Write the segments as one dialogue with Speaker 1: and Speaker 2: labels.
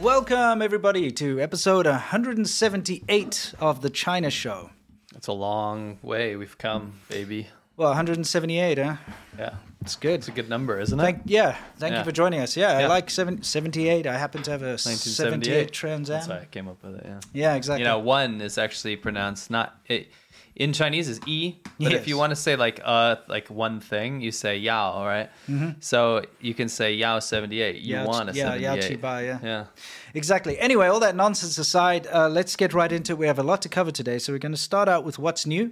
Speaker 1: Welcome, everybody, to episode 178 of The China Show.
Speaker 2: It's a long way we've come,
Speaker 1: Mm.
Speaker 2: baby.
Speaker 1: Well, 178, huh?
Speaker 2: Yeah.
Speaker 1: It's good.
Speaker 2: It's a good number, isn't it?
Speaker 1: Thank, yeah, thank you
Speaker 2: Yeah.
Speaker 1: for joining us. Yeah, I
Speaker 2: Yeah.
Speaker 1: like seven, 78. I happen to have a 78 Trans
Speaker 2: That's
Speaker 1: Am.
Speaker 2: why I came up with it, yeah.
Speaker 1: Yeah, exactly.
Speaker 2: You know, one is actually pronounced not it, in Chinese is e, but
Speaker 1: Yes.
Speaker 2: if you want to say like uh like one thing, you say yao, all right? So you can say yao 78. You
Speaker 1: Mm-hmm. Yao chi-
Speaker 2: want a
Speaker 1: yeah, yao chi
Speaker 2: 78.
Speaker 1: ba, yeah.
Speaker 2: Yeah.
Speaker 1: Exactly. Anyway, all that nonsense aside, uh, let's get right into it. We have a lot to cover today, so we're going to start out with what's new,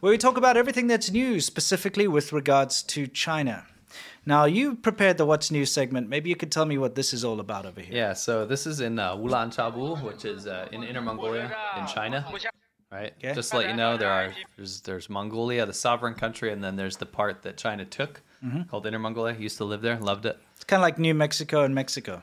Speaker 1: where we talk about everything that's new, specifically with regards to China. Now, you prepared the What's New segment. Maybe you could tell me what this is all about over here.
Speaker 2: Yeah, so this is in uh, Ulan Chabu, which is uh, in Inner Mongolia in China. Right.
Speaker 1: Okay.
Speaker 2: Just to let you know, there are there's, there's Mongolia, the sovereign country, and then there's the part that China took called Inner Mongolia. Used to live there, loved it.
Speaker 1: It's kind of like New Mexico and Mexico.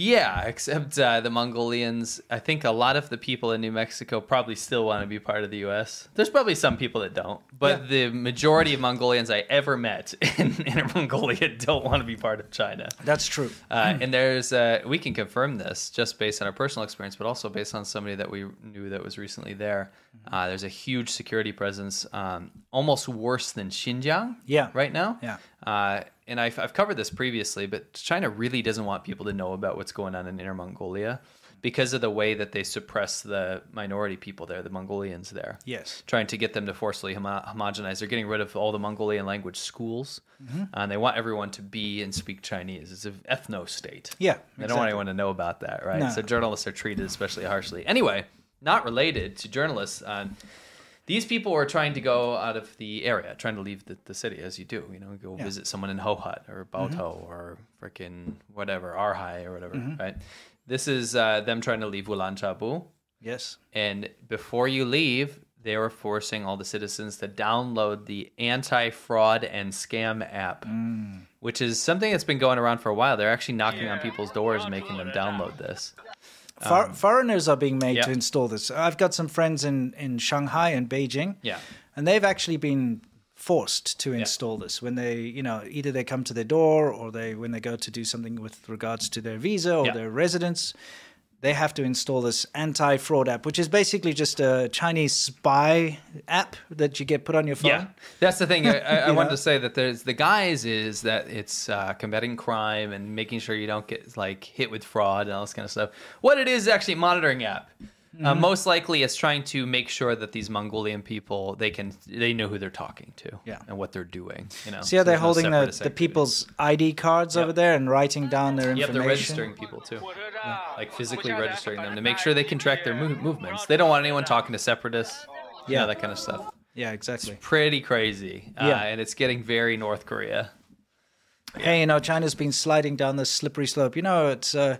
Speaker 2: Yeah, except uh, the Mongolians. I think a lot of the people in New Mexico probably still want to be part of the U.S. There's probably some people that don't, but the majority of Mongolians I ever met in Inner Mongolia don't want to be part of China.
Speaker 1: That's true.
Speaker 2: Uh, and there's, uh, we can confirm this just based on our personal experience, but also based on somebody that we knew that was recently there.
Speaker 1: Hmm.
Speaker 2: Uh, there's a huge security presence, um, almost worse than Xinjiang.
Speaker 1: Yeah.
Speaker 2: Right now.
Speaker 1: Yeah.
Speaker 2: Uh, and I've, I've covered this previously, but China really doesn't want people to know about what's going on in Inner Mongolia because of the way that they suppress the minority people there, the Mongolians there
Speaker 1: Yes.
Speaker 2: trying to get them to forcibly homo- homogenize. They're getting rid of all the Mongolian language schools,
Speaker 1: Mm-hmm.
Speaker 2: uh, and they want everyone to be and speak Chinese. It's an ethno state.
Speaker 1: Yeah,
Speaker 2: they don't
Speaker 1: exactly.
Speaker 2: want anyone to know about that, right?
Speaker 1: No.
Speaker 2: So journalists are treated especially harshly. Anyway, not related to journalists. Um, these people were trying to go out of the area, trying to leave the, the city, as you do. You know, go visit someone in Hohat or Baotou
Speaker 1: Mm-hmm.
Speaker 2: or freaking whatever, Arhai or whatever, right? This is uh, them trying to leave Ulan Chabu.
Speaker 1: Yes.
Speaker 2: And before you leave, they were forcing all the citizens to download the anti fraud and scam app, which is something that's been going around for a while. They're actually knocking on people's doors, making them download this.
Speaker 1: For, foreigners are being made
Speaker 2: Um, yeah.
Speaker 1: to install this. I've got some friends in, in Shanghai and Beijing.
Speaker 2: Yeah.
Speaker 1: And they've actually been forced to install this when they, you know, either they come to their door or they when they go to do something with regards to their visa or
Speaker 2: Yeah.
Speaker 1: their residence, they have to install this anti-fraud app, which is basically just a Chinese spy app that you get put on your phone.
Speaker 2: Yeah, that's the thing. I, I, I
Speaker 1: You
Speaker 2: wanted
Speaker 1: know?
Speaker 2: to say that there's the guise is that it's uh, combating crime and making sure you don't get like hit with fraud and all this kind of stuff. What it is is actually a monitoring app. Uh,
Speaker 1: Mm-hmm.
Speaker 2: most likely, it's trying to make sure that these Mongolian people they can they know who they're talking to
Speaker 1: Yeah.
Speaker 2: and what they're doing. You know,
Speaker 1: See how they're
Speaker 2: So there's no
Speaker 1: holding the,
Speaker 2: separatist
Speaker 1: the
Speaker 2: activity.
Speaker 1: people's ID cards over there and writing down their
Speaker 2: Yep,
Speaker 1: information.
Speaker 2: they're registering people too, like physically registering them to make sure they can track their move- movements. They don't want anyone talking to separatists. you know,
Speaker 1: Yeah.
Speaker 2: that kind of stuff.
Speaker 1: Yeah, exactly.
Speaker 2: Pretty crazy. Uh,
Speaker 1: Yeah.
Speaker 2: and it's getting very North Korea.
Speaker 1: Hey, you know, China's been sliding down this slippery slope. You know, it's uh,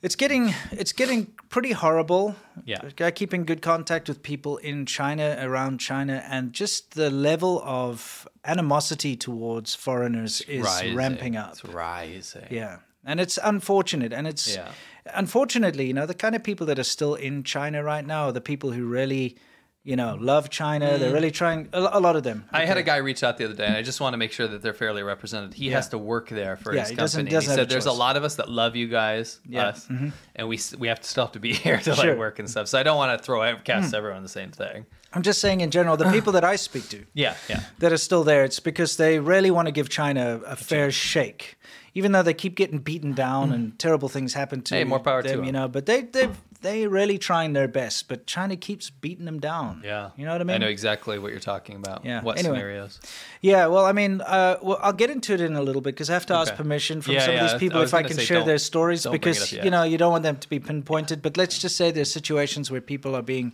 Speaker 1: it's getting it's getting pretty horrible.
Speaker 2: Yeah.
Speaker 1: I keep in good contact with people in China, around China, and just the level of animosity towards foreigners is
Speaker 2: rising.
Speaker 1: ramping up.
Speaker 2: It's rising.
Speaker 1: Yeah. And it's unfortunate. And it's
Speaker 2: Yeah.
Speaker 1: unfortunately, you know, the kind of people that are still in China right now are the people who really, you know, love China.
Speaker 2: Mm.
Speaker 1: They're really trying, a, a lot of them.
Speaker 2: I had a guy reach out the other day, and I just want to make sure that they're fairly represented. He has to work there for
Speaker 1: Yeah,
Speaker 2: his
Speaker 1: he
Speaker 2: company.
Speaker 1: doesn't-
Speaker 2: and
Speaker 1: doesn't
Speaker 2: he
Speaker 1: have
Speaker 2: said,
Speaker 1: a
Speaker 2: "There's a
Speaker 1: choice.
Speaker 2: lot of us that love you guys,
Speaker 1: Yeah. Mm-hmm.
Speaker 2: us, and we s- we have to still have to be here to
Speaker 1: Sure. Mm.
Speaker 2: like work and stuff." So I don't want to throw ev- cast everyone the same thing.
Speaker 1: I'm just saying in general, the people that I speak to.
Speaker 2: Yeah, yeah,
Speaker 1: that are still there, it's because they really want to give China a fair shake, even though they keep getting beaten down and terrible things happen to
Speaker 2: Mm. Hey, more power to
Speaker 1: them. you
Speaker 2: them.
Speaker 1: know, but they they they really trying their best, but China keeps beating them down.
Speaker 2: yeah.
Speaker 1: you know what I mean.
Speaker 2: I know exactly what you're talking about.
Speaker 1: Yeah.
Speaker 2: What
Speaker 1: Anyway.
Speaker 2: scenarios?
Speaker 1: Yeah, well, I mean, uh, well, I'll get into it in a little bit because I have to ask
Speaker 2: Okay.
Speaker 1: permission from
Speaker 2: Yeah,
Speaker 1: some
Speaker 2: yeah,
Speaker 1: of
Speaker 2: I
Speaker 1: these
Speaker 2: was-
Speaker 1: people
Speaker 2: I
Speaker 1: if
Speaker 2: was
Speaker 1: I
Speaker 2: gonna
Speaker 1: can
Speaker 2: say
Speaker 1: share
Speaker 2: don't-
Speaker 1: their stories
Speaker 2: don't bring it
Speaker 1: because
Speaker 2: up yet.
Speaker 1: you know you don't want them to be pinpointed. But let's just say there's situations where people are being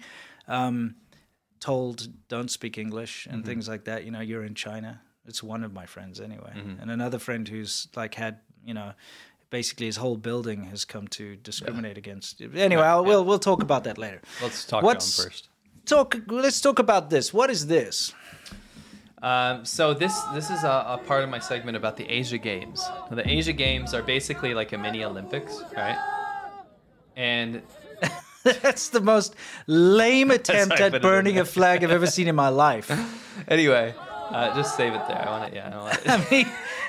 Speaker 1: um, told don't speak English
Speaker 2: Mm-hmm.
Speaker 1: and things like that. You know, you're in China. It's one of my friends anyway,
Speaker 2: Mm-hmm.
Speaker 1: and another friend who's like had you know. Basically, his whole building has come to discriminate against. Anyway, I'll, we'll we'll talk about that later.
Speaker 2: Let's talk
Speaker 1: What's-
Speaker 2: to him first.
Speaker 1: Talk. Let's talk about this. What is this?
Speaker 2: Um, so this this is a, a part of my segment about the Asia Games. Now, the Asia Games are basically like a mini Olympics, right? And
Speaker 1: That's the most lame
Speaker 2: I
Speaker 1: attempt
Speaker 2: put it
Speaker 1: at
Speaker 2: in
Speaker 1: burning
Speaker 2: there.
Speaker 1: a flag I've ever seen in my life.
Speaker 2: Anyway, Uh, just save it there. I want it. Yeah, I want it.
Speaker 1: I mean,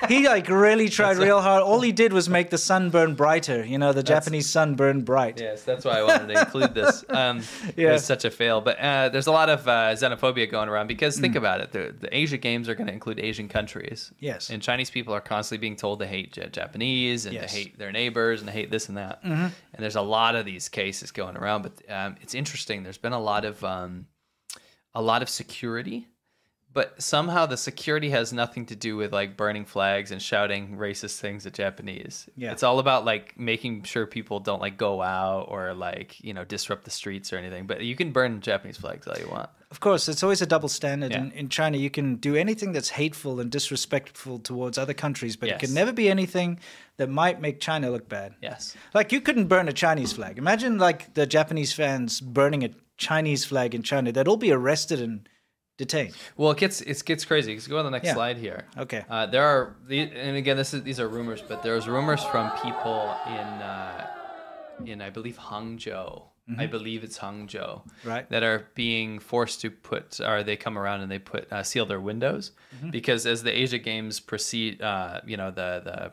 Speaker 1: he like really tried real hard. All he did was make the sun burn brighter. You know, the Japanese sun burn bright.
Speaker 2: Yes, that's why I wanted to include this. Um, It
Speaker 1: Yeah.
Speaker 2: was such a fail. But uh, there's a lot of uh, xenophobia going around because
Speaker 1: Mm.
Speaker 2: think about it. The, the Asia Games are going to include Asian countries.
Speaker 1: Yes.
Speaker 2: And Chinese people are constantly being told to hate Ja- Japanese and
Speaker 1: Yes. Mm-hmm.
Speaker 2: to hate their neighbors and to hate this and that. And there's a lot of these cases going around. But um, it's interesting. There's been a lot of um, a lot of security. But somehow the security has nothing to do with like burning flags and shouting racist things at Japanese.
Speaker 1: Yeah.
Speaker 2: It's all about like making sure people don't like go out or like, you know, disrupt the streets or anything. But you can burn Japanese flags all you want.
Speaker 1: Of course, it's always a double standard.
Speaker 2: Yeah.
Speaker 1: In, in China, you can do anything that's hateful and disrespectful towards other countries, but it
Speaker 2: Yes.
Speaker 1: can never be anything that might make China look bad.
Speaker 2: Yes.
Speaker 1: Like you couldn't burn a Chinese flag. Imagine like the Japanese fans burning a Chinese flag in China. They'd all be arrested and detained.
Speaker 2: Well, it gets it gets crazy. Let's go to the next
Speaker 1: Yeah.
Speaker 2: slide here.
Speaker 1: Okay.
Speaker 2: Uh, there are, the- and again, this is these are rumors, but there's rumors from people in uh, in I believe Hangzhou. I believe it's Hangzhou,
Speaker 1: Mm-hmm. Right.
Speaker 2: That are being forced to put, or they come around and they put uh, seal their windows
Speaker 1: Mm-hmm.
Speaker 2: because as the Asia Games proceed, uh, you know the the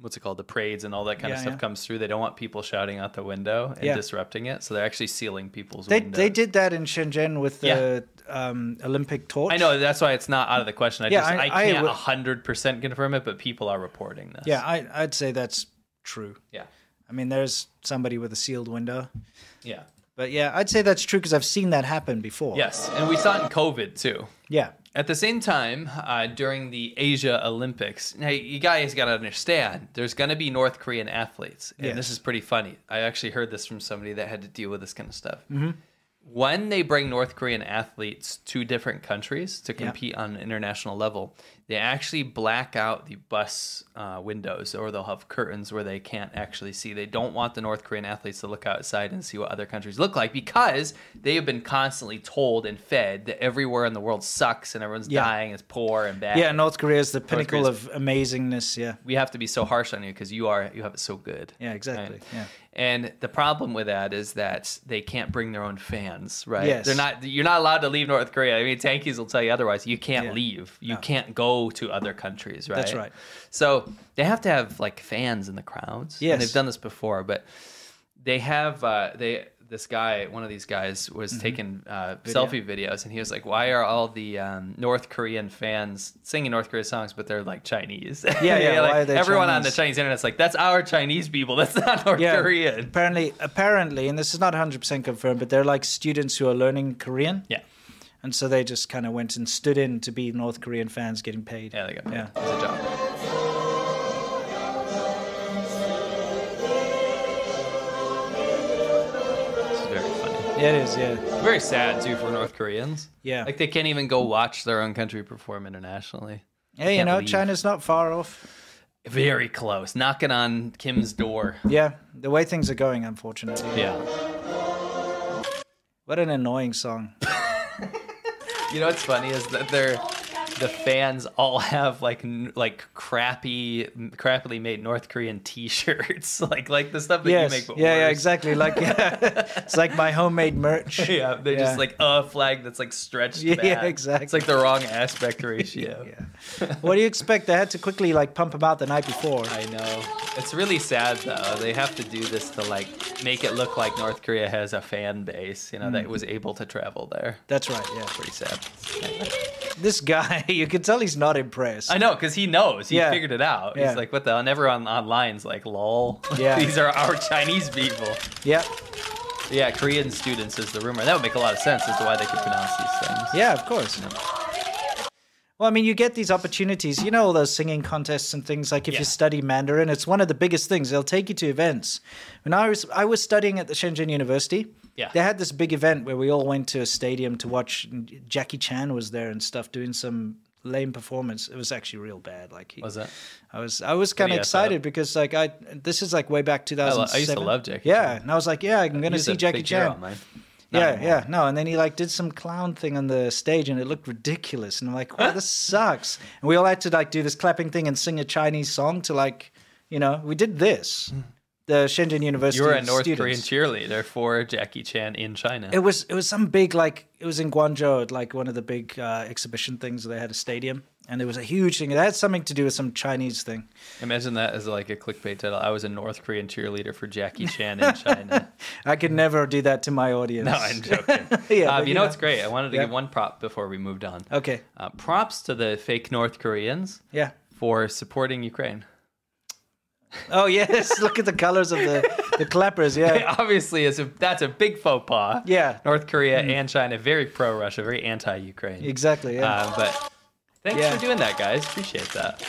Speaker 2: what's it called the parades and all that kind of
Speaker 1: Yeah,
Speaker 2: stuff
Speaker 1: yeah.
Speaker 2: comes through. They don't want people shouting out the window and
Speaker 1: Yeah.
Speaker 2: disrupting it, so they're actually sealing people's
Speaker 1: They,
Speaker 2: windows.
Speaker 1: they did that in Shenzhen with the um, Olympic torch.
Speaker 2: I know that's why it's not out of the question. I
Speaker 1: Yeah,
Speaker 2: just I,
Speaker 1: I- I
Speaker 2: can't
Speaker 1: would-
Speaker 2: hundred percent confirm it, but people are reporting this.
Speaker 1: Yeah, I, I'd say that's true.
Speaker 2: yeah,
Speaker 1: I mean, there's somebody with a sealed window.
Speaker 2: yeah,
Speaker 1: But yeah, I'd say that's true because I've seen that happen before.
Speaker 2: yes. And we saw it in COVID too.
Speaker 1: Yeah.
Speaker 2: At the same time, uh, during the Asia Olympics, now you guys got to understand, there's going to be North Korean athletes, and this
Speaker 1: Yes.
Speaker 2: is pretty funny. I actually heard this from somebody that had to deal with this kind of stuff. When they bring North Korean athletes to different countries to compete on an international level, they actually black out the bus uh, windows, or they'll have curtains where they can't actually see. They don't want the North Korean athletes to look outside and see what other countries look like because they have been constantly told and fed that everywhere in the world sucks and everyone's
Speaker 1: Yeah.
Speaker 2: dying, it's poor and bad.
Speaker 1: Yeah, North Korea is the pinnacle
Speaker 2: Korea's-
Speaker 1: of amazingness. Yeah.
Speaker 2: we have to be so harsh on you because you are you have it so good.
Speaker 1: Yeah, exactly. Yeah.
Speaker 2: And the problem with that is that they can't bring their own fans, right?
Speaker 1: Yes.
Speaker 2: They're not you're not allowed to leave North Korea. I mean tankies will tell you otherwise. You can't
Speaker 1: Yeah.
Speaker 2: leave. You
Speaker 1: No.
Speaker 2: can't go to other countries, right?
Speaker 1: That's right.
Speaker 2: So they have to have like fans in the crowds. Yeah,
Speaker 1: Yes.
Speaker 2: And they've done this before, but they have uh they this guy, one of these guys, was
Speaker 1: Mm-hmm.
Speaker 2: taking uh, selfie videos, and he was like, "Why are all the um, North Korean fans singing North Korean songs, but they're like Chinese?"
Speaker 1: Yeah, yeah,
Speaker 2: like,
Speaker 1: why are they
Speaker 2: everyone on the
Speaker 1: Chinese?
Speaker 2: Chinese internet's like, that's our Chinese people. That's not North
Speaker 1: Yeah.
Speaker 2: Korean.
Speaker 1: Apparently, apparently, and this is not 100% confirmed, but they're like students who are learning Korean.
Speaker 2: Yeah.
Speaker 1: And so they just kind of went and stood in to be North Korean fans getting paid.
Speaker 2: Yeah, they got paid.
Speaker 1: Yeah.
Speaker 2: It was a job. This is very funny.
Speaker 1: Yeah, it is. Yeah.
Speaker 2: Very sad, too, for North Koreans.
Speaker 1: Yeah.
Speaker 2: Like, they can't even go watch their own country perform internationally.
Speaker 1: Yeah, you
Speaker 2: can't
Speaker 1: know,
Speaker 2: leave.
Speaker 1: China's not far off.
Speaker 2: Very close. Knocking on Kim's door.
Speaker 1: Yeah. The way things are going, unfortunately.
Speaker 2: Yeah.
Speaker 1: What an annoying song.
Speaker 2: You know what's funny is that they're. the fans all have like n- like crappy crappily made North Korean t-shirts like like the stuff that you
Speaker 1: Yes.
Speaker 2: make but
Speaker 1: yeah, yeah,
Speaker 2: worse.
Speaker 1: exactly. Like it's like my homemade merch.
Speaker 2: yeah they're
Speaker 1: Yeah.
Speaker 2: just like a flag that's like stretched
Speaker 1: Yeah,
Speaker 2: back.
Speaker 1: exactly.
Speaker 2: it's like the wrong aspect ratio
Speaker 1: Yeah. What do you expect? They had to quickly like pump them out the night before.
Speaker 2: I know it's really sad though they have to do this to like make it look like North Korea has a fan base you know
Speaker 1: Mm.
Speaker 2: that was able to travel there
Speaker 1: That's right. Yeah.
Speaker 2: pretty sad
Speaker 1: This guy, you can tell he's not impressed.
Speaker 2: I know because he knows he
Speaker 1: Yeah.
Speaker 2: figured it out
Speaker 1: Yeah.
Speaker 2: he's like what the and everyone online's like lol
Speaker 1: Yeah.
Speaker 2: these are our Chinese people
Speaker 1: Yeah.
Speaker 2: Yeah, Korean students is the rumor. That would make a lot of sense as to why they could pronounce these things.
Speaker 1: Yeah, of course. Well, I mean, you get these opportunities, you know, all those singing contests and things. Like if
Speaker 2: Yeah.
Speaker 1: you study Mandarin, it's one of the biggest things. They'll take you to events. When I was I was studying at the Shenzhen University,
Speaker 2: Yeah.
Speaker 1: they had this big event where we all went to a stadium to watch. and Jackie Chan was there and stuff, doing some lame performance. It was actually real bad. Like he,
Speaker 2: Was it?
Speaker 1: I was I was kind
Speaker 2: Pretty
Speaker 1: of
Speaker 2: effed
Speaker 1: excited
Speaker 2: up.
Speaker 1: because like I this is like way back two
Speaker 2: lo-
Speaker 1: thousand.
Speaker 2: I used to love Jackie
Speaker 1: Yeah,
Speaker 2: Chan. Uh,
Speaker 1: and I was like, yeah, I'm gonna
Speaker 2: He's a
Speaker 1: see Jackie
Speaker 2: big hero of
Speaker 1: Chan.
Speaker 2: mine. Not
Speaker 1: Yeah,
Speaker 2: anymore.
Speaker 1: yeah, no. And then he like did some clown thing on the stage, and it looked ridiculous. And I'm like, wow, this sucks. And we all had to like do this clapping thing and sing a Chinese song to like, you know, we did this. the Shenzhen University.
Speaker 2: Hmm. You were a North
Speaker 1: students.
Speaker 2: Korean cheerleader for Jackie Chan in China.
Speaker 1: It was it was some big like it was in Guangzhou at like one of the big uh, exhibition things. They had a stadium, and it was a huge thing. It had something to do with some Chinese thing.
Speaker 2: Imagine that as like a clickbait title. I was a North Korean cheerleader for Jackie Chan in China.
Speaker 1: I could never do that to my audience.
Speaker 2: Hmm. no, I'm joking.
Speaker 1: yeah,
Speaker 2: Uh,
Speaker 1: but
Speaker 2: you know, it's great. I wanted to
Speaker 1: Yeah.
Speaker 2: give one prop before we moved on.
Speaker 1: okay.
Speaker 2: Uh, props to the fake North Koreans
Speaker 1: Yeah.
Speaker 2: for supporting Ukraine.
Speaker 1: Oh yes. Look at the colors of the the clappers. Yeah.
Speaker 2: Obviously, it's a, that's a big faux pas.
Speaker 1: Yeah. Mm.
Speaker 2: North Korea and China, very pro Russia, very anti Ukraine.
Speaker 1: Exactly. Yeah.
Speaker 2: Uh, but thanks
Speaker 1: Yeah.
Speaker 2: for doing that, guys. Appreciate that.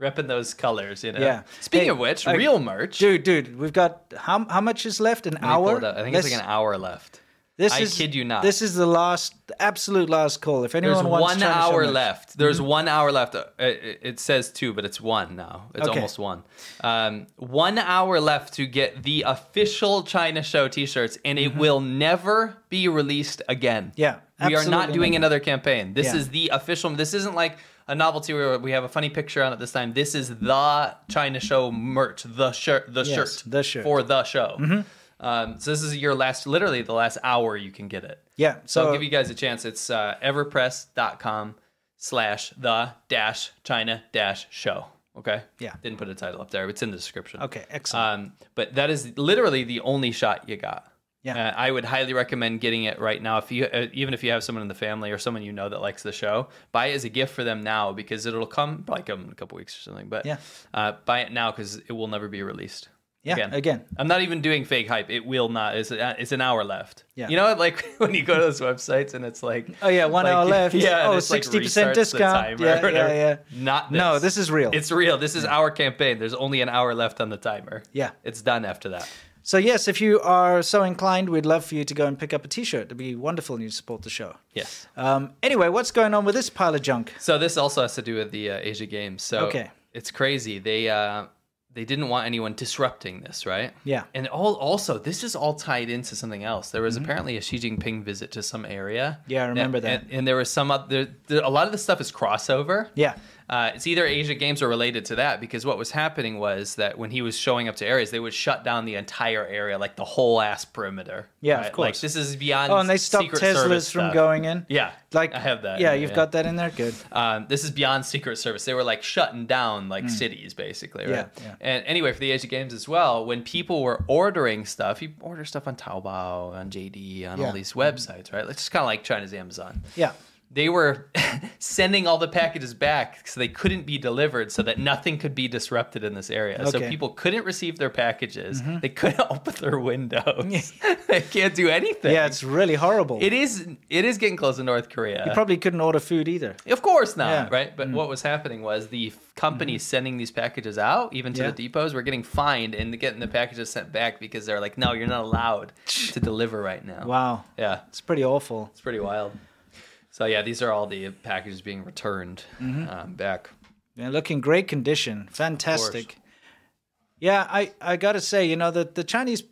Speaker 2: Repping those colors, you know.
Speaker 1: Yeah.
Speaker 2: Speaking
Speaker 1: Hey,
Speaker 2: of which,
Speaker 1: I-
Speaker 2: real merch.
Speaker 1: dude, dude, we've got how how much is left? An
Speaker 2: Let me pull
Speaker 1: hour?
Speaker 2: it up. I think it's
Speaker 1: Let's-
Speaker 2: like an hour left.
Speaker 1: This
Speaker 2: I
Speaker 1: is,
Speaker 2: kid you not.
Speaker 1: This is the last, the absolute last call. If anyone
Speaker 2: There's
Speaker 1: wants Mm-hmm.
Speaker 2: one
Speaker 1: China
Speaker 2: hour
Speaker 1: Showmatch-
Speaker 2: left. There's one hour left. Uh, It, it says two, but it's one now. It's
Speaker 1: Okay.
Speaker 2: almost one. Um, one hour left to get the official China Show T-shirts, and it will never be released again.
Speaker 1: Mm-hmm. Yeah,
Speaker 2: we are not
Speaker 1: absolutely
Speaker 2: doing
Speaker 1: not.
Speaker 2: another campaign. This
Speaker 1: Yeah.
Speaker 2: is the official. This isn't like a novelty where we have a funny picture on it this time. This is the China Show merch, the shirt, the
Speaker 1: Yes,
Speaker 2: shirt,
Speaker 1: the shirt. Mm-hmm.
Speaker 2: for the show. Um, so this is your last, literally the last hour you can get it.
Speaker 1: Yeah,
Speaker 2: So, I'll
Speaker 1: so-
Speaker 2: give you guys a chance. It's uh, everpress.com slash the dash China dash show. Okay.
Speaker 1: Yeah.
Speaker 2: Didn't put a title up there. It's in the description.
Speaker 1: Okay, excellent.
Speaker 2: Um, but that is literally the only shot you got.
Speaker 1: Yeah.
Speaker 2: Uh, I would highly recommend getting it right now. If you, uh, even if you have someone in the family or someone you know that likes the show, buy it as a gift for them now because it'll come probably come in a couple weeks or something. But
Speaker 1: Yeah.
Speaker 2: uh, buy it now because it will never be released.
Speaker 1: yeah, again.
Speaker 2: I'm not even doing fake hype. It will not. It's, uh, it's an hour left.
Speaker 1: Yeah.
Speaker 2: You know, like when you go to those websites and it's like,
Speaker 1: Oh, yeah, one hour left.
Speaker 2: Yeah. and
Speaker 1: Oh,
Speaker 2: it's, like,
Speaker 1: 60%
Speaker 2: restarts the
Speaker 1: discount.
Speaker 2: timer or
Speaker 1: Yeah, yeah,
Speaker 2: whatever.
Speaker 1: yeah.
Speaker 2: Not this.
Speaker 1: No, this is real.
Speaker 2: It's real. This is our campaign. There's only an hour left on the timer.
Speaker 1: Yeah.
Speaker 2: It's done after that.
Speaker 1: So yes, if you are so inclined, we'd love for you to go and pick up a T-shirt. It'd be wonderful, and you support the show.
Speaker 2: Yes.
Speaker 1: Um, anyway, what's going on with this pile of junk?
Speaker 2: So this also has to do with the uh, Asia Games. So
Speaker 1: Okay.
Speaker 2: it's crazy. They uh, they didn't want anyone disrupting this, right?
Speaker 1: Yeah. Mm-hmm.
Speaker 2: And all also this is all tied into something else. There was apparently a Xi Jinping visit to some area.
Speaker 1: Yeah, I remember that.
Speaker 2: And, and there was some other. There, a lot of the stuff is crossover.
Speaker 1: Yeah.
Speaker 2: Uh, it's either Asia Games or related to that because what was happening was that when he was showing up to areas, they would shut down the entire area, like the whole ass perimeter.
Speaker 1: Yeah, of
Speaker 2: Like
Speaker 1: course.
Speaker 2: this is beyond.
Speaker 1: Oh, and they stopped
Speaker 2: Secret Service
Speaker 1: Teslas from
Speaker 2: stuff.
Speaker 1: going in.
Speaker 2: Yeah,
Speaker 1: Like
Speaker 2: I have that.
Speaker 1: Yeah,
Speaker 2: in there,
Speaker 1: you've got that in there. Good.
Speaker 2: um, this is beyond Secret Service. They were like shutting down like cities, basically. Right?
Speaker 1: Mm. Yeah, yeah.
Speaker 2: And anyway, for the Asia Games as well, when people were ordering stuff, you order stuff on Taobao, on JD, on
Speaker 1: Yeah.
Speaker 2: all these websites, right? It's just kind of like China's Amazon.
Speaker 1: Yeah.
Speaker 2: They were sending all the packages back so they couldn't be delivered, so that nothing could be disrupted in this area. So
Speaker 1: Okay. Mm-hmm.
Speaker 2: people couldn't receive their packages. They couldn't open their windows. they can't do anything.
Speaker 1: Yeah, it's really horrible.
Speaker 2: It is. It is getting close to North Korea.
Speaker 1: Probably couldn't order food either.
Speaker 2: Of course not,
Speaker 1: Yeah. Mm. Mm-hmm.
Speaker 2: right? But what was happening was the f- companies sending these packages out, even to
Speaker 1: Yeah.
Speaker 2: the depots, were getting fined and getting the packages sent back because they're like, no, you're not allowed to deliver right now.
Speaker 1: Wow.
Speaker 2: Yeah,
Speaker 1: It's pretty awful.
Speaker 2: it's pretty wild. So, yeah, these are all the packages being returned
Speaker 1: Mm-hmm.
Speaker 2: um, back.
Speaker 1: Yeah, looking great condition. Fantastic. Yeah, I, I gotta say, you know, the, the Chinese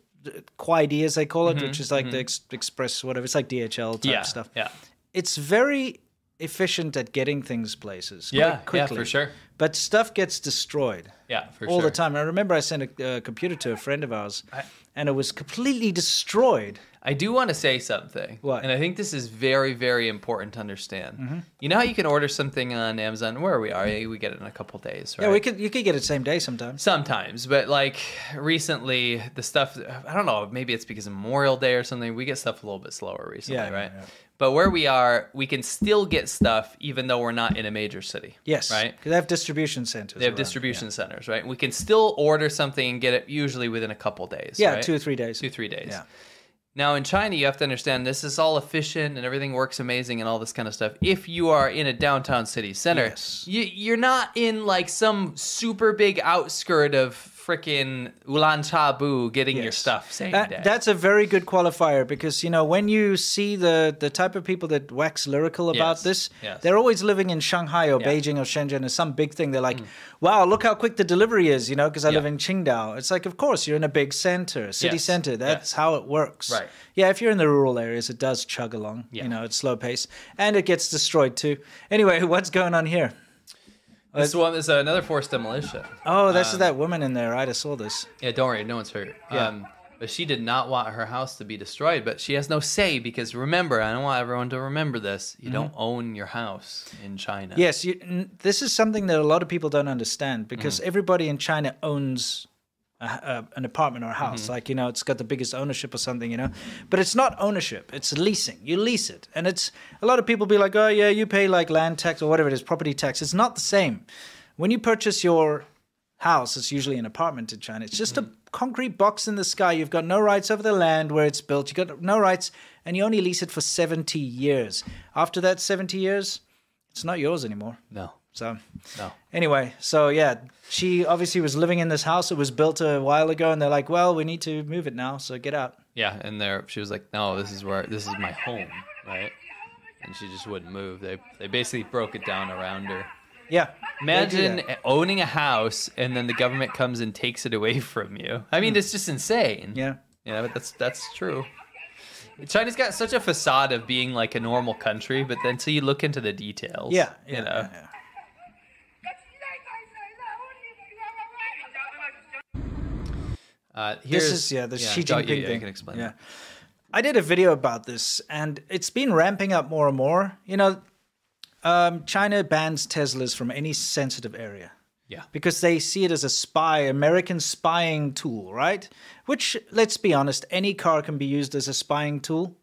Speaker 1: Kuaidi, as they call it, which is like the ex- express, whatever, it's like DHL type
Speaker 2: Mm-hmm, Yeah.
Speaker 1: stuff.
Speaker 2: Yeah.
Speaker 1: It's very efficient at getting things places. quite
Speaker 2: Yeah, yeah,
Speaker 1: quickly.
Speaker 2: for sure.
Speaker 1: But stuff gets destroyed
Speaker 2: Yeah, for
Speaker 1: all
Speaker 2: sure.
Speaker 1: the time. I remember I sent a uh, computer to a friend of ours,
Speaker 2: I-
Speaker 1: and it was completely destroyed.
Speaker 2: I do want to say something.
Speaker 1: What? Mm-hmm.
Speaker 2: And I think this is very, very important to understand. You know how you can order something on Amazon where we are? We get it in a couple days, right?
Speaker 1: Yeah, we could you could get it same day sometimes.
Speaker 2: Sometimes, but like recently, the stuff I don't know. Maybe it's because of Memorial Day or something. We get stuff a little bit slower recently,
Speaker 1: Yeah, yeah,
Speaker 2: right?
Speaker 1: yeah.
Speaker 2: But where we are, we can still get stuff even though we're not in a major city.
Speaker 1: Yes,
Speaker 2: right.
Speaker 1: 'cause They have distribution centers.
Speaker 2: They have
Speaker 1: around.
Speaker 2: distribution centers, right? We can still order something and get it usually within a couple days.
Speaker 1: Yeah,
Speaker 2: right?
Speaker 1: two or three days.
Speaker 2: two three days.
Speaker 1: Yeah.
Speaker 2: Now in China, you have to understand this is all efficient and everything works amazing and all this kind of stuff. If you are in a downtown city center,
Speaker 1: Yes.
Speaker 2: you, you're not in like some super big outskirt of frickin' Ulan Chabu getting your
Speaker 1: Yes.
Speaker 2: stuff same
Speaker 1: That-
Speaker 2: day.
Speaker 1: that's a very good qualifier because you know when you see the the type of people that wax lyrical about
Speaker 2: Yes,
Speaker 1: this,
Speaker 2: yes.
Speaker 1: they're always living in Shanghai or
Speaker 2: Yeah. Mm.
Speaker 1: Beijing or Shenzhen or some big thing. They're like, "Wow, look how quick the delivery is!" You know, because I live
Speaker 2: Yeah.
Speaker 1: in Qingdao. It's like, of course, you're in a big center, city
Speaker 2: Yes,
Speaker 1: center. That's
Speaker 2: yes.
Speaker 1: how it works.
Speaker 2: Right.
Speaker 1: Yeah, if you're in the rural areas, it does chug along.
Speaker 2: Yeah.
Speaker 1: You know, it's slow pace and it gets destroyed too. Anyway, what's going on here?
Speaker 2: This one is another forced demolition.
Speaker 1: Oh,
Speaker 2: Um,
Speaker 1: this is that woman in there, right? I saw this.
Speaker 2: Yeah, don't worry, no one's hurt.
Speaker 1: Yeah.
Speaker 2: Um, but she did not want her house to be destroyed, but she has no say because remember, I don't want everyone to remember this.
Speaker 1: Mm-hmm.
Speaker 2: You don't own your house in China.
Speaker 1: Yes, you, n- this is something that a lot of people don't understand because everybody in China owns a, a, an apartment or a house. Like, you know, it's got the biggest ownership or something, you know. But it's not ownership, it's leasing. You lease it. And it's a lot of people be like, oh, yeah, you pay like land tax or whatever it is, property tax. It's not the same. When you purchase your house, it's usually an apartment in China. It's just a concrete box in the sky. You've got no rights over the land where it's built, you've got no rights, and you only lease it for 70 years. After that 70 years, it's not yours anymore.
Speaker 2: No.
Speaker 1: So,
Speaker 2: No.
Speaker 1: anyway, so yeah, she obviously was living in this house. It was built a while ago, and they're like, "Well, we need to move it now, so get out."
Speaker 2: Yeah, and there she was like, "No, this is where this is my home, right?" And she just wouldn't move. They they basically broke it down around her.
Speaker 1: Yeah, they do
Speaker 2: Imagine
Speaker 1: that.
Speaker 2: owning a house and then the government comes and takes it away from you. I mean, it's just insane.
Speaker 1: Hmm. Yeah,
Speaker 2: Yeah, but that's that's true. China's got such a facade of being like a normal country, but then so you look into the details.
Speaker 1: yeah, yeah,
Speaker 2: you know.
Speaker 1: yeah, yeah.
Speaker 2: Uh,
Speaker 1: This
Speaker 2: here's,
Speaker 1: is yeah, the Xi
Speaker 2: oh, yeah,
Speaker 1: Jinping
Speaker 2: yeah,
Speaker 1: thing.
Speaker 2: You can explain.
Speaker 1: Yeah,
Speaker 2: that.
Speaker 1: I did a video about this, and it's been ramping up more and more. You know, um, China bans Teslas from any sensitive area.
Speaker 2: Yeah.
Speaker 1: because they see it as a spy, American spying tool, right? Which, let's be honest, any car can be used as a spying tool.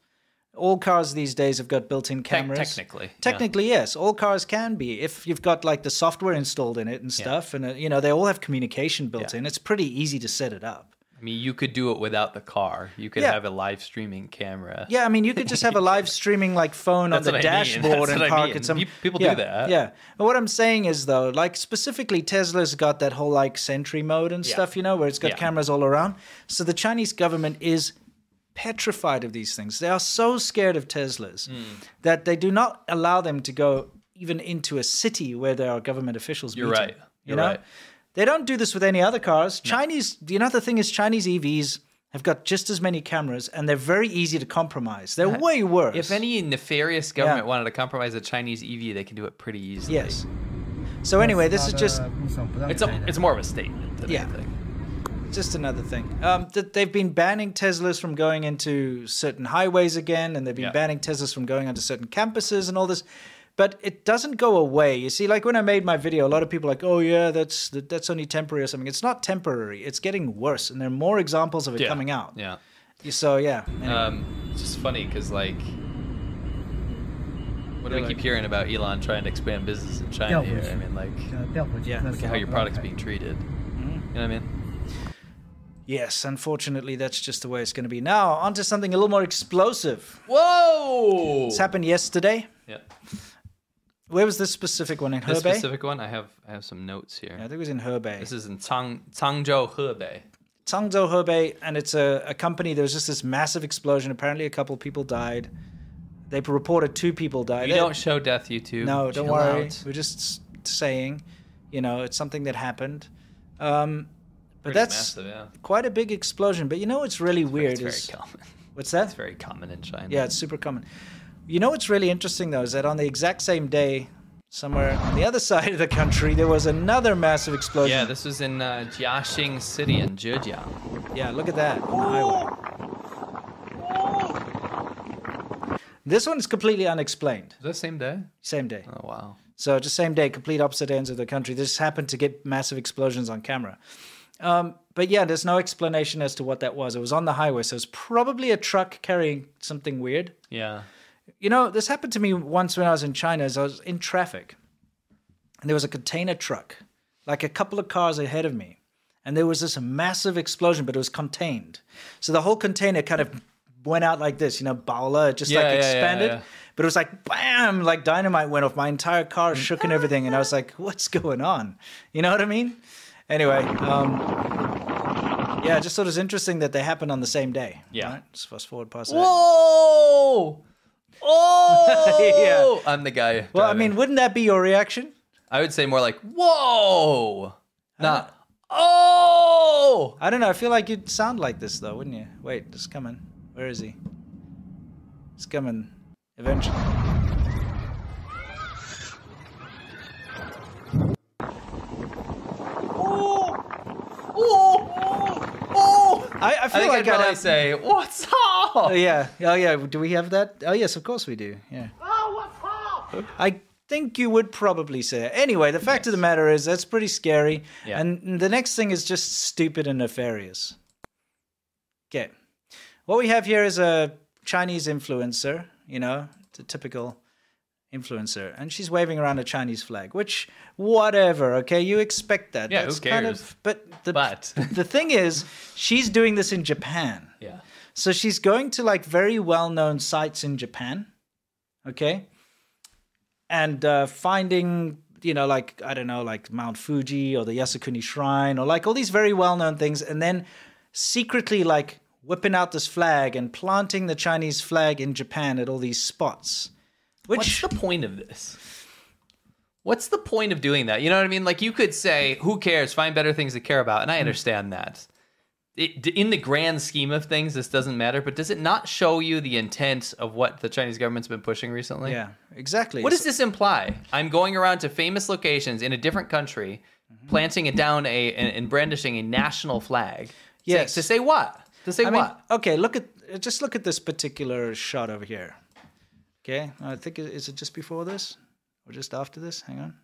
Speaker 1: All cars these days have got built-in cameras.
Speaker 2: technically, yeah.
Speaker 1: technically, yes, all cars can be if you've got like the software installed in it and stuff, and uh, you know they all have communication built
Speaker 2: Yeah.
Speaker 1: in. It's pretty easy to set it up.
Speaker 2: I mean, you could do it without the car. You could
Speaker 1: Yeah.
Speaker 2: have a live streaming camera.
Speaker 1: Yeah, I mean, you could just have a live streaming like phone on
Speaker 2: That's
Speaker 1: the
Speaker 2: what I mean.
Speaker 1: dashboard
Speaker 2: That's
Speaker 1: and
Speaker 2: what I
Speaker 1: park
Speaker 2: mean.
Speaker 1: it some.
Speaker 2: Pe- people do
Speaker 1: yeah,
Speaker 2: that.
Speaker 1: Yeah. But what I'm saying is though, like specifically Tesla's got that whole like sentry mode and stuff, you know, where it's got
Speaker 2: Yeah.
Speaker 1: cameras all around. So the Chinese government is petrified of these things. They are so scared of Teslas
Speaker 2: Hmm.
Speaker 1: that they do not allow them to go even into a city where there are government officials.
Speaker 2: You're
Speaker 1: meeting,
Speaker 2: right.
Speaker 1: you
Speaker 2: You're
Speaker 1: know?
Speaker 2: right.
Speaker 1: They don't do this with any other cars. Chinese, you know, the thing is, Chinese EVs have got just as many cameras and they're very easy to compromise. They're way worse.
Speaker 2: Uh, If any nefarious government wanted to compromise a Chinese EV, they can do it pretty easily.
Speaker 1: Yes. So anyway, this is just
Speaker 2: It's a, it's more of a statement than
Speaker 1: Yeah.
Speaker 2: anything.
Speaker 1: just another thing. Um, that they've been banning Teslas from going into certain highways again, and they've been
Speaker 2: Yeah.
Speaker 1: banning Teslas from going onto certain campuses and all this. But it doesn't go away. You see, like when I made my video, a lot of people were like, oh yeah, that's that, that's only temporary or something. It's not temporary. It's getting worse, and there are more examples of it
Speaker 2: Yeah.
Speaker 1: coming out.
Speaker 2: Yeah.
Speaker 1: So yeah. Anyway.
Speaker 2: Um, it's just funny because like, what do we
Speaker 1: Yeah, like-
Speaker 2: keep hearing about Elon trying to expand business in China
Speaker 3: Yeah,
Speaker 2: here? I mean, like,
Speaker 1: Yeah,
Speaker 2: look at how your product's being treated. You know what I mean?
Speaker 1: yes, unfortunately, that's just the way it's going to be. Now onto something a little more explosive.
Speaker 2: Whoa!
Speaker 1: It's happened yesterday.
Speaker 2: Yeah.
Speaker 1: Where was this specific one in
Speaker 2: This
Speaker 1: Hebei?
Speaker 2: specific one, I have I have some notes here.
Speaker 1: I think it was in Hebei.
Speaker 2: This is in Chang Changzhou, Hebei.
Speaker 1: Changzhou Hebei, and it's a, a company. There was just this massive explosion. Apparently, a couple people died. They reported two people died.
Speaker 2: You
Speaker 1: They-
Speaker 2: don't show death, YouTube.
Speaker 1: no, don't
Speaker 2: Chill
Speaker 1: worry.
Speaker 2: out.
Speaker 1: We're just s- saying, you know, it's something that happened. Um, but
Speaker 2: Pretty
Speaker 1: that's
Speaker 2: massive, yeah.
Speaker 1: quite a big explosion. But you know what's really weird
Speaker 2: It's very
Speaker 1: is
Speaker 2: common.
Speaker 1: what's that?
Speaker 2: It's very common in China.
Speaker 1: Yeah, it's super common. You know what's really interesting though is that on the exact same day, somewhere on the other side of the country, there was another massive explosion.
Speaker 2: Yeah, this was in uh, Jiaxing City in Zhejiang.
Speaker 1: Yeah, look at that on the highway. This one's completely unexplained.
Speaker 2: Is that same day?
Speaker 1: Same day.
Speaker 2: Oh wow.
Speaker 1: So just same day, complete opposite ends of the country. This happened to get massive explosions on camera. Um, but yeah, there's no explanation as to what that was. It was on the highway, so it's probably a truck carrying something weird.
Speaker 2: Yeah.
Speaker 1: You know, this happened to me once when I was in China. As I was in traffic, and there was a container truck, like a couple of cars ahead of me, and there was this massive explosion, but it was contained. So the whole container kind of went out like this, you know, bowler, it just
Speaker 2: Yeah, yeah,
Speaker 1: like
Speaker 2: yeah,
Speaker 1: expanded.
Speaker 2: yeah.
Speaker 1: But it was like bam, like dynamite went off. My entire car shook and everything, and I was like, "What's going on?" You know what I mean? Anyway, um, yeah, I just thought it was interesting that they happened on the same day.
Speaker 2: Yeah.
Speaker 1: Let's fast forward past that.
Speaker 2: Whoa! Oh! I'm the guy.
Speaker 1: Well, I
Speaker 2: driving.
Speaker 1: mean, wouldn't that be your reaction?
Speaker 2: I would say more like whoa, not oh.
Speaker 1: I don't know. I feel like you'd sound like this though, wouldn't you? Wait, it's coming. Where is he? It's coming eventually. I, I
Speaker 2: I
Speaker 1: feel
Speaker 2: think
Speaker 1: like
Speaker 2: I'd probably
Speaker 1: have-
Speaker 2: say, "What's up?"
Speaker 1: Oh, yeah. Oh yeah. Do we have that? Oh yes, of course we do. Yeah. I think you would probably say it. Anyway, the fact of the matter is that's pretty scary.
Speaker 2: Yeah.
Speaker 1: And the next thing is just stupid and nefarious. Okay. What we have here is a Chinese influencer, you know, the typical influencer, and she's waving around a Chinese flag, which whatever, okay? You expect that.
Speaker 2: Yeah, who cares?
Speaker 1: of but the
Speaker 2: But-
Speaker 1: the thing is, she's doing this in Japan.
Speaker 2: Yeah.
Speaker 1: So she's going to like very well known sites in Japan, okay? And uh, finding, you know, like, I don't know, like Mount Fuji or the Yasukuni Shrine or like all these very well known things. And then secretly like whipping out this flag and planting the Chinese flag in Japan at all these spots.
Speaker 2: What's
Speaker 1: Which,
Speaker 2: the point of this? What's the point of doing that? You know what I mean? Like you could say, "Who cares? Find better things to care about," and
Speaker 1: Hmm.
Speaker 2: I understand that. It, d- in the grand scheme of things, this doesn't matter. But does it not show you the intent of what the Chinese government's been pushing recently?
Speaker 1: yeah, exactly.
Speaker 2: What does this imply? I'm going around to famous locations in a different country,
Speaker 1: Mm-hmm.
Speaker 2: planting it down a and, and brandishing a national flag. to-
Speaker 1: Yes.
Speaker 2: To, say what? To say
Speaker 1: I mean,
Speaker 2: what?
Speaker 1: okay, look at uh, just look at this particular shot over here. Okay, I think it- is it just before this or just after this? Hang on.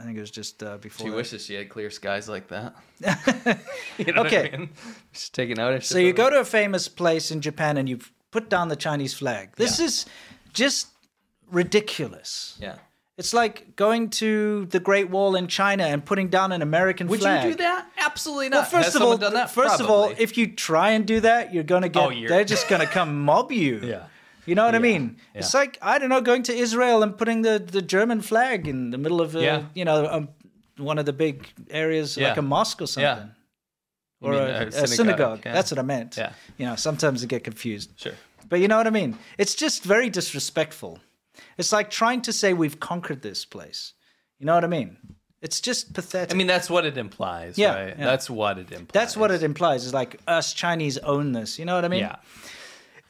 Speaker 1: I think it was just uh, before.
Speaker 2: she
Speaker 1: that.
Speaker 2: wishes she had clear skies like that. You know what I
Speaker 1: Okay.
Speaker 2: mean? She's taking notice.
Speaker 1: So you go to a famous place in Japan and you put down the Chinese flag. This is just ridiculous.
Speaker 2: Yeah.
Speaker 1: It's like going to the Great Wall in China and putting down an American
Speaker 2: Would
Speaker 1: flag.
Speaker 2: you do that? Absolutely not.
Speaker 1: Well, first
Speaker 2: Has
Speaker 1: of all,
Speaker 2: someone done that?
Speaker 1: first of all,
Speaker 2: Probably.
Speaker 1: if you try and do that, you're gonna get.
Speaker 2: Oh, you're-
Speaker 1: They're just gonna come mob you.
Speaker 2: Yeah.
Speaker 1: You know what I mean?
Speaker 2: Yeah.
Speaker 1: It's like I don't know, going to Israel and putting the, the German flag in the middle of a,
Speaker 2: Yeah.
Speaker 1: you know um, one of the big areas like
Speaker 2: Yeah.
Speaker 1: a mosque or something.
Speaker 2: yeah,
Speaker 1: Or
Speaker 2: mean
Speaker 1: a,
Speaker 2: a
Speaker 1: a synagogue.
Speaker 2: synagogue, yeah.
Speaker 1: That's what I meant.
Speaker 2: Yeah.
Speaker 1: You know, sometimes I get confused.
Speaker 2: sure.
Speaker 1: But you know what I mean? It's just very disrespectful. It's like trying to say we've conquered this place. You know what I mean? It's just pathetic.
Speaker 2: I mean, that's what it implies,
Speaker 1: Yeah,
Speaker 2: right?
Speaker 1: yeah.
Speaker 2: That's what it implies.
Speaker 1: That's what it implies. Is like us Chinese own this. You know what I mean?
Speaker 2: Yeah.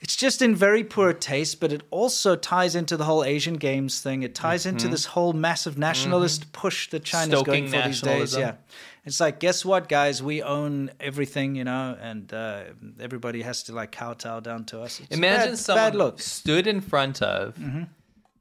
Speaker 1: It's just in very poor taste, but it also ties into the whole Asian Games thing. It ties into this whole massive nationalist push that China's
Speaker 2: Mm-hmm. Stoking
Speaker 1: going for these days.
Speaker 2: nationalism.
Speaker 1: Yeah. It's like, guess what, guys? We own everything, you know, and uh, everybody has to like kowtow down to us. It's a
Speaker 2: Imagine
Speaker 1: bad,
Speaker 2: someone
Speaker 1: bad look.
Speaker 2: stood in front of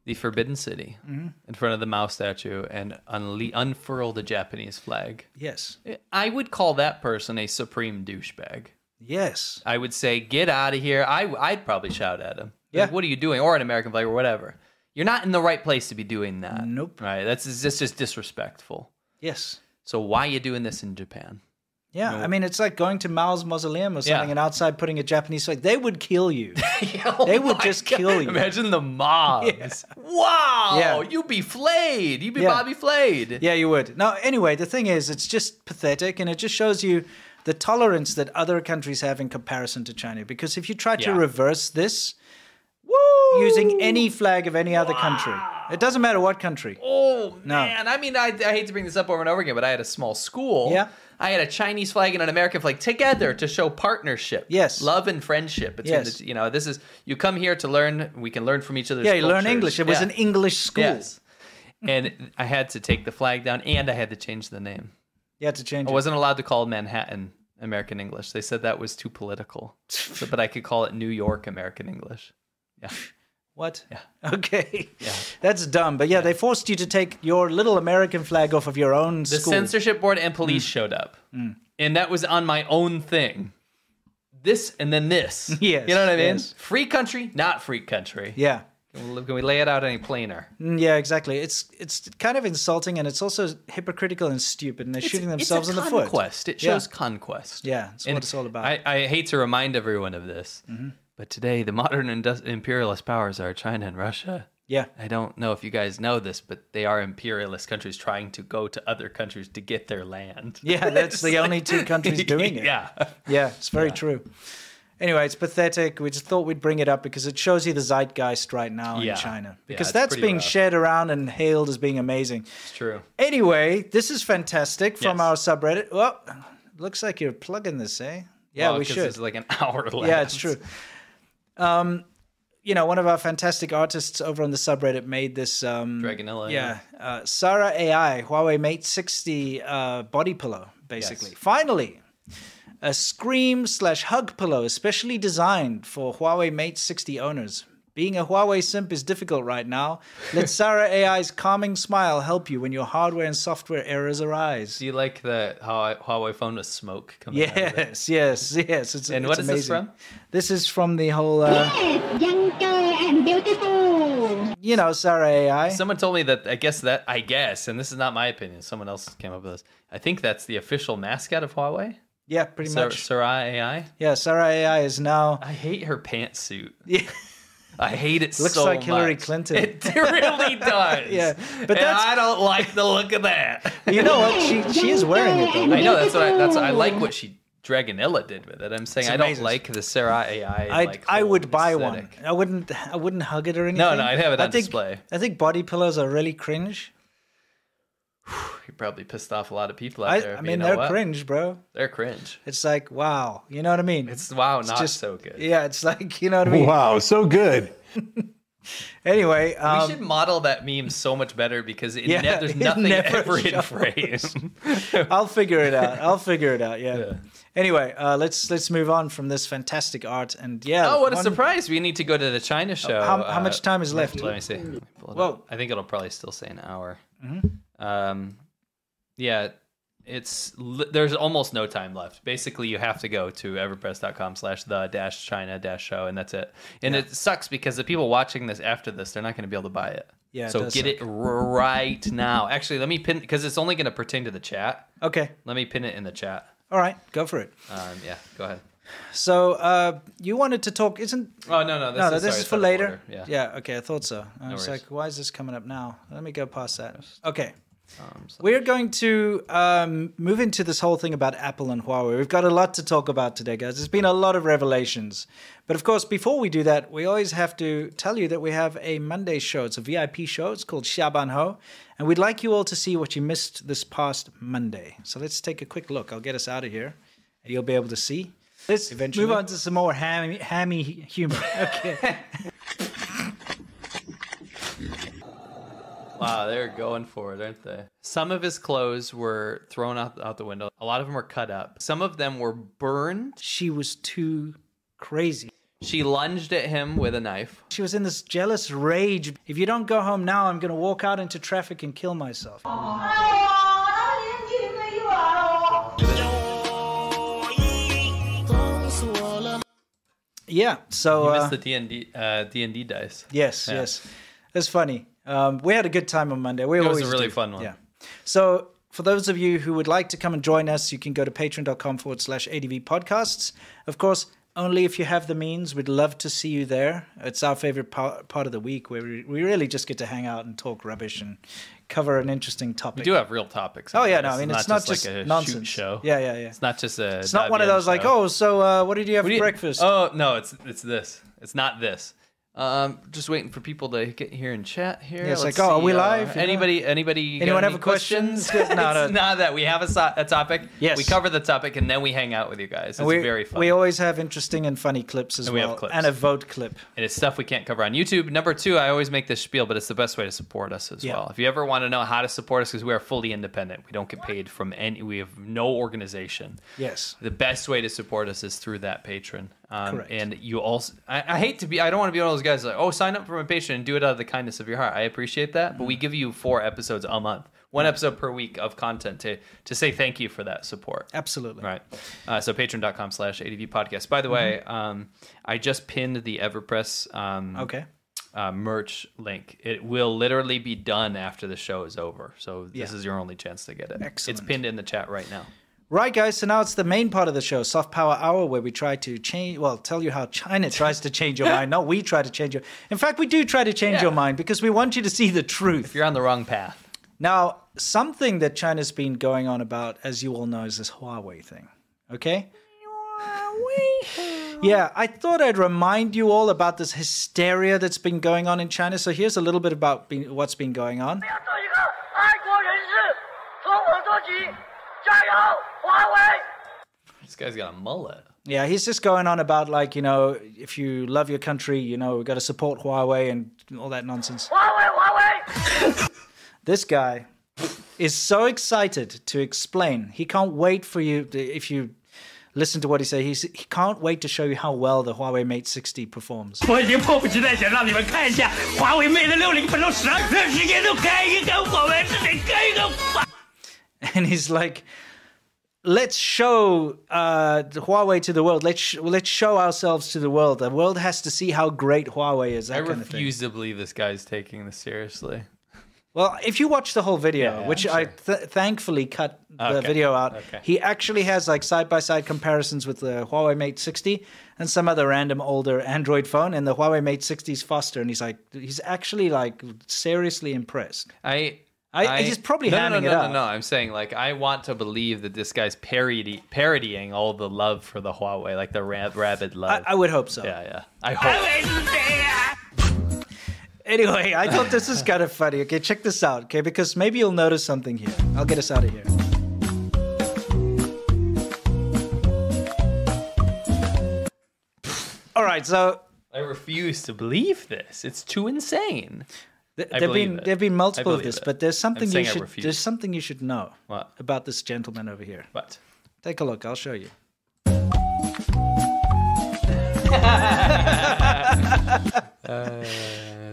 Speaker 2: the Forbidden City, in front of the Mao statue, and unle- unfurled a Japanese flag.
Speaker 1: Yes.
Speaker 2: I would call that person a supreme douchebag.
Speaker 1: Yes.
Speaker 2: I would say, "Get out of here!" I, would probably shout at him.
Speaker 1: Yeah.
Speaker 2: Like, what are you doing? Or an American flag, or whatever. You're not in the right place to be doing that.
Speaker 1: Nope.
Speaker 2: Right? That's just, just disrespectful.
Speaker 1: Yes.
Speaker 2: So why you doing this in Japan?
Speaker 1: Yeah. I mean, it's like going to Mao's mausoleum or
Speaker 2: Yeah.
Speaker 1: something and outside putting a Japanese flag. They would kill you. They would
Speaker 2: my
Speaker 1: just kill you.
Speaker 2: Imagine the mobs. Wow,
Speaker 1: Yeah.
Speaker 2: you be flayed. You be
Speaker 1: Yeah.
Speaker 2: Bobby flayed.
Speaker 1: Yeah, you would. No, anyway, the thing is, it's just pathetic, and it just shows you the tolerance that other countries have in comparison to China. Because if you try to
Speaker 2: Yeah.
Speaker 1: reverse this, using any flag of any other country, it doesn't matter what country.
Speaker 2: Oh man, I mean, I, I hate to bring this up over and over again, but I had a small school.
Speaker 1: Yeah.
Speaker 2: I had a Chinese flag and an American flag together to show partnership.
Speaker 1: Yes.
Speaker 2: love and friendship. Between
Speaker 1: Yes.
Speaker 2: the, you know, this is you come here to learn. We can learn from each other's.
Speaker 1: Yeah, you learn
Speaker 2: cultures.
Speaker 1: English. It was
Speaker 2: Yeah.
Speaker 1: an English school.
Speaker 2: Yes. and I had to take the flag down, and I had to change the name.
Speaker 1: You had to change
Speaker 2: I
Speaker 1: it.
Speaker 2: wasn't allowed to call Manhattan American English. They said that was too political. So, but I could call it New York American English. Yeah.
Speaker 1: What? Okay. That's dumb. But yeah, they forced you to take your little American flag off of your own
Speaker 2: The
Speaker 1: school. Mm.
Speaker 2: censorship board and police showed up, and that was on my own thing. This and then this.
Speaker 1: Yes,
Speaker 2: you know what I mean.
Speaker 1: yes.
Speaker 2: Free country, not free country.
Speaker 1: yeah.
Speaker 2: Can we- can we lay it out any plainer?
Speaker 1: Mm, Yeah, exactly. It's it's kind of insulting and it's also hypocritical and stupid and they're shooting themselves
Speaker 2: it's a
Speaker 1: in the foot.
Speaker 2: conquest. It
Speaker 1: Yeah.
Speaker 2: shows conquest.
Speaker 1: Yeah, it's what it's all about. Mm-hmm.
Speaker 2: I, I hate to remind everyone of this, but today the modern indus- imperialist powers are China and Russia.
Speaker 1: Yeah.
Speaker 2: I don't know if you guys know this, but they are imperialist countries trying to go to other countries to get their land.
Speaker 1: Yeah, that's the only two countries doing it.
Speaker 2: yeah.
Speaker 1: Yeah, it's very true. Anyway, it's pathetic. We just thought we'd bring it up because it shows you the zeitgeist right now
Speaker 2: Yeah.
Speaker 1: in China.
Speaker 2: Yeah,
Speaker 1: Because
Speaker 2: it's
Speaker 1: that's
Speaker 2: pretty
Speaker 1: being
Speaker 2: rough.
Speaker 1: shared around and hailed as being amazing.
Speaker 2: It's true.
Speaker 1: Anyway, this is fantastic from
Speaker 2: Yes.
Speaker 1: our subreddit. Oh, looks like you're plugging this, eh? Yeah,
Speaker 2: Well,
Speaker 1: we
Speaker 2: 'cause
Speaker 1: should.
Speaker 2: There's like an hour left.
Speaker 1: Yeah, it's true. Um, you know, one of our fantastic artists over on the subreddit made this. Um,
Speaker 2: Dragonella.
Speaker 1: Yeah, uh, Sarah AI Huawei Mate 60 uh, body pillow, basically.
Speaker 2: Yes.
Speaker 1: Finally, a scream slash hug pillow especially designed for Huawei Mate 60 owners. Being a Huawei simp is difficult right now. Let Sarah AI's calming smile help you when your hardware and software errors arise.
Speaker 2: Do you like the how I, Huawei phone with smoke coming out of it?
Speaker 1: Yes, yes, yes. It's,
Speaker 2: And
Speaker 1: it's
Speaker 2: what is this
Speaker 1: amazing.
Speaker 2: from?
Speaker 1: This is from the whole, uh,
Speaker 3: Yes, younger and beautiful.
Speaker 1: you know, Sarah AI.
Speaker 2: Someone told me that I guess that I guess, and this is not my opinion. Someone else came up with this. I think that's the official mascot of Huawei.
Speaker 1: yeah, pretty
Speaker 2: Sar-
Speaker 1: much.
Speaker 2: Sarai AI.
Speaker 1: Yeah, Sarah AI is now.
Speaker 2: I hate her pantsuit.
Speaker 1: Yeah.
Speaker 2: I hate it
Speaker 1: Looks
Speaker 2: so
Speaker 1: like Hillary
Speaker 2: much.
Speaker 1: Clinton.
Speaker 2: It really does.
Speaker 1: Yeah, but
Speaker 2: and
Speaker 1: that's-
Speaker 2: I don't like the look of that.
Speaker 1: You know what? She she is wearing it though.
Speaker 2: I know that's what I, that's I like what she Dragonella did with it. I'm saying I don't
Speaker 1: amazing.
Speaker 2: like the Sarah AI.
Speaker 1: I'd,
Speaker 2: like,
Speaker 1: I
Speaker 2: whole
Speaker 1: would buy
Speaker 2: aesthetic.
Speaker 1: one. I wouldn't. I wouldn't hug it or anything.
Speaker 2: no, I'd have it
Speaker 1: I
Speaker 2: on
Speaker 1: think,
Speaker 2: display.
Speaker 1: I think body pillows are really cringe.
Speaker 2: You probably pissed off a lot of people out
Speaker 1: I,
Speaker 2: there.
Speaker 1: I
Speaker 2: but
Speaker 1: mean,
Speaker 2: you know
Speaker 1: they're
Speaker 2: what?
Speaker 1: cringe, bro.
Speaker 2: They're cringe.
Speaker 1: It's like wow, you know what I mean?
Speaker 2: It's wow, not
Speaker 1: just-
Speaker 2: so good.
Speaker 1: yeah. It's like you know what I mean.
Speaker 4: Wow, so good.
Speaker 1: Anyway,
Speaker 2: We
Speaker 1: um,
Speaker 2: should model that meme so much better because it
Speaker 1: Yeah,
Speaker 2: ne- there's
Speaker 1: it
Speaker 2: nothing
Speaker 1: never
Speaker 2: ever in
Speaker 1: shows.
Speaker 2: phrase.
Speaker 1: I'll figure it out. I'll figure it out. Yeah. Anyway, uh, let's let's move on from this fantastic art and yeah.
Speaker 2: oh, what a
Speaker 1: one-
Speaker 2: surprise! We need to go to the China show. uh,
Speaker 1: How, how much time is left?
Speaker 2: Let me see. Let me pull it
Speaker 1: Whoa.
Speaker 2: up. I think it'll probably still say an hour. Um, yeah, it's li- there's almost no time left. Basically, you have to go to everpress.com slash the dash China dash show, and that's it. And it sucks because the people watching this after this, they're not going to be able to buy it.
Speaker 1: Yeah, it
Speaker 2: so
Speaker 1: does
Speaker 2: get it right now. Actually, let me pin because it's only going to pertain to the chat.
Speaker 1: Okay.
Speaker 2: Let me pin it in the chat.
Speaker 1: All right. Go for it.
Speaker 2: Um, yeah, go ahead.
Speaker 1: So uh, you wanted to talk, isn't?
Speaker 2: Oh no, no, this
Speaker 1: No, no,
Speaker 2: is,
Speaker 1: this
Speaker 2: sorry,
Speaker 1: is
Speaker 2: it's
Speaker 1: for
Speaker 2: out of
Speaker 1: later.
Speaker 2: order. Yeah.
Speaker 1: Okay, I thought so. I was
Speaker 2: worries.
Speaker 1: like, why is this coming up now? Let me go past that. Okay.
Speaker 2: Um, so-
Speaker 1: We're going to um, move into this whole thing about Apple and Huawei. We've got a lot to talk about today, guys. There's been a lot of revelations. But of course, before we do that, we always have to tell you that we have a Monday show. It's a VIP show. It's called Shaban Ho. And we'd like you all to see what you missed this past Monday. So let's take a quick look. I'll get us out of here. And you'll be able to see. Let's
Speaker 2: Eventually.
Speaker 1: move on to some more hammy, hammy humor. Okay.
Speaker 2: Wow, they're going for it, aren't they? Some of his clothes were thrown out, out the window. A lot of them were cut up. Some of them were burned.
Speaker 1: she was too crazy.
Speaker 2: She lunged at him with a knife.
Speaker 1: She was in this jealous rage. If you don't go home now, I'm going to walk out into traffic and kill myself.
Speaker 5: 哎呀，那邻居没缘喽。
Speaker 1: Yeah. So
Speaker 2: He
Speaker 1: uh,
Speaker 2: missed the D and D uh, D and D dice.
Speaker 1: yes, yes, that's funny. Um, we had a good time on Monday. We it
Speaker 2: was a
Speaker 1: always
Speaker 2: really
Speaker 1: do.
Speaker 2: fun one.
Speaker 1: Yeah. So for those of you who would like to come and join us, you can go to patreon.com forward slash ADV podcasts. Of course, only if you have the means. We'd love to see you there. It's our favorite part, part of the week where we, we really just get to hang out and talk rubbish and cover an interesting topic.
Speaker 2: We do have real topics.
Speaker 1: Oh yeah, no,
Speaker 2: This
Speaker 1: I
Speaker 2: is
Speaker 1: mean it's not just,
Speaker 2: like a
Speaker 1: nonsense.
Speaker 2: shoot show.
Speaker 1: Yeah, yeah, yeah.
Speaker 2: It's not just a.
Speaker 1: It's not one of those like, oh, so uh, what did you have for breakfast?
Speaker 2: Oh no, it's it's this. It's not this. Um, just waiting for people to get here and chat here.
Speaker 1: Yeah, it's
Speaker 2: Let's
Speaker 1: like, oh, are we
Speaker 2: uh,
Speaker 1: live?
Speaker 2: anybody? Anybody? got
Speaker 1: Anyone
Speaker 2: any
Speaker 1: have questions? No,
Speaker 2: no,
Speaker 1: no.
Speaker 2: it's not that we have a, so- a topic.
Speaker 1: Yes.
Speaker 2: we cover the topic and then we hang out with you guys. It's
Speaker 1: we,
Speaker 2: very fun,
Speaker 1: We always have interesting and funny clips as
Speaker 2: And we
Speaker 1: well,
Speaker 2: have clips.
Speaker 1: and a vote clip.
Speaker 2: and it's stuff we can't cover on YouTube. Number two, I always make this spiel, but it's the best way to support us as
Speaker 1: Yeah.
Speaker 2: well. If you ever want to know how to support us, because we are fully independent, we don't get paid from any. We have no organization.
Speaker 1: Yes.
Speaker 2: the best way to support us is through that patron um,
Speaker 1: Correct.
Speaker 2: and you also I, I hate to be i don't want to be one of those guys like oh sign up for my patron and do it out of the kindness of your heart i appreciate that but we
Speaker 1: Mm-hmm.
Speaker 2: give you four episodes a month one episode per week of content to to say thank you for that support
Speaker 1: Absolutely.
Speaker 2: Right. Uh, so patreon.com slash ADV podcast. By the way,
Speaker 1: Mm-hmm.
Speaker 2: um, I just pinned the Everpress um,
Speaker 1: Okay.
Speaker 2: uh, merch link. It will literally be done after the show is over. So this
Speaker 1: Yeah.
Speaker 2: is your only chance to get it.
Speaker 1: Excellent.
Speaker 2: It's pinned in the chat right now.
Speaker 1: Right, guys. So now it's the main part of the show, Soft Power Hour, where we try to change. Well, tell you how China tries to change your mind. Not we try to change your. In fact, we do try to change
Speaker 2: Yeah.
Speaker 1: your mind because we want you to see the truth.
Speaker 2: You're on the wrong path.
Speaker 1: Now, something that China's been going on about, as you all know, is this Huawei thing. Okay? yeah, I thought I'd remind you all about this hysteria that's been going on in China. So here's a little bit about be- what's been going on.
Speaker 6: 要做一个爱国人士，从我做起，加油，华为！
Speaker 2: This guy's got a mullet.
Speaker 1: Yeah, he's just going on about like, you know, if you love your country, you know, we've got to support Huawei and all that nonsense.
Speaker 6: 华为，华为！
Speaker 1: this guy is so excited to explain. He can't wait for you to, if you listen to what he said. He's, he can't wait to show you how well the Huawei Mate 60 performs.
Speaker 4: 我已经迫不及待想让你们看一下华为 Mate 六零 Pro 十二，这时间都开一个，我们是得开一个吧。
Speaker 1: and he's like, "Let's show uh, the Huawei to the world. Let's sh- let's show ourselves to the world. The world has to see how great Huawei is." That
Speaker 2: I
Speaker 1: kind of thing.
Speaker 2: refuse to believe this guy's taking this seriously.
Speaker 1: Well, if you watch the whole video,
Speaker 2: Yeah,
Speaker 1: which
Speaker 2: sure.
Speaker 1: I th- thankfully cut the
Speaker 2: Okay,
Speaker 1: video out,
Speaker 2: okay.
Speaker 1: he actually has like side by side comparisons with the Huawei Mate 60 and some other random older Android phone, and the Huawei Mate 60 is faster. And he's like, he's actually like seriously impressed.
Speaker 2: I,
Speaker 1: I- he's probably
Speaker 2: no,
Speaker 1: hamming it
Speaker 2: no, no, no,
Speaker 1: up.
Speaker 2: No, no, I'm saying like I want to believe that this guy's parody parodying all the love for the Huawei, like the rab- rabid
Speaker 1: I,
Speaker 2: love.
Speaker 1: I would hope so.
Speaker 2: yeah, yeah. I
Speaker 4: 华
Speaker 2: hope.
Speaker 4: 为是谁呀、
Speaker 1: Anyway, I thought this is kind of funny. Okay, check this out. Okay, because maybe you'll notice something here. I'll get us out of here. All right, so
Speaker 2: I refuse to believe this. It's too insane.
Speaker 1: th-
Speaker 2: I
Speaker 1: there've
Speaker 2: believe
Speaker 1: been
Speaker 2: it.
Speaker 1: there've been
Speaker 2: I
Speaker 1: multiple of
Speaker 2: believe
Speaker 1: this,
Speaker 2: it.
Speaker 1: but there's something you
Speaker 2: saying I
Speaker 1: should
Speaker 2: refuse.
Speaker 1: there's something you should know
Speaker 2: What?
Speaker 1: about this gentleman over here.
Speaker 2: But
Speaker 1: Take a look. I'll show you.
Speaker 2: Uh,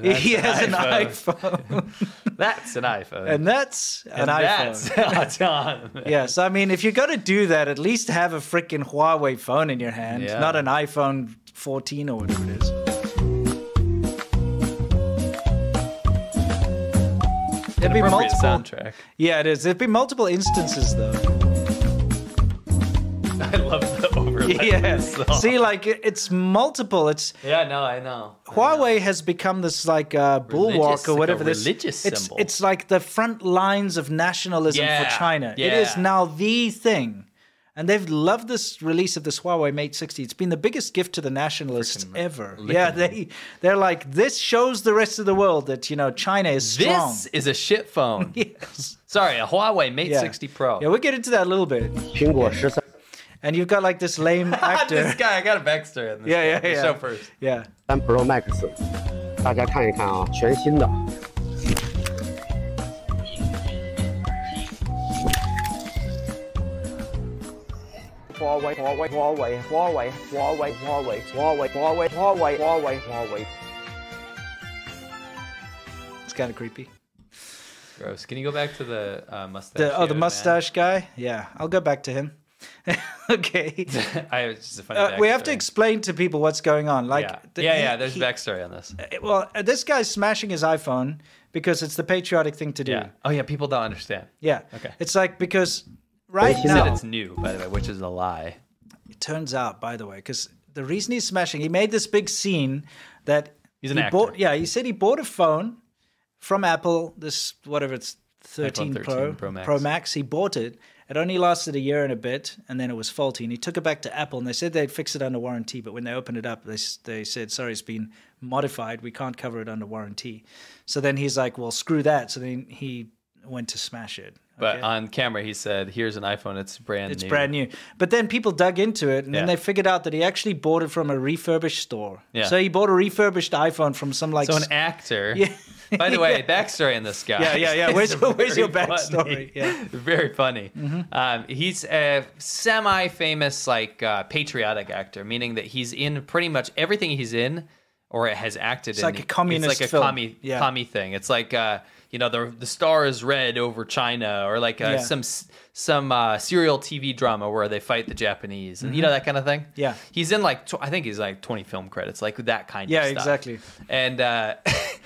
Speaker 1: he has an iPhone,
Speaker 2: that's an iPhone.
Speaker 1: and that's an
Speaker 2: And
Speaker 1: iPhone.
Speaker 2: that's Tom.
Speaker 1: Yes, I mean, if you're going to do that, at least have a freaking Huawei phone in your hand,
Speaker 2: Yeah.
Speaker 1: not an iPhone 14 or whatever it is. There'd be
Speaker 2: Appropriate
Speaker 1: multiple.
Speaker 2: soundtrack.
Speaker 1: Yeah, it is. There'd be multiple instances though.
Speaker 2: I love the overlay.
Speaker 1: Yeah.
Speaker 2: song.
Speaker 1: See, like it- it's multiple. It's
Speaker 2: Yeah, no, I know.
Speaker 1: Huawei has become this like uh, bulwark
Speaker 2: Religious-
Speaker 1: or
Speaker 2: like a
Speaker 1: whatever this
Speaker 2: religious
Speaker 1: it's,
Speaker 2: symbol.
Speaker 1: It's like the front lines of nationalism
Speaker 2: Yeah,
Speaker 1: for China. It is
Speaker 2: yeah.
Speaker 1: now the thing. And they've loved this release of this Huawei Mate 60. It's been the biggest gift to the nationalists ever. Yeah, they they're like this shows the rest of the world that you know China is strong.
Speaker 2: This is a shit phone.
Speaker 1: Yes.
Speaker 2: Sorry, a Huawei Mate
Speaker 1: Yeah.
Speaker 2: 60 Pro.
Speaker 1: Yeah, we'll get into that a little bit.
Speaker 7: 苹果十三
Speaker 1: And you've got like this lame actor.
Speaker 2: this guy, I got a backstory on this.
Speaker 1: yeah,
Speaker 2: guy.
Speaker 1: yeah,
Speaker 2: The
Speaker 1: yeah.
Speaker 2: Show first.
Speaker 1: Yeah.
Speaker 7: 三 Pro Max，大家看一看啊，全新的，华为，华为，华为，华为，华为，华为，华为，华为，华为，华为，华为。
Speaker 1: It's kind of creepy.
Speaker 2: Gross. Can you go back to the uh, mustache?
Speaker 1: The, oh, the
Speaker 2: man?
Speaker 1: mustache guy. Yeah, I'll go back to him. okay.
Speaker 2: I it's just a funny.
Speaker 1: Uh, we have to
Speaker 2: backstory.
Speaker 1: explain to people what's going on. Like,
Speaker 2: yeah,
Speaker 1: the-
Speaker 2: yeah,
Speaker 1: he-
Speaker 2: yeah. There's
Speaker 1: he-
Speaker 2: backstory on this.
Speaker 1: Well, uh, this guy's smashing his iPhone because it's the patriotic thing to do.
Speaker 2: Yeah. Oh yeah, people don't understand.
Speaker 1: Yeah.
Speaker 2: Okay.
Speaker 1: It's like because right
Speaker 7: He said
Speaker 1: now
Speaker 2: That it's new, by the way, which is a lie.
Speaker 1: it turns out, by the way, because the reason he's smashing, he made this big scene that
Speaker 2: He's an
Speaker 1: he
Speaker 2: actor.
Speaker 1: bought. Yeah, he said he bought a phone from Apple. This whatever it's 13,
Speaker 2: 13
Speaker 1: Pro,
Speaker 2: Pro Max.
Speaker 1: He bought it. It only lasted a year and a bit, and then it was faulty. And he took it back to Apple, and they said they'd fix it under warranty. But when they opened it up, they s- they said, "Sorry, it's been modified. We can't cover it under warranty." So then he's like, "Well, screw that." So then he went to smash it.
Speaker 2: But
Speaker 1: okay?
Speaker 2: on camera, he said, "Here's an iPhone. It's brand
Speaker 1: It's
Speaker 2: new.
Speaker 1: brand new. But then people dug into it and then
Speaker 2: Yeah.
Speaker 1: they figured out that he actually bought it from a refurbished store.
Speaker 2: Yeah.
Speaker 1: So he bought a refurbished iPhone from some like.
Speaker 2: So
Speaker 1: s-
Speaker 2: an actor.
Speaker 1: Yeah.
Speaker 2: By the way, backstory on this guy.
Speaker 1: Yeah, yeah, yeah.
Speaker 2: is
Speaker 1: Where's- where's your
Speaker 2: very
Speaker 1: backstory?
Speaker 2: funny.
Speaker 1: Yeah. Mm-hmm.
Speaker 2: Very funny. Um, he's a semi-famous, like uh, patriotic actor, meaning that he's in pretty much everything he's in, or has acted in.
Speaker 1: like a communist
Speaker 2: It's like a
Speaker 1: film.
Speaker 2: commie,
Speaker 1: Yeah.
Speaker 2: commie thing. It's like uh, you know the the star is red over China, or like uh,
Speaker 1: Yeah.
Speaker 2: some s- some uh, serial TV drama where they fight the Japanese, and you know that kind of thing.
Speaker 1: Mm-hmm. Yeah.
Speaker 2: He's in like tw- I think he's like twenty film credits, like that kind
Speaker 1: Yeah,
Speaker 2: of stuff.
Speaker 1: exactly.
Speaker 2: And uh,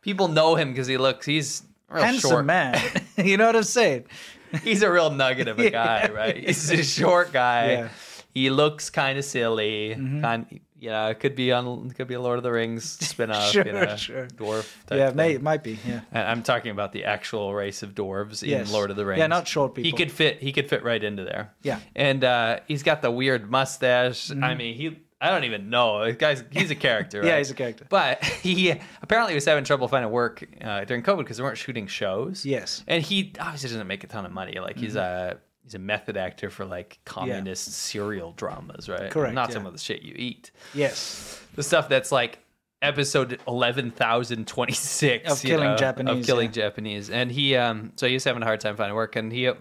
Speaker 2: people know him because he looks he's a real
Speaker 1: handsome
Speaker 2: short.
Speaker 1: man. you know what I'm saying?
Speaker 2: He's a real nugget of a guy, right? He's a short guy.
Speaker 1: Yeah. Mm-hmm.
Speaker 2: He looks kind of silly. Kind, you know, it could be on could be a Lord of the Rings spin-off,
Speaker 1: Sure,
Speaker 2: you know,
Speaker 1: sure.
Speaker 2: dwarf. Type
Speaker 1: yeah,
Speaker 2: thing.
Speaker 1: may, it might be. Yeah.
Speaker 2: And I'm talking about the actual race of dwarves
Speaker 1: Yes.
Speaker 2: in Lord of the Rings.
Speaker 1: Yeah, not short
Speaker 2: He
Speaker 1: people.
Speaker 2: could fit. He could fit right into there.
Speaker 1: Yeah. Mm-hmm.
Speaker 2: And uh, he's got the weird mustache. I mean, he. I don't even know. The guy's he's a character.
Speaker 1: Yeah,
Speaker 2: right?
Speaker 1: he's a character.
Speaker 2: But he apparently was having trouble finding work uh, during COVID because they weren't shooting shows.
Speaker 1: Yes. Mm-hmm.
Speaker 2: And he obviously doesn't make a ton of money. Like he's a he's a method actor for like communist serial dramas, right?
Speaker 1: Correct,
Speaker 2: Not
Speaker 1: yeah.
Speaker 2: some of the shit you eat
Speaker 1: Yes.
Speaker 2: the stuff that's like episode 11026
Speaker 1: Of
Speaker 2: you
Speaker 1: killing
Speaker 2: know,
Speaker 1: Japanese,
Speaker 2: of killing
Speaker 1: yeah.
Speaker 2: japanese and he um so he was having a hard time finding work and he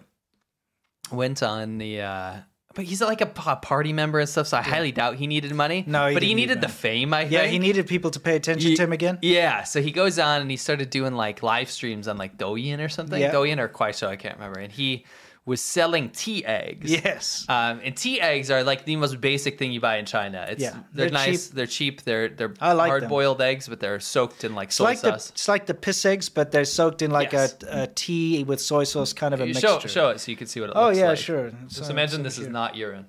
Speaker 2: went on the uh But he's like a pa- party member and stuff, so I highly doubt he needed money.
Speaker 1: No, he
Speaker 2: but he
Speaker 1: didn't need
Speaker 2: needed the
Speaker 1: money.
Speaker 2: fame. I think.
Speaker 1: Yeah, he needed people to pay attention
Speaker 2: Ye-
Speaker 1: to him again.
Speaker 2: Yeah, so he goes on and he started doing like live streams on like Douyin or something,
Speaker 1: Yeah.
Speaker 2: Douyin or Kuaishou, I can't remember. And he was selling tea eggs.
Speaker 1: Yes.
Speaker 2: Um, and tea eggs are like the most basic thing you buy in China. It's
Speaker 1: Yeah, they're
Speaker 2: they're, nice,
Speaker 1: cheap.
Speaker 2: they're cheap, they're they're
Speaker 1: I like them.
Speaker 2: hard boiled eggs, but they're soaked in like
Speaker 1: It's
Speaker 2: soy
Speaker 1: like
Speaker 2: sauce.
Speaker 1: the it's like the piss eggs, but they're soaked in like
Speaker 2: Yes.
Speaker 1: a, a tea with soy sauce, kind of a
Speaker 2: You
Speaker 1: mixture.
Speaker 2: show show it so you can see what it
Speaker 1: Oh
Speaker 2: looks like.
Speaker 1: yeah, sure.
Speaker 2: Just
Speaker 1: So-
Speaker 2: imagine this is not urine.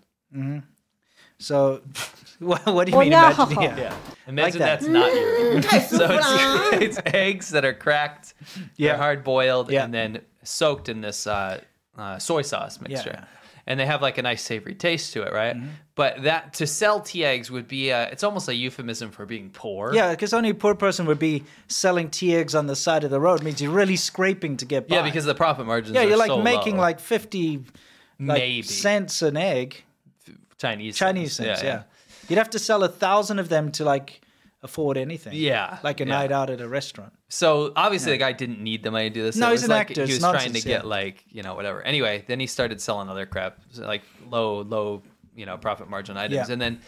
Speaker 1: So, what, what do you
Speaker 8: Well,
Speaker 1: mean?
Speaker 8: no.
Speaker 1: Imagine, yeah.
Speaker 2: Yeah. Imagine
Speaker 1: that.
Speaker 2: that's not urine. so
Speaker 8: 啦
Speaker 2: it's, it's eggs that are cracked, yeah.
Speaker 1: Yeah.
Speaker 2: hard boiled,
Speaker 1: Yeah.
Speaker 2: and then soaked in this uh, uh, soy sauce mixture.
Speaker 1: yeah. Mm-hmm.
Speaker 2: And they have like a nice savory taste to it, right? But that to sell tea eggs would be uh it's almost a euphemism for being poor.
Speaker 1: Yeah, because only a poor person would be selling tea eggs on the side of the road. means you're really scraping to get by.
Speaker 2: Yeah, because the profit margins.
Speaker 1: yeah,
Speaker 2: are
Speaker 1: you're like
Speaker 2: so
Speaker 1: making
Speaker 2: low.
Speaker 1: like fifty like,
Speaker 2: Maybe.
Speaker 1: cents an egg,
Speaker 2: Chinese
Speaker 1: Chinese cents. Yeah, you'd have to sell a thousand of them to like afford anything.
Speaker 2: Yeah,
Speaker 1: like a
Speaker 2: yeah.
Speaker 1: night out at a restaurant.
Speaker 2: So obviously the guy didn't need the money to do this.
Speaker 1: No,
Speaker 2: It
Speaker 1: he's an
Speaker 2: was like
Speaker 1: actor.
Speaker 2: He
Speaker 1: It's
Speaker 2: was trying
Speaker 1: nonsense,
Speaker 2: to get
Speaker 1: yeah.
Speaker 2: like you know whatever. Anyway, then he started selling other crap, so, like low low you know profit margin items,
Speaker 1: Yeah. Mm-hmm.
Speaker 2: and then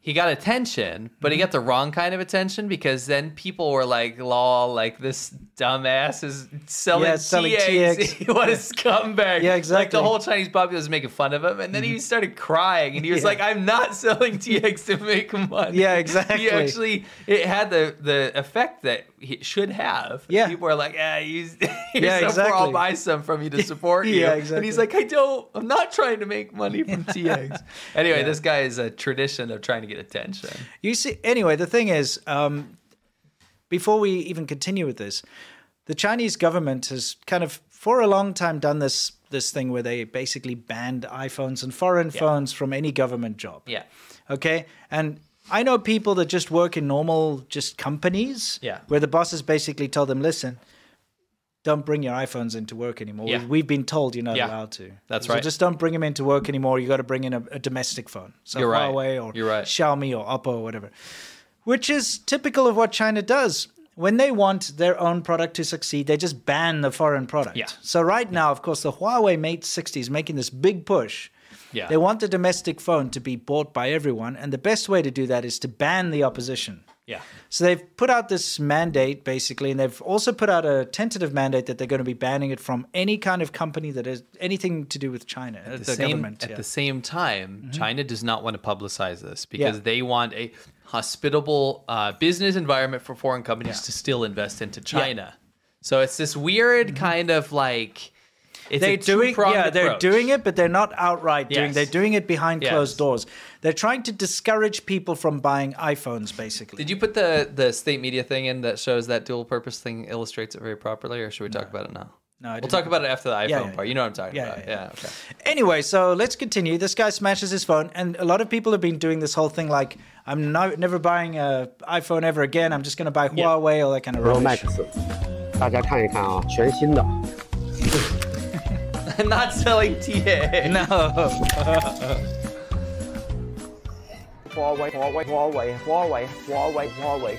Speaker 2: he got attention, but he got the wrong kind of attention because then people were like, "Lol, like this dumbass is selling,
Speaker 1: Yeah, selling
Speaker 2: tea
Speaker 1: tea
Speaker 2: eggs.
Speaker 1: eggs.
Speaker 2: what a scumbag!"
Speaker 1: Yeah,
Speaker 2: Like the
Speaker 1: exactly. Mm-hmm.
Speaker 2: whole Chinese populace was making fun of him, and then he started crying, and he was
Speaker 1: Yeah.
Speaker 2: like, "I'm not selling tea eggs to make money."
Speaker 1: Yeah,
Speaker 2: He
Speaker 1: exactly.
Speaker 2: actually actually- it had the the effect that it should have.
Speaker 1: Yeah.
Speaker 2: people are like, "Yeah, he's
Speaker 1: Yeah,
Speaker 2: yeah, exactly. I'll
Speaker 1: exactly.
Speaker 2: buy some from you to support you."
Speaker 1: Yeah,
Speaker 2: And
Speaker 1: exactly.
Speaker 2: he's like, "I don't. I'm not trying to make money from tea eggs." Anyway, this guy is a tradition of trying to get attention.
Speaker 1: You see, anyway, the thing is, um, before we even continue with this, the Chinese government has kind of, for a long time, done this this thing where they basically banned iPhones and foreign phones from any government job.
Speaker 2: Yeah,
Speaker 1: Okay, and I know people that just work in normal just companies.
Speaker 2: Yeah.
Speaker 1: Where the bosses basically tell them, listen. Don't bring your iPhones into work anymore.
Speaker 2: Yeah.
Speaker 1: We've been told you're not
Speaker 2: Yeah.
Speaker 1: allowed to.
Speaker 2: That's
Speaker 1: So
Speaker 2: right.
Speaker 1: Just don't bring them into work anymore. You got to bring in a, a domestic phone, so
Speaker 2: You're right.
Speaker 1: Huawei or
Speaker 2: You're right.
Speaker 1: Xiaomi or Oppo or whatever which is typical of what China does. When they want their own product to succeed, they just ban the foreign product.
Speaker 2: Yeah.
Speaker 1: So right now, of course, the Huawei Mate 60 is making this big push.
Speaker 2: yeah.
Speaker 1: They want the domestic phone to be bought by everyone, and the best way to do that is to ban the opposition.
Speaker 2: yeah.
Speaker 1: So they've put out this mandate basically, and they've also put out a tentative mandate that they're going to be banning it from any kind of company that has anything to do with China, the,
Speaker 2: the same,
Speaker 1: government.
Speaker 2: At
Speaker 1: yeah. Mm-hmm.
Speaker 2: the same time, China does not want to publicize this because they want a hospitable uh, business environment for foreign companies to still invest into China. So it's this weird kind of like it's
Speaker 1: they're
Speaker 2: a
Speaker 1: Mm-hmm. doing
Speaker 2: two-pronged
Speaker 1: yeah they're
Speaker 2: approach.
Speaker 1: doing it but they're not outright doing
Speaker 2: Yes.
Speaker 1: they're doing it behind
Speaker 2: Yes.
Speaker 1: closed doors they're trying to discourage people from buying iphones basically
Speaker 2: Did you put the the state media thing in that shows that dual purpose thing illustrates it very properly, or should we talk about it now?
Speaker 1: No, I
Speaker 2: we'll
Speaker 1: didn't
Speaker 2: talk
Speaker 1: put
Speaker 2: about it after the iPhone
Speaker 1: Yeah, yeah,
Speaker 2: part. You know what I'm talking
Speaker 1: yeah,
Speaker 2: about?
Speaker 1: yeah, yeah.
Speaker 2: okay.
Speaker 1: anyway so let's continue this guy smashes his phone and a lot of people have been doing this whole thing like i'm no, never buying a iphone ever again i'm just going to buy huawei all that kind of
Speaker 9: Pro
Speaker 1: rubbish
Speaker 9: Max，大家看一看啊，全新的，
Speaker 2: I'm not selling TA.
Speaker 1: no
Speaker 7: Huawei, Huawei, Huawei, Huawei, Huawei, Huawei,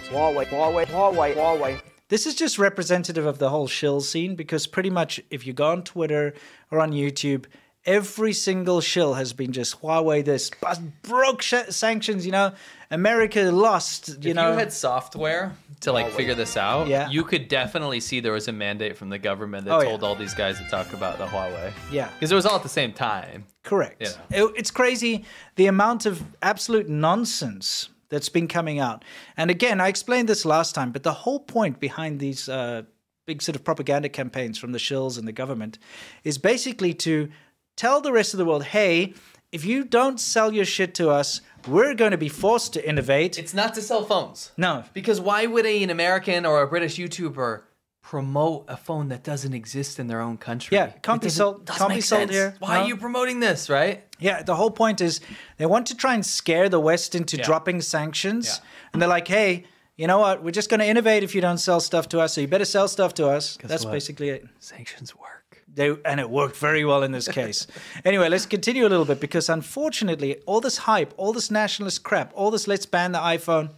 Speaker 7: Huawei, Huawei, Huawei, Huawei.
Speaker 1: this is just representative of the whole shill scene because pretty much if you go on Twitter or on YouTube, every single shill has been just Huawei this bus- broke sh- sanctions. You know, America lost. You
Speaker 2: if
Speaker 1: know,
Speaker 2: you had software to like figure this out,
Speaker 1: Yeah.
Speaker 2: you could definitely see there was a mandate from the government that
Speaker 1: Oh, yeah.
Speaker 2: told all these guys to talk about the Huawei.
Speaker 1: Yeah.
Speaker 2: because it was all at the same time.
Speaker 1: correct.
Speaker 2: Yeah.
Speaker 1: It- it's crazy the amount of absolute nonsense that's been coming out. And again, I explained this last time, but the whole point behind these uh, big sort of propaganda campaigns from the shills and the government is basically to tell the rest of the world, hey. If you don't sell your shit to us, we're going to be forced to innovate.
Speaker 2: It's not to sell phones.
Speaker 1: No.
Speaker 2: because why would a, an American or a British YouTuber promote a phone that doesn't exist in their own country?
Speaker 1: Yeah, can't be
Speaker 2: It doesn't-
Speaker 1: sold-
Speaker 2: doesn't
Speaker 1: can't be
Speaker 2: make
Speaker 1: sold
Speaker 2: sense.
Speaker 1: here.
Speaker 2: Why
Speaker 1: No.
Speaker 2: are you promoting this? Right?
Speaker 1: Yeah, the whole point is they want to try and scare the West into
Speaker 2: Yeah.
Speaker 1: dropping sanctions.
Speaker 2: Yeah.
Speaker 1: And they're like, hey, you know what? We're just going to innovate if you don't sell stuff to us. So you better sell stuff to us. That's
Speaker 2: what?
Speaker 1: basically it.
Speaker 2: Sanctions work.
Speaker 1: They, and it worked very well in this case. anyway, let's continue a little bit because unfortunately, all this hype, all this nationalist crap, all this let's ban the iPhone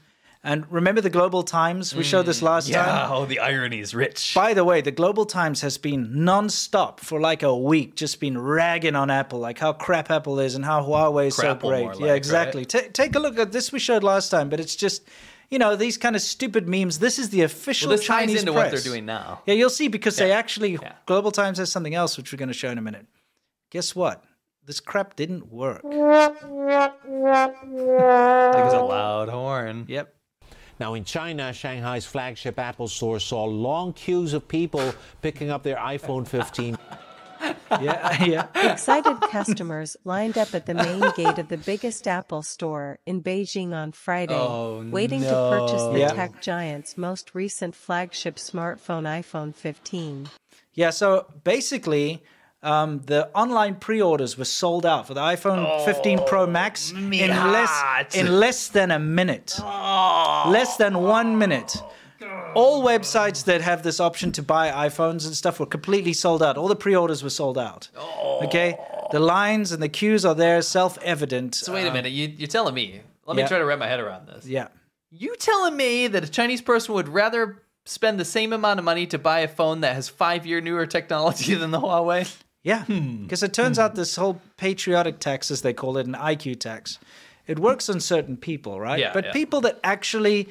Speaker 1: And remember the Global Times? We showed this last time.
Speaker 2: Yeah. Oh, the irony is rich.
Speaker 1: By the way, the Global Times has been non-stop for like a week, just been ragging on Apple, like how crap Apple is and how Huawei is so
Speaker 2: Crapple more
Speaker 1: great.
Speaker 2: like,
Speaker 1: yeah,
Speaker 2: right?
Speaker 1: exactly. Ta- take a look at this we showed last time, but it's just, you know, these kind of stupid memes. This is the official
Speaker 2: well, this
Speaker 1: Chinese
Speaker 2: ties into
Speaker 1: press.
Speaker 2: what they're doing now.
Speaker 1: Yeah, you'll see because they actually
Speaker 2: Yeah.
Speaker 1: Global Times has something else which we're going to show in a minute. Guess what? This crap didn't work.
Speaker 2: Like it's a loud horn.
Speaker 1: Yep.
Speaker 8: Now, in China, Shanghai's flagship Apple store saw long queues of people picking up their iPhone 15.
Speaker 1: Yeah, yeah.
Speaker 10: Excited customers lined up at the main gate of the biggest Apple store in Beijing on Friday,
Speaker 2: Oh,
Speaker 10: waiting to purchase the
Speaker 1: Yeah.
Speaker 10: tech giant's most recent flagship smartphone iPhone 15.
Speaker 1: Yeah, so basically um, the online pre-orders were sold out for the iPhone 15 Pro Max in less in less than a minute. Less than 1 minute. All websites that have this option to buy iPhones and stuff were completely sold out. All the pre-orders were sold out. Okay? The lines and the queues are there self-evident.
Speaker 2: So wait a minute. You, you're telling me. Let
Speaker 1: yeah.
Speaker 2: me try to wrap my head around this.
Speaker 1: Yeah.
Speaker 2: You telling me that a Chinese person would rather spend the same amount of money to buy a phone that has five year newer technology than the Huawei?
Speaker 1: Yeah,
Speaker 2: Hmm.
Speaker 1: because it turns out this whole patriotic tax, as they call it, an IQ tax, it works on certain people, right?
Speaker 2: Yeah,
Speaker 1: but
Speaker 2: yeah.
Speaker 1: people that actually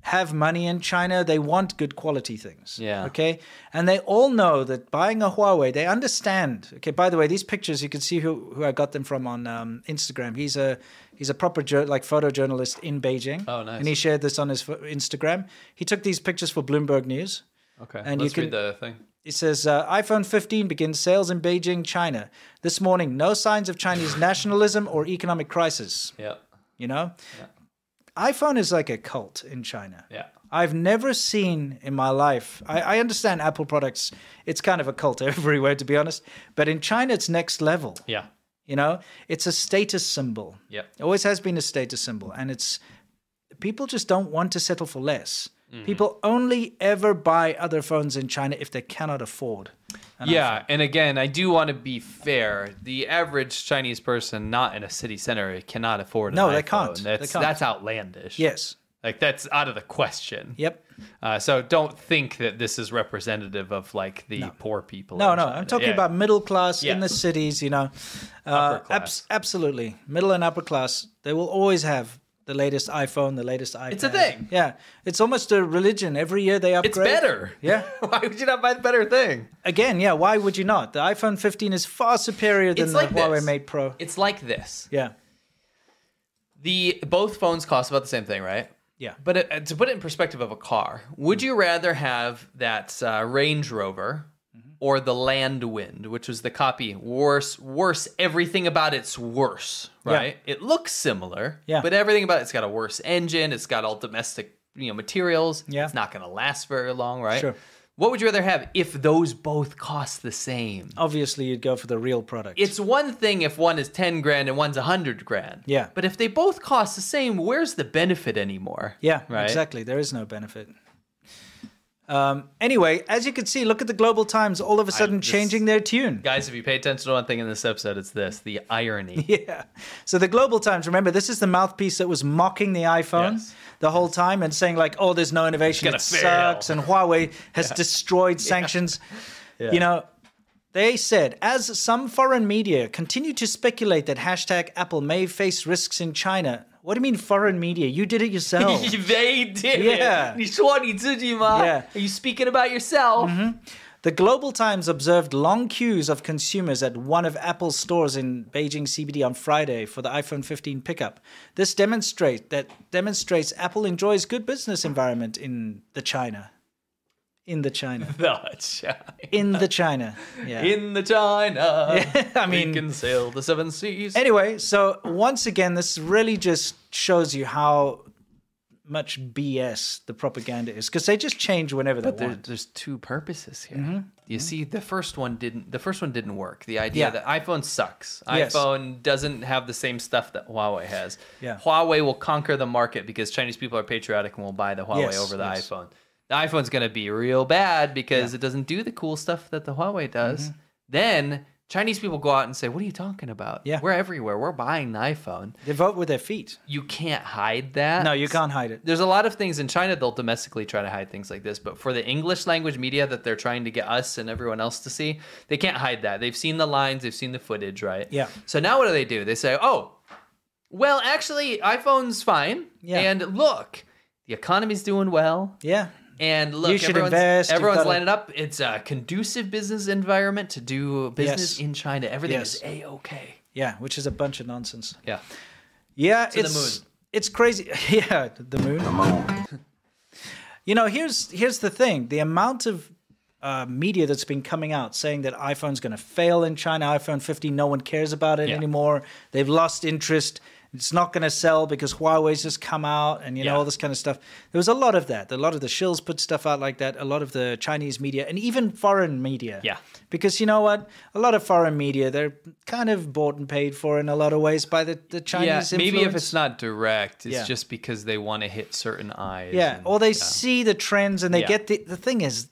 Speaker 1: have money in China, they want good quality things.
Speaker 2: Yeah.
Speaker 1: Okay. And they all know that buying a Huawei, they understand. Okay. By the way, these pictures you can see who, who I got them from on um, Instagram. He's a he's a proper jour like photojournalist in Beijing.
Speaker 2: Oh, nice.
Speaker 1: And he shared this on his fo- Instagram. He took these pictures for Bloomberg News.
Speaker 2: Okay.
Speaker 1: And
Speaker 2: let's
Speaker 1: you
Speaker 2: read
Speaker 1: can-
Speaker 2: the thing.
Speaker 1: It says uh, iPhone 15 begins sales in Beijing, China. This morning, no signs of Chinese nationalism or economic crisis.
Speaker 2: Yeah.
Speaker 1: You know, iPhone is like a cult in China.
Speaker 2: Yeah.
Speaker 1: I've never seen in my life. I, I understand Apple products; it's kind of a cult everywhere, to be honest. But in China, it's next level.
Speaker 2: Yeah.
Speaker 1: You know, it's a status symbol.
Speaker 2: Yep.
Speaker 1: It always has been a status symbol. And it's people just don't want to settle for less.
Speaker 2: Mm-hmm.
Speaker 1: People only ever buy other phones in China if they cannot afford.
Speaker 2: yeah, and again, I do want to be fair. The average Chinese person not in a city center cannot afford an
Speaker 1: No, they
Speaker 2: iPhone.
Speaker 1: can't. They
Speaker 2: That's
Speaker 1: can't.
Speaker 2: that's outlandish.
Speaker 1: Yes.
Speaker 2: Like that's out of the question.
Speaker 1: Yep.
Speaker 2: Uh, so don't think that this is representative of like the poor people.
Speaker 1: No,
Speaker 2: in
Speaker 1: no.
Speaker 2: China.
Speaker 1: I'm talking
Speaker 2: Yeah.
Speaker 1: about uh, middle class in
Speaker 2: Yeah.
Speaker 1: the cities, you know.
Speaker 2: Upper
Speaker 1: Uh, abs- absolutely. Middle and upper class, they will always have the latest iPhone, the latest iPad.
Speaker 2: It's a thing.
Speaker 1: Yeah. It's almost a religion. Every year they upgrade.
Speaker 2: It's better.
Speaker 1: Yeah.
Speaker 2: Why would you not buy the better thing?
Speaker 1: Again, yeah, why would you not? The iPhone 15 is far superior than
Speaker 2: It's
Speaker 1: the
Speaker 2: like this.
Speaker 1: Huawei Mate Pro.
Speaker 2: It's like this.
Speaker 1: yeah.
Speaker 2: The both phones cost about the same thing, right?
Speaker 1: Yeah.
Speaker 2: But uh to put it in perspective of a car, would
Speaker 1: Mm-hmm.
Speaker 2: you rather have that uh, Range Rover
Speaker 1: Mm-hmm.
Speaker 2: or the Land Wind, which was the copy worse, worse? Everything about it's worse, right? It looks similar,
Speaker 1: Yeah.
Speaker 2: but everything about it's got a worse engine. It's got all domestic, you know, materials.
Speaker 1: Yeah.
Speaker 2: it's not going to last very long, right?
Speaker 1: Sure.
Speaker 2: What would you rather have if those both cost the same?
Speaker 1: obviously you'd go for the real product.
Speaker 2: It's one thing if one is 10 grand and one's 100 grand.
Speaker 1: Yeah.
Speaker 2: But if they both cost the same, where's the benefit anymore?
Speaker 1: yeah,
Speaker 2: Right.
Speaker 1: exactly. There is no benefit. Um, anyway, as you can see, look at the Global Times all of a sudden
Speaker 2: this-
Speaker 1: changing their tune.
Speaker 2: Guys, if you pay attention to one thing in this episode, it's this the irony.
Speaker 1: Yeah. So the Global Times, remember, this is the mouthpiece that was mocking the iPhone
Speaker 2: Yes.
Speaker 1: the whole time and saying like, "Oh, there's no innovation. It
Speaker 2: It's gonna fail."
Speaker 1: sucks." And Huawei has destroyed sanctions. You know, they said, as some foreign media continue to speculate that hashtag Apple may face risks in China. What do you mean foreign media? You did it yourself.
Speaker 2: they did
Speaker 1: Yeah.
Speaker 2: it. 你说你自己吗？
Speaker 1: Yeah. Mm-hmm.
Speaker 2: Are you speaking about yourself?
Speaker 1: The Global Times observed long queues of consumers at one of Apple's stores in Beijing CBD on Friday for the iPhone 15 pickup. This demonstrate that demonstrates Apple enjoys good business environment in the China, in the China,
Speaker 2: The China.
Speaker 1: in the China. Yeah.
Speaker 2: In the China.
Speaker 1: I
Speaker 2: we
Speaker 1: mean-
Speaker 2: can sail the seven seas.
Speaker 1: anyway, so once again, this really just shows you how much BS the propaganda is because they just change whenever they
Speaker 2: there,
Speaker 1: want.
Speaker 2: there's two purposes here.
Speaker 1: Mm-hmm.
Speaker 2: You see, the first one didn't. The first one didn't work. The idea
Speaker 1: Yeah.
Speaker 2: that iPhone sucks.
Speaker 1: Yes.
Speaker 2: iPhone doesn't have the same stuff that Huawei has.
Speaker 1: Yeah.
Speaker 2: Huawei will conquer the market because Chinese people are patriotic and will buy the Huawei
Speaker 1: Yes,
Speaker 2: over the
Speaker 1: yes.
Speaker 2: iPhone. The
Speaker 1: Mm-hmm.
Speaker 2: iPhone's going to be real bad because it doesn't do the cool stuff that the Huawei does. Then Chinese people go out and say, "What are you talking about?
Speaker 1: Yeah.
Speaker 2: we're everywhere. We're buying an iPhone.
Speaker 1: They vote with their feet.
Speaker 2: You can't hide that.
Speaker 1: No, you can't hide it.
Speaker 2: There's a lot of things in China they'll domestically try to hide things like this, but for the English language media that they're trying to get us and everyone else to see, they can't hide that. They've seen the lines, they've seen the footage, right?
Speaker 1: Yeah.
Speaker 2: So now what do they do? They say, "Oh, well, actually, iPhone's fine.
Speaker 1: Yeah.
Speaker 2: And look, the economy's doing well.
Speaker 1: Yeah.
Speaker 2: And look,
Speaker 1: You should
Speaker 2: everyone's,
Speaker 1: invest, you've
Speaker 2: everyone's
Speaker 1: gotta-
Speaker 2: lining up. It's a conducive business environment to do business
Speaker 1: Yes.
Speaker 2: in China. Everything
Speaker 1: Yes.
Speaker 2: is a okay.
Speaker 1: Yeah, which is a bunch of nonsense.
Speaker 2: Yeah.
Speaker 1: Yeah,
Speaker 2: the
Speaker 1: it's
Speaker 2: moon.
Speaker 1: it's crazy. yeah, the moon. The moon. you know, here's here's the thing: the amount of uh, media that's been coming out saying that iPhone's going to fail in China, iPhone 15, no one cares about it
Speaker 2: Yeah.
Speaker 1: anymore. They've lost interest. It's not going to sell because Huawei's just come out, and you know
Speaker 2: Yeah.
Speaker 1: all this kind of stuff. There was a lot of that. A lot of the shills put stuff out like that. A lot of the Chinese media and even foreign media.
Speaker 2: Yeah.
Speaker 1: Because you know what? A lot of foreign media, they're kind of bought and paid for in a lot of ways by the, the Chinese
Speaker 2: yeah. Maybe if
Speaker 1: influence.
Speaker 2: it's not direct, it's
Speaker 1: Yeah.
Speaker 2: just because they want to hit certain eyes.
Speaker 1: Yeah,
Speaker 2: and-
Speaker 1: or they see the trends and they
Speaker 2: Yeah.
Speaker 1: get the the thing is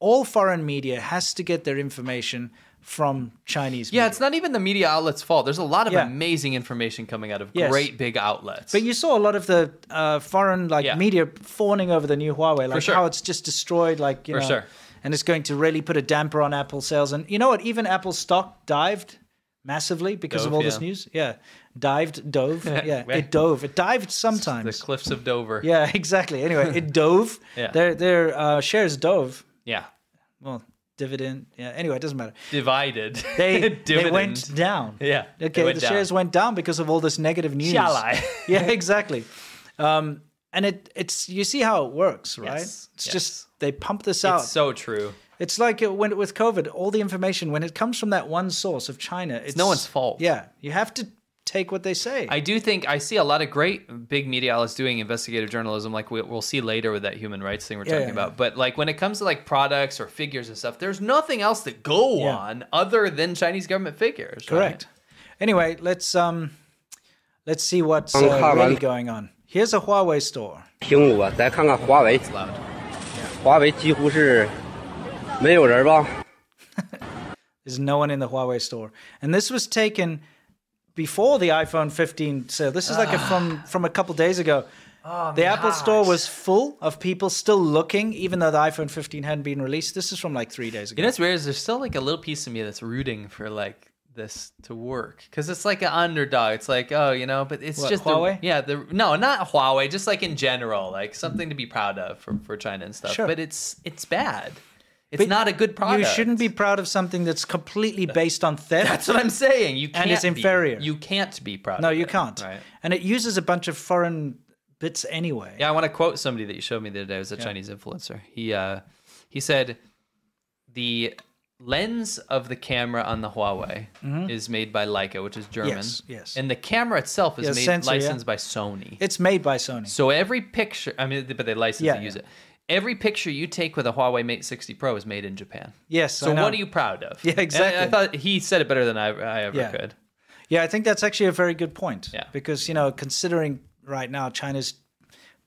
Speaker 1: all foreign media has to get their information from Chinese
Speaker 2: Yeah,
Speaker 1: media.
Speaker 2: it's not even the media outlet's fault. There's a lot of
Speaker 1: Yeah.
Speaker 2: amazing information coming out of
Speaker 1: Yes.
Speaker 2: great big outlets.
Speaker 1: But you saw a lot of the uh, foreign like
Speaker 2: Yeah.
Speaker 1: media fawning over the new Huawei, like
Speaker 2: sure.
Speaker 1: how it's just destroyed, like you
Speaker 2: For
Speaker 1: know,
Speaker 2: sure.
Speaker 1: and it's going to really put a damper on Apple sales. And you know what? Even Apple stock dived massively because of
Speaker 2: Dove,
Speaker 1: all this
Speaker 2: yeah.
Speaker 1: news. Yeah, dived, dove. Yeah,
Speaker 2: Yeah.
Speaker 1: it dove. It dived
Speaker 2: the
Speaker 1: sometimes.
Speaker 2: cliffs of Dover.
Speaker 1: yeah, exactly. Anyway, it dove.
Speaker 2: Yeah.
Speaker 1: Their their uh, shares dove.
Speaker 2: Yeah.
Speaker 1: Well, dividend. Yeah. Anyway, it doesn't matter.
Speaker 2: Divided.
Speaker 1: they they
Speaker 2: Dividend.
Speaker 1: went down.
Speaker 2: Yeah, they
Speaker 1: Okay,
Speaker 2: went
Speaker 1: the shares
Speaker 2: down.
Speaker 1: went down because of all this negative news.
Speaker 2: Shall I?
Speaker 1: yeah, exactly. Um, and it it's you see how it works, right?
Speaker 2: Yes,
Speaker 1: it's
Speaker 2: yes.
Speaker 1: just they pump this out.
Speaker 2: It's
Speaker 1: It's,
Speaker 2: so true.
Speaker 1: like it went with COVID. All the information when it comes from that one source of China, it's,
Speaker 2: no one's fault.
Speaker 1: Yeah, you have to take what they say.
Speaker 2: I do think I see a lot of great big media outlets doing investigative journalism, like we, we'll see later with that human rights thing we're
Speaker 1: Yeah,
Speaker 2: talking
Speaker 1: yeah,
Speaker 2: about. But like when it comes to like products or figures and stuff, there's nothing else to go
Speaker 1: Yeah.
Speaker 2: on other than Chinese government figures. right?
Speaker 1: Correct. Anyway, let's um, let's see what's uh,
Speaker 9: Uncommon.
Speaker 1: really going on. Here's a Huawei store.
Speaker 9: 听我，再看看华为，
Speaker 2: Loud.
Speaker 9: 华为几乎是没有人吧？
Speaker 1: There's no one in the Huawei store. And this was taken before the iPhone 15 sale. This is like a, from from a couple days ago. the Apple store was full of people still looking, even though the iPhone 15 hadn't been released. This is from like three days ago.
Speaker 2: You know what's weird is there's still like a little piece of me that's rooting for like this to work because it's like an underdog. It's like oh you know, but it's
Speaker 1: What,
Speaker 2: just the-
Speaker 1: Huawei?
Speaker 2: yeah, the no, not Huawei. Just like in general, like something to be proud of for, for China and stuff.
Speaker 1: Sure.
Speaker 2: But it's it's bad. It's
Speaker 1: But
Speaker 2: not a good product.
Speaker 1: you shouldn't be proud of something that's completely based on theft.
Speaker 2: That's what I'm saying. You can't
Speaker 1: And it's
Speaker 2: be-
Speaker 1: inferior.
Speaker 2: you can't be proud.
Speaker 1: no,
Speaker 2: of
Speaker 1: you
Speaker 2: it,
Speaker 1: can't.
Speaker 2: Right.
Speaker 1: And it uses a bunch of foreign bits anyway.
Speaker 2: Yeah, I want to quote somebody that you showed me the other day. It was a Chinese influencer. He uh, he said the lens of the camera on the Huawei is made by Leica, which is German.
Speaker 1: Mm-hmm. Yes, yes.
Speaker 2: And the camera itself is
Speaker 1: Yeah,
Speaker 2: made
Speaker 1: sensor, yeah.
Speaker 2: licensed by Sony.
Speaker 1: It's made by Sony.
Speaker 2: so every picture, I mean, but they license
Speaker 1: Yeah,
Speaker 2: to use
Speaker 1: yeah.
Speaker 2: it. Every picture you take with a Huawei Mate 60 Pro is made in Japan.
Speaker 1: Yes,
Speaker 2: So
Speaker 1: I know.
Speaker 2: what are you proud of?
Speaker 1: Yeah,
Speaker 2: And I- I,
Speaker 1: exactly.
Speaker 2: thought he said it better than I, I ever
Speaker 1: Yeah.
Speaker 2: could.
Speaker 1: Yeah, I think that's actually a very good point.
Speaker 2: Yeah.
Speaker 1: Because, you know, considering right now China's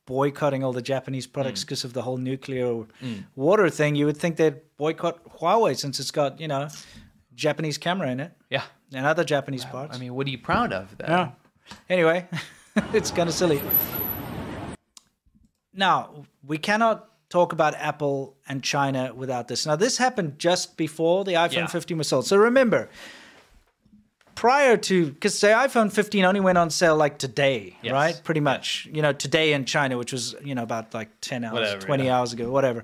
Speaker 1: boycotting all the Japanese
Speaker 2: Mm.
Speaker 1: products because of the whole nuclear water thing, you would think they'd boycott Huawei since it's got, you know, Japanese camera in it
Speaker 2: Yeah.
Speaker 1: and other Japanese parts.
Speaker 2: I mean, what are you proud of then?
Speaker 1: yeah. Anyway, it's kind of silly. Now, we cannot talk about Apple and China without this. Now, this happened just before the iPhone
Speaker 2: Yeah.
Speaker 1: 15 was sold. So remember, prior to, because the iPhone 15 only went on sale like today,
Speaker 2: Yes.
Speaker 1: right? Pretty much, you know, today in China, which was, you know, about like 10 hours,
Speaker 2: Whatever,
Speaker 1: 20
Speaker 2: yeah.
Speaker 1: hours ago, whatever.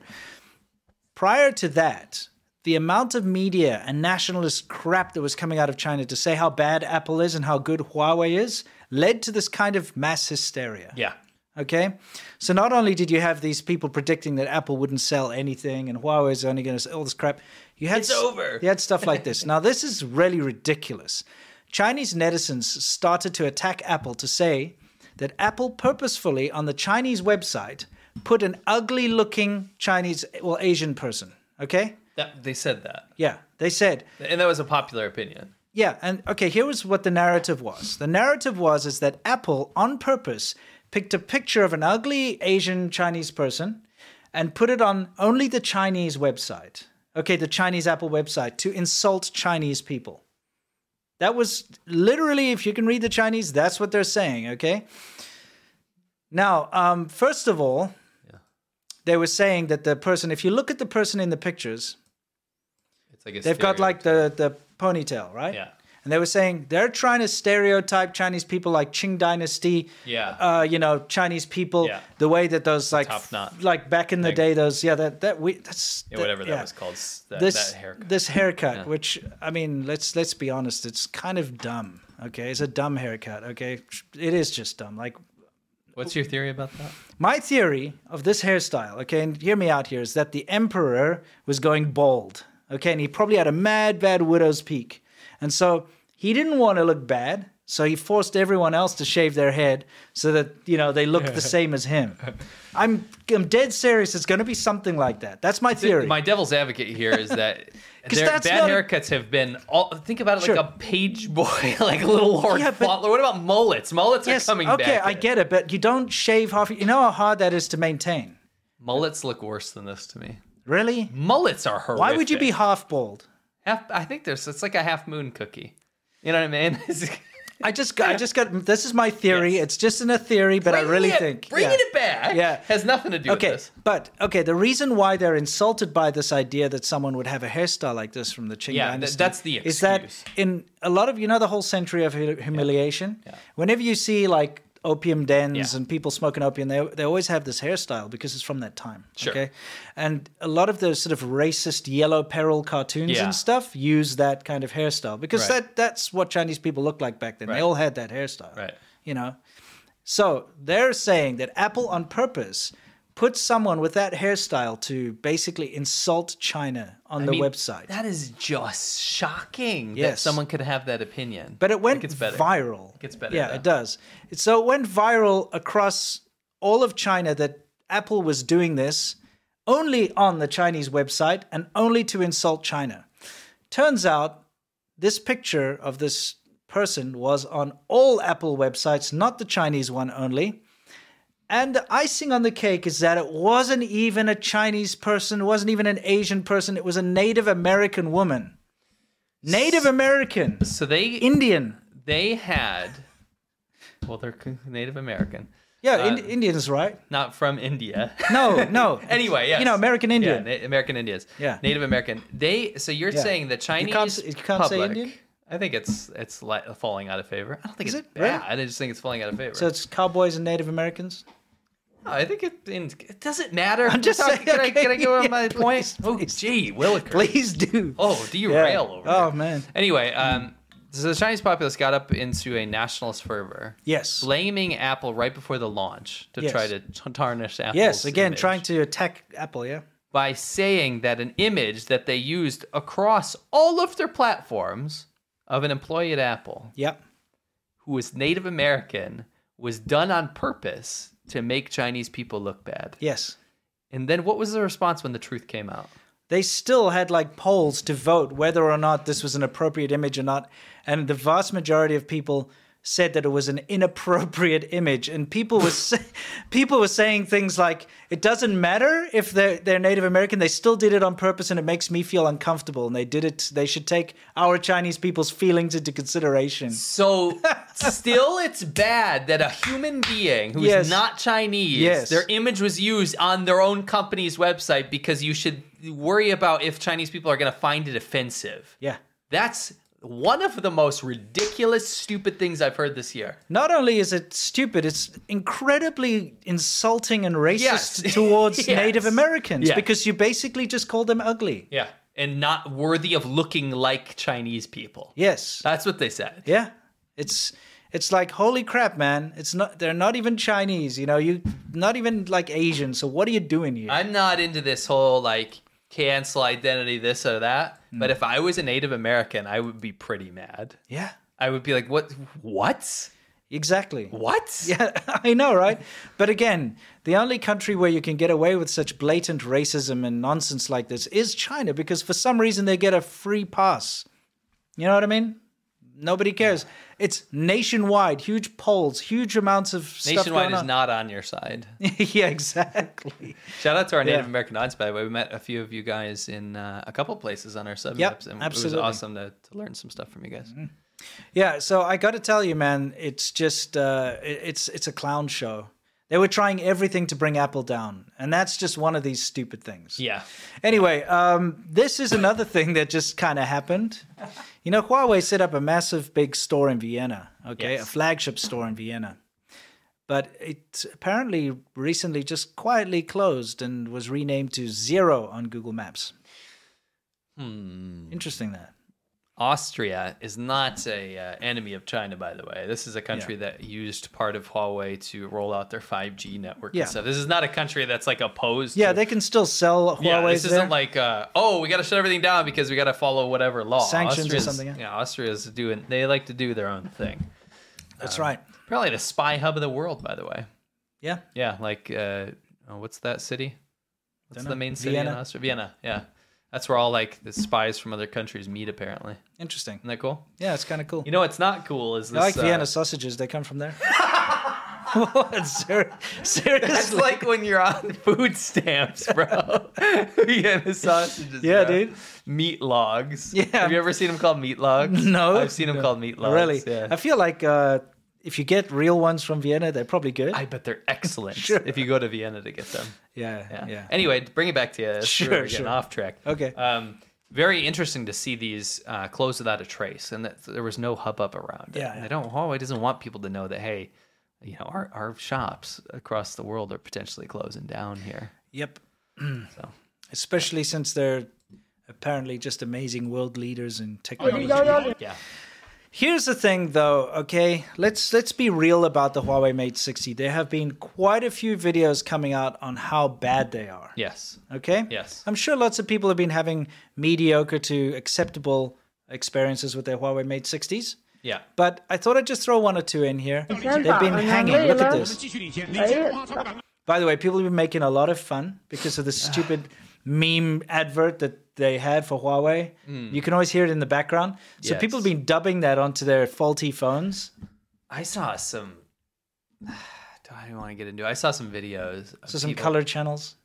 Speaker 1: Prior to that, the amount of media and nationalist crap that was coming out of China to say how bad Apple is and how good Huawei is led to this kind of mass hysteria.
Speaker 2: Yeah.
Speaker 1: Okay. So not only did you have these people predicting that Apple wouldn't sell anything and Huawei's only going to sell all this crap, you had
Speaker 2: It's
Speaker 1: s-
Speaker 2: over.
Speaker 1: You had stuff like this. now this is really ridiculous. Chinese netizens started to attack Apple to say that Apple purposefully on the Chinese website put an ugly-looking Chinese well Asian person. Okay.
Speaker 2: That, they said that,
Speaker 1: Yeah. They said
Speaker 2: and that was a popular opinion.
Speaker 1: yeah, and okay, here was what the narrative was. The narrative was is that Apple on purpose picked a picture of an ugly Asian Chinese person and put it on only the Chinese website. Okay, the Chinese Apple website to insult Chinese people. That was literally, if you can read the Chinese, that's what they're saying, okay? Now, um, first of all, they were saying that the person, if you look at the person in the pictures,
Speaker 2: It's like a
Speaker 1: they've got like
Speaker 2: stereotype.
Speaker 1: the, the ponytail, right?
Speaker 2: Yeah.
Speaker 1: And they were saying they're trying to stereotype Chinese people like Qing Dynasty,
Speaker 2: Yeah.
Speaker 1: uh, you know, Chinese people,
Speaker 2: Yeah.
Speaker 1: the way that those like,
Speaker 2: top knot
Speaker 1: like back in the
Speaker 2: thing.
Speaker 1: day, those, yeah, that, that we, that's,
Speaker 2: Yeah, whatever that
Speaker 1: yeah
Speaker 2: was called. s- That,
Speaker 1: this
Speaker 2: that haircut.
Speaker 1: this haircut, which I mean, let's let's be honest, it's kind of dumb. Okay, it's a dumb haircut. Okay, it is just dumb. Like
Speaker 2: What's your theory about that?
Speaker 1: my theory of this hairstyle. Okay, and hear me out here is that the emperor was going bald. Okay, and he probably had a mad bad widow's peak, and so he didn't want to look bad. So he forced everyone else to shave their head so that you know they looked the same as him. I'm I'm dead serious. It's going to be something like that. That's my
Speaker 2: The-
Speaker 1: theory.
Speaker 2: My devil's advocate here is that
Speaker 1: 'Cause
Speaker 2: their
Speaker 1: that's
Speaker 2: bad
Speaker 1: not a-
Speaker 2: haircuts have been all. Think about it
Speaker 1: Sure.
Speaker 2: like a page boy, like a little Lord
Speaker 1: Yeah, but-
Speaker 2: Fauntleroy. What about mullets? Mullets are coming
Speaker 1: okay,
Speaker 2: back.
Speaker 1: I
Speaker 2: in.
Speaker 1: get it, but you don't shave half. You know how hard that is to maintain.
Speaker 2: Mullets look worse than this to me.
Speaker 1: Really?
Speaker 2: Mullets are horrific.
Speaker 1: Why would you be half bald?
Speaker 2: Half, I think there's. It's like a half moon cookie. You know what I mean?
Speaker 1: I just, got, I just got. This is my theory.
Speaker 2: Yes.
Speaker 1: It's just in a theory, but I really
Speaker 2: Bringing it-
Speaker 1: think
Speaker 2: bringing
Speaker 1: yeah.
Speaker 2: it back.
Speaker 1: Yeah.
Speaker 2: has nothing to do
Speaker 1: Okay,
Speaker 2: with this.
Speaker 1: but okay, the reason why they're insulted by this idea that someone would have a hairstyle like this from the Qing
Speaker 2: Yeah, th-
Speaker 1: dynasty
Speaker 2: that's the
Speaker 1: is that
Speaker 2: excuse.
Speaker 1: in a lot of you know the whole century of hu- humiliation. Whenever you see like opium dens
Speaker 2: Yeah.
Speaker 1: and people smoking opium, they they always have this hairstyle because it's from that time.
Speaker 2: Sure.
Speaker 1: Okay, and a lot of those sort of racist yellow peril cartoons
Speaker 2: Yeah.
Speaker 1: and stuff use that kind of hairstyle because
Speaker 2: Right.
Speaker 1: that that's what Chinese people looked like back then. They
Speaker 2: Right.
Speaker 1: all had that hairstyle.
Speaker 2: Right.
Speaker 1: You know. So they're saying that Apple on purpose put someone with that hairstyle to basically insult China on the
Speaker 2: I mean,
Speaker 1: website.
Speaker 2: That is just shocking that
Speaker 1: Yes.
Speaker 2: someone could have that opinion.
Speaker 1: but it went
Speaker 2: gets better.
Speaker 1: viral.
Speaker 2: It gets better,
Speaker 1: Yeah,
Speaker 2: though.
Speaker 1: it does. So it went viral across all of China that Apple was doing this only on the Chinese website and only to insult China. Turns out this picture of this person was on all Apple websites, not the Chinese one only. And the icing on the cake is that it wasn't even a Chinese person, it wasn't even an Asian person, it was a Native American woman. Native American,
Speaker 2: so they
Speaker 1: Indian.
Speaker 2: they had well they're c- native american
Speaker 1: Yeah, Ind- Indians, right?
Speaker 2: not from india
Speaker 1: Uh, No, no.
Speaker 2: anyway yes.
Speaker 1: You know, American Indian.
Speaker 2: yeah, Na- american indians
Speaker 1: Yeah.
Speaker 2: native american they so you're
Speaker 1: Yeah.
Speaker 2: saying the
Speaker 1: can't
Speaker 2: chinese
Speaker 1: s- you can't say
Speaker 2: public,
Speaker 1: Indian?
Speaker 2: i think it's it's li- falling out of favor i don't think
Speaker 1: Is
Speaker 2: it's
Speaker 1: it? Really?
Speaker 2: bad i just think it's falling out of favor
Speaker 1: so it's cowboys and Native Americans?
Speaker 2: No, i think it, in, it doesn't matter
Speaker 1: I'm just saying,
Speaker 2: can, I,
Speaker 1: okay,
Speaker 2: can I go
Speaker 1: yeah,
Speaker 2: on my
Speaker 1: please,
Speaker 2: point oh
Speaker 1: please.
Speaker 2: gee williker
Speaker 1: Please do.
Speaker 2: Oh, derail over
Speaker 1: Oh,
Speaker 2: there.
Speaker 1: man.
Speaker 2: Anyway, um, so the Chinese populace got up into a nationalist fervor.
Speaker 1: Yes.
Speaker 2: Blaming Apple right before the launch to
Speaker 1: Yes.
Speaker 2: try to t- tarnish Apple's
Speaker 1: Yes, again,
Speaker 2: image
Speaker 1: trying to attack Apple, yeah?
Speaker 2: by saying that an image that they used across all of their platforms of an employee at Apple
Speaker 1: Yeah.
Speaker 2: who was Native American was done on purpose to make Chinese people look bad.
Speaker 1: Yes.
Speaker 2: And then what was the response when the truth came out?
Speaker 1: They still had like polls to vote whether or not this was an appropriate image or not. And the vast majority of people said that it was an inappropriate image. And people were, say- people were saying things like, it doesn't matter if they're, they're Native American, they still did it on purpose and it makes me feel uncomfortable. And they did it, they should take our Chinese people's feelings into consideration.
Speaker 2: So still it's bad that a human being who's
Speaker 1: Yes.
Speaker 2: not Chinese,
Speaker 1: Yes.
Speaker 2: their image was used on their own company's website because you should worry about if Chinese people are going to find it offensive.
Speaker 1: Yeah.
Speaker 2: That's one of the most ridiculous stupid things I've heard this year.
Speaker 1: Not only is it stupid, it's incredibly insulting and racist
Speaker 2: Yes.
Speaker 1: towards
Speaker 2: Yes.
Speaker 1: Native Americans
Speaker 2: Yeah.
Speaker 1: because you basically just call them ugly.
Speaker 2: Yeah. And not worthy of looking like Chinese people.
Speaker 1: Yes.
Speaker 2: That's what they said.
Speaker 1: Yeah, it's it's like holy crap, man. It's not they're not even Chinese, you know. You not even like Asian. So what are you doing here?
Speaker 2: I'm not into this whole like cancel identity this or that,
Speaker 1: Mm.
Speaker 2: but if I was a Native American, I would be pretty mad.
Speaker 1: yeah,
Speaker 2: I would be like, what? What?
Speaker 1: exactly.
Speaker 2: What?
Speaker 1: Yeah, I know, right? But again, the only country where you can get away with such blatant racism and nonsense like this is China, because for some reason they get a free pass. You know what I mean? Nobody cares. It's nationwide, huge polls, huge amounts of stuff
Speaker 2: Nationwide
Speaker 1: going
Speaker 2: is
Speaker 1: on.
Speaker 2: not on your side.
Speaker 1: yeah, exactly.
Speaker 2: Shout out to our Native
Speaker 1: Yeah.
Speaker 2: American audience, by the way. We met a few of you guys in uh, a couple places on our sub
Speaker 1: Yep,
Speaker 2: maps, and
Speaker 1: absolutely. Mm-hmm.
Speaker 2: it was awesome to, to learn some stuff from you guys.
Speaker 1: Yeah, so I got to tell you, man, it's just uh, it- it's it's a clown show. They were trying everything to bring Apple down, and that's just one of these stupid things.
Speaker 2: Yeah.
Speaker 1: Anyway, um, this is another thing that just kind of happened. You know, Huawei set up a massive big store in Vienna, okay, a
Speaker 2: Yes.
Speaker 1: flagship store in Vienna. But it apparently recently just quietly closed and was renamed to Zero on Google Maps. Hmm. Interesting that.
Speaker 2: Austria is not a uh, enemy of China, by the way. This is a country that used part of Huawei to roll out their 5G network
Speaker 1: Yeah.
Speaker 2: and stuff. This is not a country that's like opposed.
Speaker 1: Yeah,
Speaker 2: to,
Speaker 1: they can still sell Huawei.
Speaker 2: yeah. This
Speaker 1: there.
Speaker 2: isn't like uh, oh, we got to shut everything down because we got to follow whatever law.
Speaker 1: Sanctions or
Speaker 2: Austria's-
Speaker 1: something, yeah.
Speaker 2: Yeah, Austria's doing. They like to do their own thing.
Speaker 1: That's right.
Speaker 2: Probably the spy hub of the world, by the way.
Speaker 1: Yeah.
Speaker 2: Yeah, like uh, oh, what's that city? What's
Speaker 1: Dunno.
Speaker 2: the main city in
Speaker 1: Vienna?
Speaker 2: Austria? Vienna. Yeah, that's where all like the spies from other countries meet. Apparently, isn't
Speaker 1: Interesting.
Speaker 2: that cool?
Speaker 1: Yeah, it's kind of cool.
Speaker 2: You know, what's not cool. Is this
Speaker 1: I like
Speaker 2: uh,
Speaker 1: Vienna sausages. They come from there. What? Ser- seriously?
Speaker 2: It's like when you're on food stamps, bro. Vienna sausages.
Speaker 1: Yeah,
Speaker 2: bro.
Speaker 1: dude.
Speaker 2: Meat logs.
Speaker 1: Yeah.
Speaker 2: Have you ever seen them called meat logs?
Speaker 1: No.
Speaker 2: I've seen them called meat logs.
Speaker 1: really?
Speaker 2: Yeah.
Speaker 1: I feel like uh, if you get real ones from Vienna, they're probably good.
Speaker 2: I bet they're excellent
Speaker 1: Sure.
Speaker 2: if you go to Vienna to get them.
Speaker 1: yeah,
Speaker 2: Yeah.
Speaker 1: yeah.
Speaker 2: Anyway, to bring it back to you. Sure,
Speaker 1: Sure,
Speaker 2: we're getting
Speaker 1: sure.
Speaker 2: off track.
Speaker 1: Okay.
Speaker 2: Um, very interesting to see these uh, close without a trace, and that there was no hubbub around it.
Speaker 1: Yeah, yeah.
Speaker 2: They don't. Huawei doesn't want people to know that. Hey, you know, our our shops across the world are potentially closing down here.
Speaker 1: Yep.
Speaker 2: So.
Speaker 1: Especially since they're apparently just amazing world leaders in technology.
Speaker 2: Oh, Yeah.
Speaker 1: Here's the thing though, okay? Let's let's be real about the Huawei Mate 60. There have been quite a few videos coming out on how bad they are.
Speaker 2: Yes.
Speaker 1: Okay?
Speaker 2: Yes.
Speaker 1: I'm sure lots of people have been having mediocre to acceptable experiences with their Huawei Mate 60s.
Speaker 2: Yeah.
Speaker 1: But I thought I'd just throw one or two in here. They've been hanging. Look at this. By the way, people have been making a lot of fun because of the stupid meme advert that they had for Huawei. You can always hear it in the background. So
Speaker 2: Hmm. Yes.
Speaker 1: people have been dubbing that onto their faulty phones.
Speaker 2: I saw some. I don't want to get into. it. I saw some videos. Of
Speaker 1: So some
Speaker 2: people-
Speaker 1: color channels.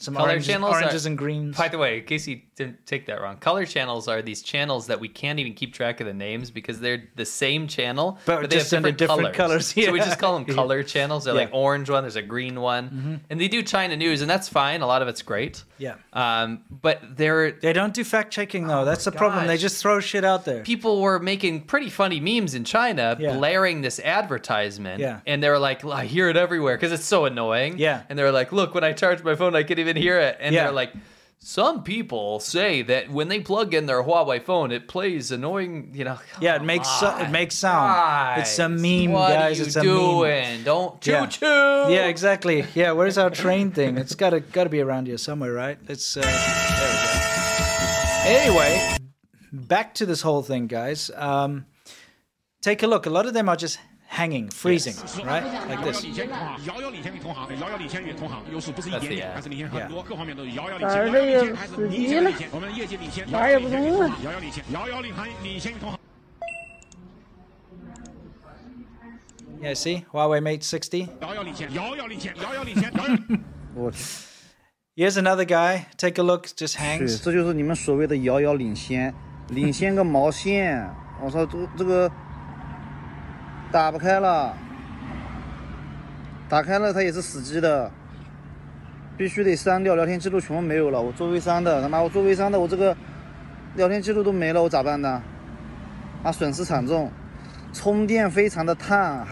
Speaker 1: Some
Speaker 2: Color
Speaker 1: oranges,
Speaker 2: channels are-
Speaker 1: oranges and greens.
Speaker 2: By the way, in case you didn't take that wrong, color channels are these channels that we can't even keep track of the names because they're the same channel,
Speaker 1: But
Speaker 2: they
Speaker 1: just under different colors,
Speaker 2: So we
Speaker 1: yeah.
Speaker 2: just call them color channels. They're like
Speaker 1: Yeah. Mm-hmm.
Speaker 2: orange one. There's a green one, and they do China news, and that's fine. A lot of it's great.
Speaker 1: Yeah.
Speaker 2: Um, but they're
Speaker 1: They don't do fact checking though. That's the problem. They
Speaker 2: Oh gosh.
Speaker 1: just throw shit out there.
Speaker 2: people were making pretty funny memes in China,
Speaker 1: Yeah.
Speaker 2: blaring this advertisement.
Speaker 1: Yeah.
Speaker 2: And they were like, I hear it everywhere because it's so annoying.
Speaker 1: Yeah.
Speaker 2: And they were like, look, when I charge my phone, I can even hear it. And
Speaker 1: Yeah.
Speaker 2: they're like, some people say that when they plug in their Huawei phone, it plays annoying, you know.
Speaker 1: Yeah, it makes so, it makes sound. It's a
Speaker 2: Guys,
Speaker 1: meme,
Speaker 2: what
Speaker 1: guys.
Speaker 2: Are you
Speaker 1: it's a
Speaker 2: doing?
Speaker 1: meme.
Speaker 2: Don't choo
Speaker 1: Yeah.
Speaker 2: choo.
Speaker 1: Yeah, exactly. Yeah, where's our train thing? It's gotta gotta be around here somewhere, right? Let's. Uh, there we go. Anyway, back to this whole thing, guys. Um, take a look. A lot of them are just hanging, freezing, right, like this.
Speaker 11: 遥遥领先于同行，遥遥领先于同行，优势不是一点
Speaker 2: Yeah.
Speaker 11: 点，还是领先很多，各方面都是遥遥领
Speaker 6: 反
Speaker 11: 先，遥
Speaker 6: 正
Speaker 11: 遥领
Speaker 6: 这个
Speaker 11: 先，还是
Speaker 6: 死
Speaker 11: 明
Speaker 6: 机
Speaker 11: 显
Speaker 6: 了
Speaker 11: 领先，我们业绩领先，
Speaker 6: 玩儿也不中啊
Speaker 11: 遥遥领先，遥遥领先，领先于同行。
Speaker 1: Yeah, see, Huawei Mate 60.
Speaker 11: 遥遥领先，遥遥领先，遥遥领先，遥遥。
Speaker 9: 我
Speaker 1: Here's another guy. Take a look. Just
Speaker 9: 去，
Speaker 1: hangs.
Speaker 9: 这就是你们所谓的遥遥领先，领先个毛线！我操，这这个打不开了，打开了它也是死机的，必须得删掉，聊天记录全部没有了。我做微商的，他妈我做微商的，我这个聊天记录都没了，我咋办呢？啊，损失惨重，充电非常的烫。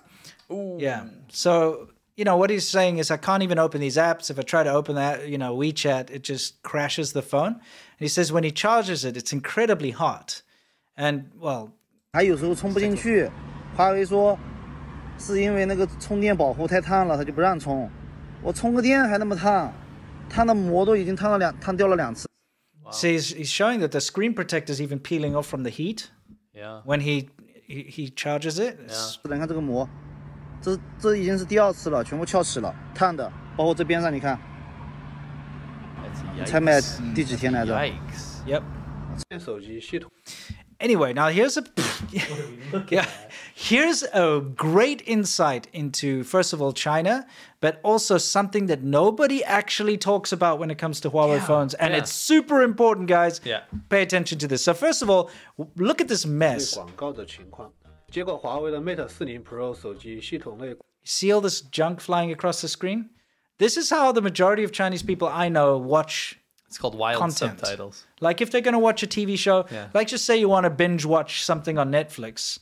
Speaker 1: Yeah. Mm. So you know what he's saying is I can't even open these apps. If I try to open that, you know, WeChat, it just crashes the phone. And he says when he charges it, it's incredibly hot. And well,
Speaker 9: 还有时候充不进去。华为说是因为那个充电保护太烫了，它就不让充。我充个电还那么烫，烫的膜都已经烫了两烫掉了两次。
Speaker 1: see, he's, he's showing that the screen protector is even peeling off from the heat
Speaker 2: Yeah.
Speaker 1: when he he, he charges it. It's-
Speaker 9: 你看这个膜，这这已经是第二次了，全部翘起了，烫的，包括这边上，你看
Speaker 2: That's
Speaker 9: 才买
Speaker 2: yikes.
Speaker 9: 第几天来着？
Speaker 2: Yikes.
Speaker 1: Yep.
Speaker 9: 手机系统
Speaker 1: Anyway, now here's a yeah. Here's a great insight into, first of all, China, but also something that nobody actually talks about when it comes to Huawei
Speaker 2: Yeah.
Speaker 1: phones. And
Speaker 2: Yeah.
Speaker 1: it's super important, guys.
Speaker 2: Yeah.
Speaker 1: Pay attention to this. So, first of all, w- look at this
Speaker 12: 对
Speaker 1: mess.
Speaker 12: 广告的情况。结果华为的 Mate 40 Pro 手机系统内
Speaker 1: See all this junk flying across the screen? This is how the majority of Chinese people I know watch
Speaker 2: It's called wild
Speaker 1: Content.
Speaker 2: subtitles.
Speaker 1: Like if they're going to watch a TV show,
Speaker 2: Yeah.
Speaker 1: like just say you want to binge watch something on Netflix.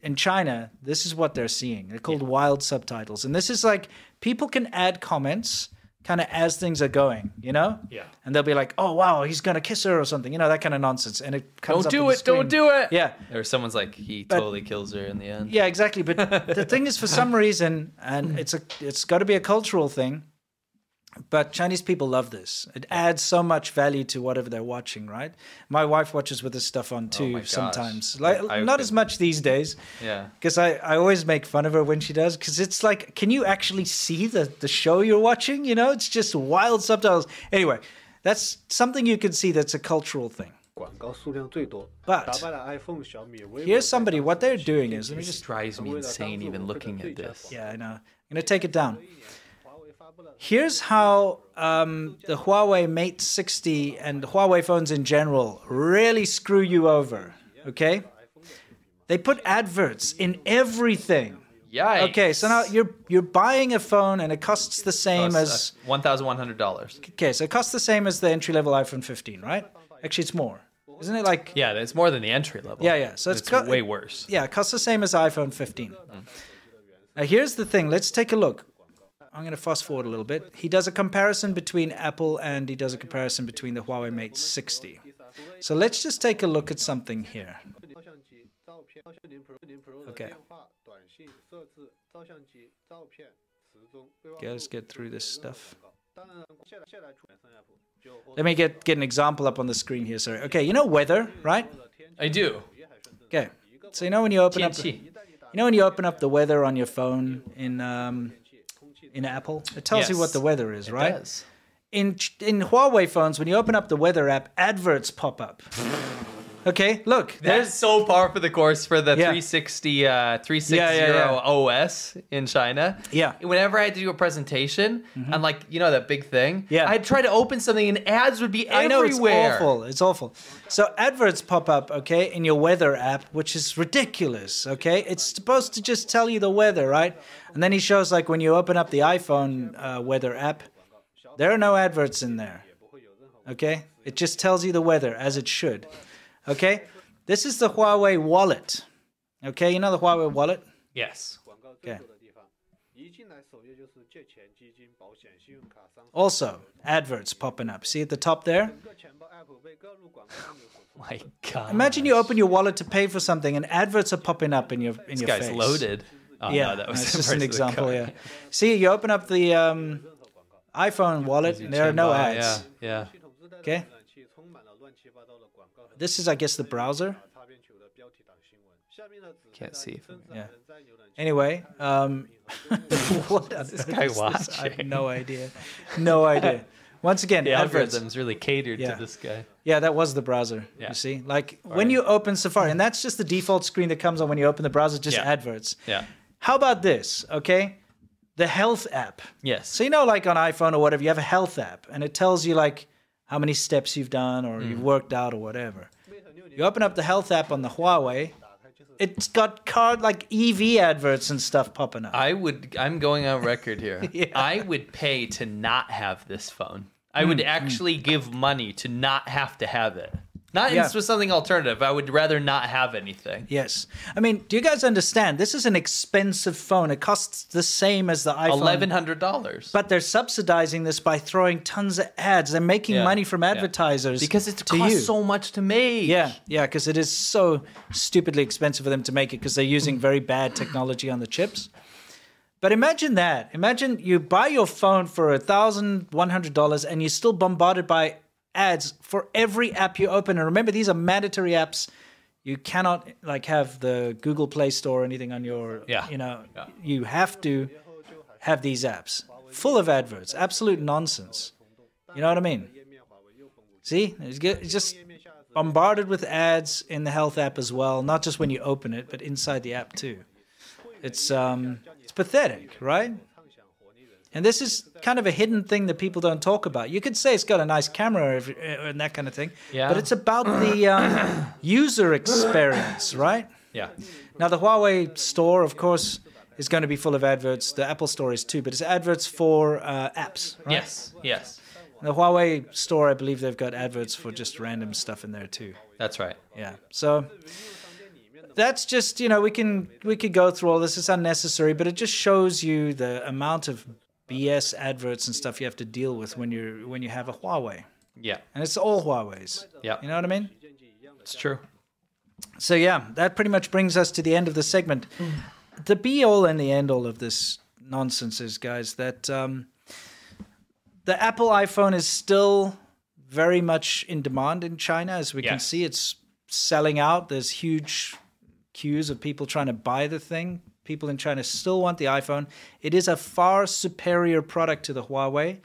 Speaker 1: In China, this is what they're seeing. They're called wild subtitles. And this is like people can add comments kind of as things are going, you know?
Speaker 2: Yeah.
Speaker 1: And they'll be like, "Oh wow, he's going to kiss her or something." You know, that kind of nonsense. And it comes
Speaker 2: Don't
Speaker 1: up
Speaker 2: do
Speaker 1: on the
Speaker 2: it,
Speaker 1: screen.
Speaker 2: don't do it.
Speaker 1: Yeah.
Speaker 2: Or someone's like, he
Speaker 1: But-
Speaker 2: totally kills her in the end.
Speaker 1: Yeah, exactly. But the thing is, for some reason,
Speaker 2: Hmm.
Speaker 1: and it's a it's got to be a cultural thing. But Chinese people love this. It adds so much value to whatever they're watching, right? My wife watches with this stuff on too
Speaker 2: Oh gosh.
Speaker 1: sometimes. Like
Speaker 2: I-
Speaker 1: not as much these days.
Speaker 2: Yeah.
Speaker 1: Because I, I always make fun of her when she does, because it's like, can you actually see the, the show you're watching? You know, it's just wild subtitles. Anyway, that's something you can see that's a cultural thing.
Speaker 12: 广告数量最多，
Speaker 1: But-
Speaker 12: 打败了 iPhone、小米、微
Speaker 1: Here's somebody, what they're doing is, let me
Speaker 2: It
Speaker 1: just
Speaker 2: just drives me insane even looking at this.
Speaker 1: Yeah, I know. I'm gonna take it down. Here's how um, the Huawei Mate 60 and Huawei phones in general really screw you over. Okay, they put adverts in everything.
Speaker 2: Yikes.
Speaker 1: Okay, so now you're you're buying a phone and it costs the same as
Speaker 2: uh, one thousand one hundred dollars.
Speaker 1: okay, so it costs the same as the entry level iPhone 15, right? Actually, it's more, isn't it? Like
Speaker 2: Yeah, it's more than the entry level.
Speaker 1: yeah, yeah. So it's,
Speaker 2: it's
Speaker 1: co-
Speaker 2: way worse.
Speaker 1: Yeah, it costs the same as iPhone 15. Now here's the thing. Let's take a look. I'm going to fast forward a little bit. He does a comparison between Apple and he does a comparison between the Huawei Mate 60. So let's just take a look at something here. Okay. Okay, let's get through this stuff. Let me get, get an example up on the screen here. Sorry. Okay, you know weather, right?
Speaker 2: I do.
Speaker 1: Okay. So you know when you open up,
Speaker 2: TNT.
Speaker 1: you know when you open up the weather on your phone in um, in Apple, it tells you what
Speaker 2: Yes,
Speaker 1: the weather is,
Speaker 2: it
Speaker 1: right?
Speaker 2: does.
Speaker 1: In ch- in Huawei phones, when you open up the weather app, adverts pop up. okay, look, there's
Speaker 2: That's so par for the course for the
Speaker 1: Yeah.
Speaker 2: 360 uh, 360
Speaker 1: yeah.
Speaker 2: OS in China.
Speaker 1: Yeah. Mm-hmm.
Speaker 2: Whenever I had to do a presentation, and like you know that big thing.
Speaker 1: Yeah.
Speaker 2: I'd try to open something and ads would be
Speaker 1: I know it's
Speaker 2: everywhere.
Speaker 1: awful. It's awful. So adverts pop up, okay, in your weather app, which is ridiculous, okay? It's supposed to just tell you the weather, right? And then he shows like when you open up the iPhone uh, weather app, there are no adverts in there. Okay? It just tells you the weather as it should. Okay? This is the Huawei wallet. Okay? You know the Huawei wallet?
Speaker 2: Yes.
Speaker 1: Okay.
Speaker 12: 一进来首页就是借钱、基金、保险、信用卡、商
Speaker 1: Also, adverts popping up. See at the top there?
Speaker 12: 品。
Speaker 2: My God.
Speaker 1: Imagine you open your wallet to pay for something and adverts are popping up in your in
Speaker 2: this
Speaker 1: your
Speaker 2: guy's
Speaker 1: face.
Speaker 2: loaded. Oh,
Speaker 1: yeah,
Speaker 2: no, that was
Speaker 1: that's
Speaker 2: the
Speaker 1: just
Speaker 2: price of
Speaker 1: an
Speaker 2: the
Speaker 1: example.
Speaker 2: car.
Speaker 1: Yeah. See, you open up the um, iPhone wallet, and there are no
Speaker 2: Oh,
Speaker 1: ads.
Speaker 2: Yeah.
Speaker 1: Okay. This is, I guess, the browser.
Speaker 2: yeah. Can't see. From
Speaker 1: Yeah. Anyway, um, what this
Speaker 2: guy
Speaker 1: I have
Speaker 2: watching?
Speaker 1: no idea. No idea. Once again,
Speaker 2: the
Speaker 1: adverts.
Speaker 2: algorithms really catered
Speaker 1: Yeah.
Speaker 2: to this guy.
Speaker 1: Yeah, that was the browser.
Speaker 2: Yeah.
Speaker 1: You see, like when you open Safari, and that's just the default screen that comes on when you open the browser, just
Speaker 2: Yeah.
Speaker 1: adverts.
Speaker 2: Yeah.
Speaker 1: How about this? Okay. The health app.
Speaker 2: Yes.
Speaker 1: So, you know, like on iPhone or whatever, you have a health app and it tells you like how many steps you've done or
Speaker 2: Mm.
Speaker 1: you've worked out or whatever. You open up the health app on the Huawei, it's got card like EV adverts and stuff popping up.
Speaker 2: I would. I'm going on record here. I would pay to not have this phone. I would actually give money to not have to have it. Not
Speaker 1: Yeah.
Speaker 2: in with something alternative. I would rather not have anything.
Speaker 1: Yes. I mean, do you guys understand? This is an expensive phone. It costs the same as the iPhone.
Speaker 2: Eleven hundred dollars.
Speaker 1: But they're subsidizing this by throwing tons of ads. They're making
Speaker 2: Yeah,
Speaker 1: money from
Speaker 2: yeah.
Speaker 1: advertisers
Speaker 2: Because it
Speaker 1: to
Speaker 2: costs
Speaker 1: you.
Speaker 2: so much to make.
Speaker 1: Yeah, yeah, because it is so stupidly expensive for them to make it because they're using very bad technology on the chips. But imagine that. Imagine you buy your phone for $1,100 and you're still bombarded by ads for every app you open. And remember, these are mandatory apps. You cannot like have the Google Play Store or anything on your,
Speaker 2: Yeah.
Speaker 1: you know,
Speaker 2: Yeah.
Speaker 1: you have to have these apps full of adverts, absolute nonsense. You know what I mean? See, it's good- it's just bombarded with ads in the health app as well, not just when you open it, but inside the app too. It's um, it's pathetic, right? And this is kind of a hidden thing that people don't talk about. You could say it's got a nice camera if- uh, and that kind of thing,
Speaker 2: Yeah.
Speaker 1: but it's about the um, user experience, right?
Speaker 2: Yeah.
Speaker 1: Now, the Huawei store, of course, is going to be full of adverts. The Apple store is too, but it's adverts for uh, apps, right?
Speaker 2: Yes. Yes.
Speaker 1: And the Huawei store, I believe they've got adverts for just random stuff in there too.
Speaker 2: That's right.
Speaker 1: Yeah. So that's just you know we can we could go through all this. It's unnecessary, but it just shows you the amount of BS adverts and stuff you have to deal with when you when you have a Huawei,
Speaker 2: Yeah.
Speaker 1: and it's all Huawei's.
Speaker 2: Yeah.
Speaker 1: You know what I mean?
Speaker 2: It's true.
Speaker 1: So yeah, that pretty much brings us to the end of the segment. the be all and the end all of this nonsense is, guys, that um, the Apple iPhone is still very much in demand in China. As we can
Speaker 2: Yes.
Speaker 1: see, it's selling out. There's huge queues of people trying to buy the thing. People in China still want the iPhone. It is a far superior product to the Huawei.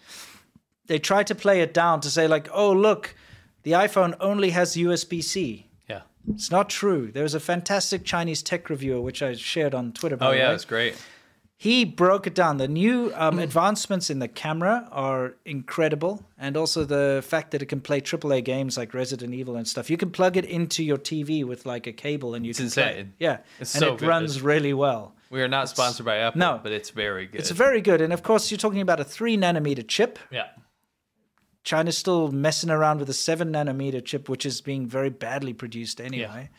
Speaker 1: They try to play it down to say, like, oh, look, the iPhone only has USB C.
Speaker 2: Yeah.
Speaker 1: It's not true. There was a fantastic Chinese tech reviewer, which I shared on Twitter. By
Speaker 2: Oh
Speaker 1: the
Speaker 2: yeah,
Speaker 1: way.
Speaker 2: it's great.
Speaker 1: He broke it down. The new um, advancements in the camera are incredible, and also the fact that it can play AAA games like Resident Evil and stuff. You can plug it into your TV with like a cable, and you
Speaker 2: It's
Speaker 1: can Play.
Speaker 2: insane.
Speaker 1: Yeah,
Speaker 2: It's
Speaker 1: and
Speaker 2: so
Speaker 1: it
Speaker 2: good.
Speaker 1: runs really well.
Speaker 2: We are not sponsored by Apple,
Speaker 1: No.
Speaker 2: but it's very good.
Speaker 1: It's very good, and of course, you're talking about a three nanometer chip.
Speaker 2: yeah.
Speaker 1: China's still messing around with a seven nanometer chip, which is being very badly produced anyway.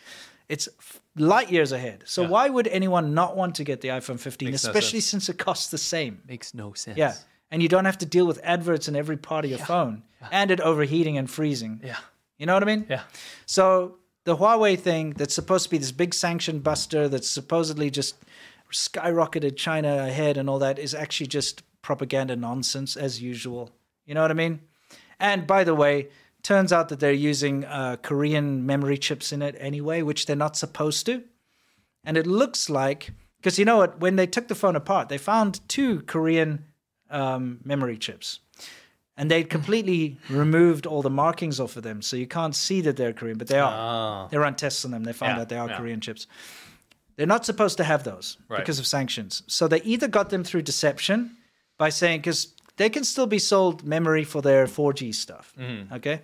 Speaker 1: It's f- light years ahead. So why would anyone not want to get the iPhone 15,
Speaker 2: Makes no
Speaker 1: especially since it costs the same?
Speaker 2: Makes no sense.
Speaker 1: Yeah, and you don't have to deal with adverts in every part of your phone, and it overheating and freezing.
Speaker 2: Yeah.
Speaker 1: You know what I mean? Yeah. So the Huawei thing that's supposed to be this big sanction buster that's supposedly just skyrocketed China ahead and all that is actually just propaganda nonsense as usual. You know what I mean? And by the way, turns out that they're using uh, Korean memory chips in it anyway, which they're not supposed to. And it looks like because you know what? When they took the phone apart, they found two Korean um, memory chips and they'd completely removed all the markings off of them, so you can't see that they're Korean, but they are.
Speaker 2: Ah.
Speaker 1: They run tests on them. They found
Speaker 2: Yeah,
Speaker 1: out they are
Speaker 2: yeah.
Speaker 1: Korean chips. They're not supposed to have those
Speaker 2: Right.
Speaker 1: because of sanctions. So they either got them through deception by saying because they can still be sold memory for their 4G stuff.
Speaker 2: Mhm.
Speaker 1: Okay.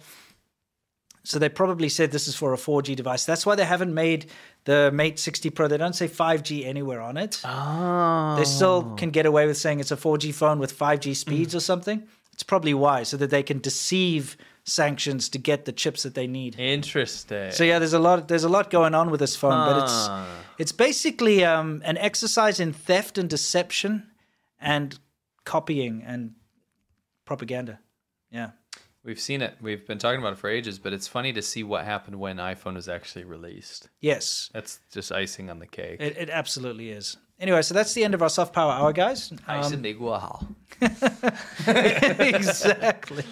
Speaker 1: So they probably said this is for a 4G device. That's why they haven't made the Mate 60 Pro. They don't say 5G anywhere on it.
Speaker 2: Oh.
Speaker 1: They still can get away with saying it's a 4G phone with 5G speeds or something. It's probably why, so that they can deceive sanctions to get the chips that they need.
Speaker 2: Interesting.
Speaker 1: So yeah, there's a lot there's a lot going on with this phone, but it's
Speaker 2: Ah.
Speaker 1: it's basically um, an exercise in theft and deception, and copying and propaganda. Yeah.
Speaker 2: We've seen it. We've been talking about it for ages, but it's funny to see what happened when iPhone was actually released.
Speaker 1: Yes.
Speaker 2: That's just icing on the cake.
Speaker 1: It, it absolutely is. Anyway, so that's the end of our soft power hour, guys.
Speaker 2: Icing
Speaker 1: Um,
Speaker 2: the guaha.
Speaker 1: exactly.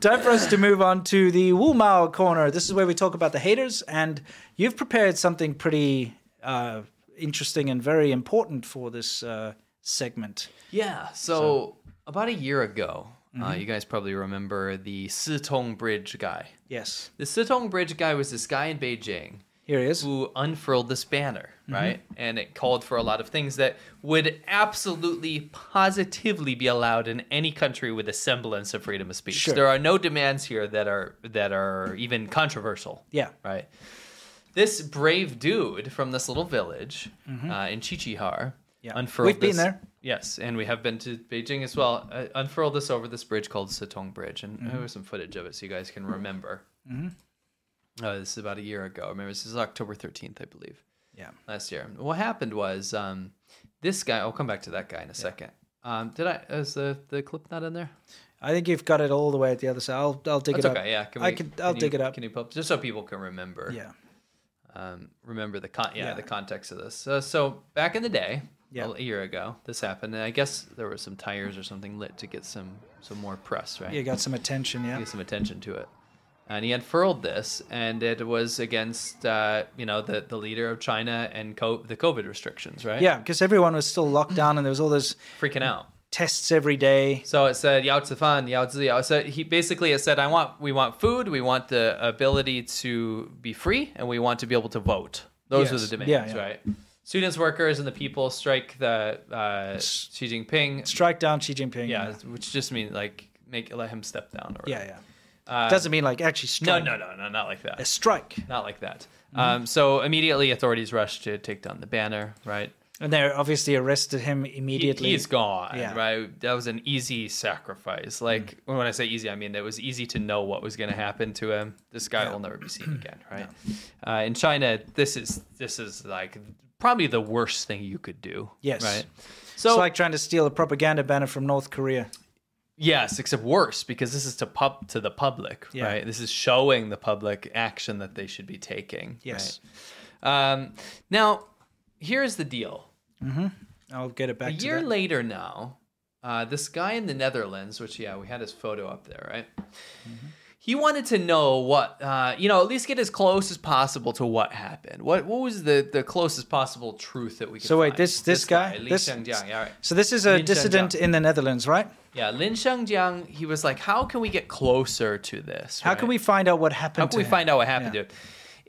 Speaker 1: Time for us to move on to the Wu Mao corner. This is where we talk about the haters, and you've prepared something pretty uh, interesting and very important for this uh, segment.
Speaker 2: Yeah. So, about a year ago, uh,
Speaker 1: Mhm.
Speaker 2: you guys probably remember the Sitong Bridge guy.
Speaker 1: Yes.
Speaker 2: The Sitong Bridge guy was this guy in Beijing.
Speaker 1: Here he is.
Speaker 2: Who unfurled this banner,
Speaker 1: Mhm.
Speaker 2: right? And it called for a lot of things that would absolutely, positively be allowed in any country with a semblance of freedom of speech.
Speaker 1: Sure.
Speaker 2: There are no demands here that are that are even controversial.
Speaker 1: Yeah.
Speaker 2: Right. This brave dude from this little village
Speaker 1: Mhm.
Speaker 2: uh, in Chichihar
Speaker 1: Yeah.
Speaker 2: unfurled
Speaker 1: We've been
Speaker 2: this-
Speaker 1: there.
Speaker 2: Yes, and we have been to Beijing as well. Uh, unfurled this over this bridge called Sitong Bridge, and
Speaker 1: Mhm.
Speaker 2: there was some footage of it so you guys
Speaker 1: Mm-hmm.
Speaker 2: can remember.
Speaker 1: Mhm.
Speaker 2: Uh, this is about a year ago. Remember, this is October 13th, I believe.
Speaker 1: Yeah.
Speaker 2: Last year. What happened was um, this guy, I'll come back to that guy in a second. Um, did I, is the, the clip not in there?
Speaker 1: I think you've got it all the way at the other side. I'll, I'll dig
Speaker 2: That's
Speaker 1: it up.
Speaker 2: okay, yeah. Can
Speaker 1: I
Speaker 2: we-
Speaker 1: can, I'll
Speaker 2: you-
Speaker 1: dig it up.
Speaker 2: Can you pub- just so people can remember?
Speaker 1: Yeah.
Speaker 2: Um, remember the con- yeah,
Speaker 1: Yeah.
Speaker 2: the context of this. So, so back in the day,
Speaker 1: Yeah.
Speaker 2: a year ago, this happened, and I guess there was some tires or something lit to get some some more press, right?
Speaker 1: You got some attention, yeah.
Speaker 2: Get some attention to it. And he unfurled this, and it was against uh, you know the the leader of China and co- the COVID restrictions, right?
Speaker 1: Yeah, because everyone was still locked down, and there was all those
Speaker 2: freaking out.
Speaker 1: tests every day.
Speaker 2: So it said Yao Zifan, Yao Ziyao. So he basically it said I want we want food, we want the ability to be free, and we want to be able to vote. Those were
Speaker 1: Yes.
Speaker 2: the demands,
Speaker 1: Yeah, yeah.
Speaker 2: right? Students, workers, and the people strike the uh, Xi Jinping.
Speaker 1: Strike down Xi Jinping.
Speaker 2: Yeah, which just means like make let him step down. Or
Speaker 1: Yeah, yeah.
Speaker 2: Uh,
Speaker 1: Doesn't mean like actually
Speaker 2: No,
Speaker 1: strike.
Speaker 2: no, no, no, not like that. A
Speaker 1: strike.
Speaker 2: Not like that.
Speaker 1: Mhm.
Speaker 2: Um, so immediately authorities rushed to take down the banner, right?
Speaker 1: And they obviously arrested him immediately.
Speaker 2: He, has gone,
Speaker 1: Yeah. Mm-hmm.
Speaker 2: right? That was an easy sacrifice. Like when I say easy, I mean it was easy to know what was going to happen to him. This guy will never be seen again, right? Uh, in China, this is this is like probably the worst thing you could do.
Speaker 1: Yes.
Speaker 2: right.
Speaker 1: So it's like trying to steal a propaganda banner from North Korea.
Speaker 2: Yes, except worse because this is to pub to the public,
Speaker 1: Yeah.
Speaker 2: right? This is showing the public action that they should be taking.
Speaker 1: Yes.
Speaker 2: right? Um, now, here's the deal.
Speaker 1: hmm I'll get it back.
Speaker 2: a
Speaker 1: to
Speaker 2: year
Speaker 1: that.
Speaker 2: later now uh, this guy in the netherlands which yeah we had his photo up there right
Speaker 1: Mm-hmm.
Speaker 2: he wanted to know what uh, you know at least get as close as possible to what happened what what was the the closest possible truth that we could
Speaker 1: So wait,
Speaker 2: find?
Speaker 1: this this, guy,
Speaker 2: Li
Speaker 1: this
Speaker 2: Shangjiang, yeah, all right.
Speaker 1: So this is a
Speaker 2: Lin Shangjiang.
Speaker 1: dissident in the Netherlands, right?
Speaker 2: yeah lin shengjiang he was like how can we get closer to this
Speaker 1: How can we find out what happened?
Speaker 2: how can
Speaker 1: to
Speaker 2: we
Speaker 1: him?
Speaker 2: find out what happened to him?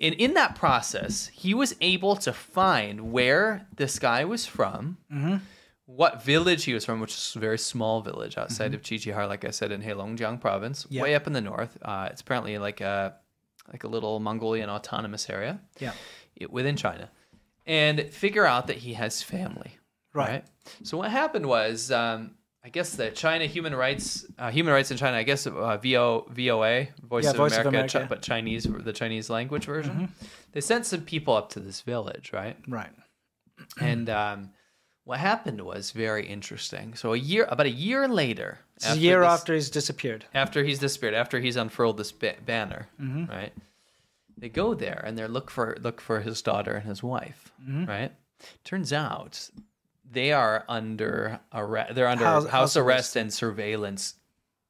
Speaker 2: And in that process, he was able to find where this guy was from,
Speaker 1: Mhm.
Speaker 2: what village he was from, which is a very small village outside of Chichihar, like I said, in Heilongjiang province,
Speaker 1: Mm-hmm. Yeah.
Speaker 2: way up in the north. Uh, it's apparently like a like a little Mongolian autonomous area
Speaker 1: Yeah.
Speaker 2: it- within China, and figure out that he has family.
Speaker 1: Right.
Speaker 2: So what happened was, um, I guess the China Human Rights uh, Human Rights in China. I guess uh, VO, VOA Voice,
Speaker 1: Yeah,
Speaker 2: of,
Speaker 1: Voice of
Speaker 2: America,
Speaker 1: America. Mm-hmm.
Speaker 2: Chi- but Chinese the Chinese language version. They sent some people up to this village, right?
Speaker 1: Right.
Speaker 2: And um, what happened was very interesting. So a year, about a year later,
Speaker 1: It's a year
Speaker 2: this-
Speaker 1: after he's disappeared.
Speaker 2: after he's disappeared, after he's unfurled this ba- banner,
Speaker 1: Mhm.
Speaker 2: right? They go there and they look for look for his daughter and his wife,
Speaker 1: Mhm.
Speaker 2: right? Turns out they are under arrest. They're under
Speaker 1: House-
Speaker 2: house,
Speaker 1: house
Speaker 2: arrest and surveillance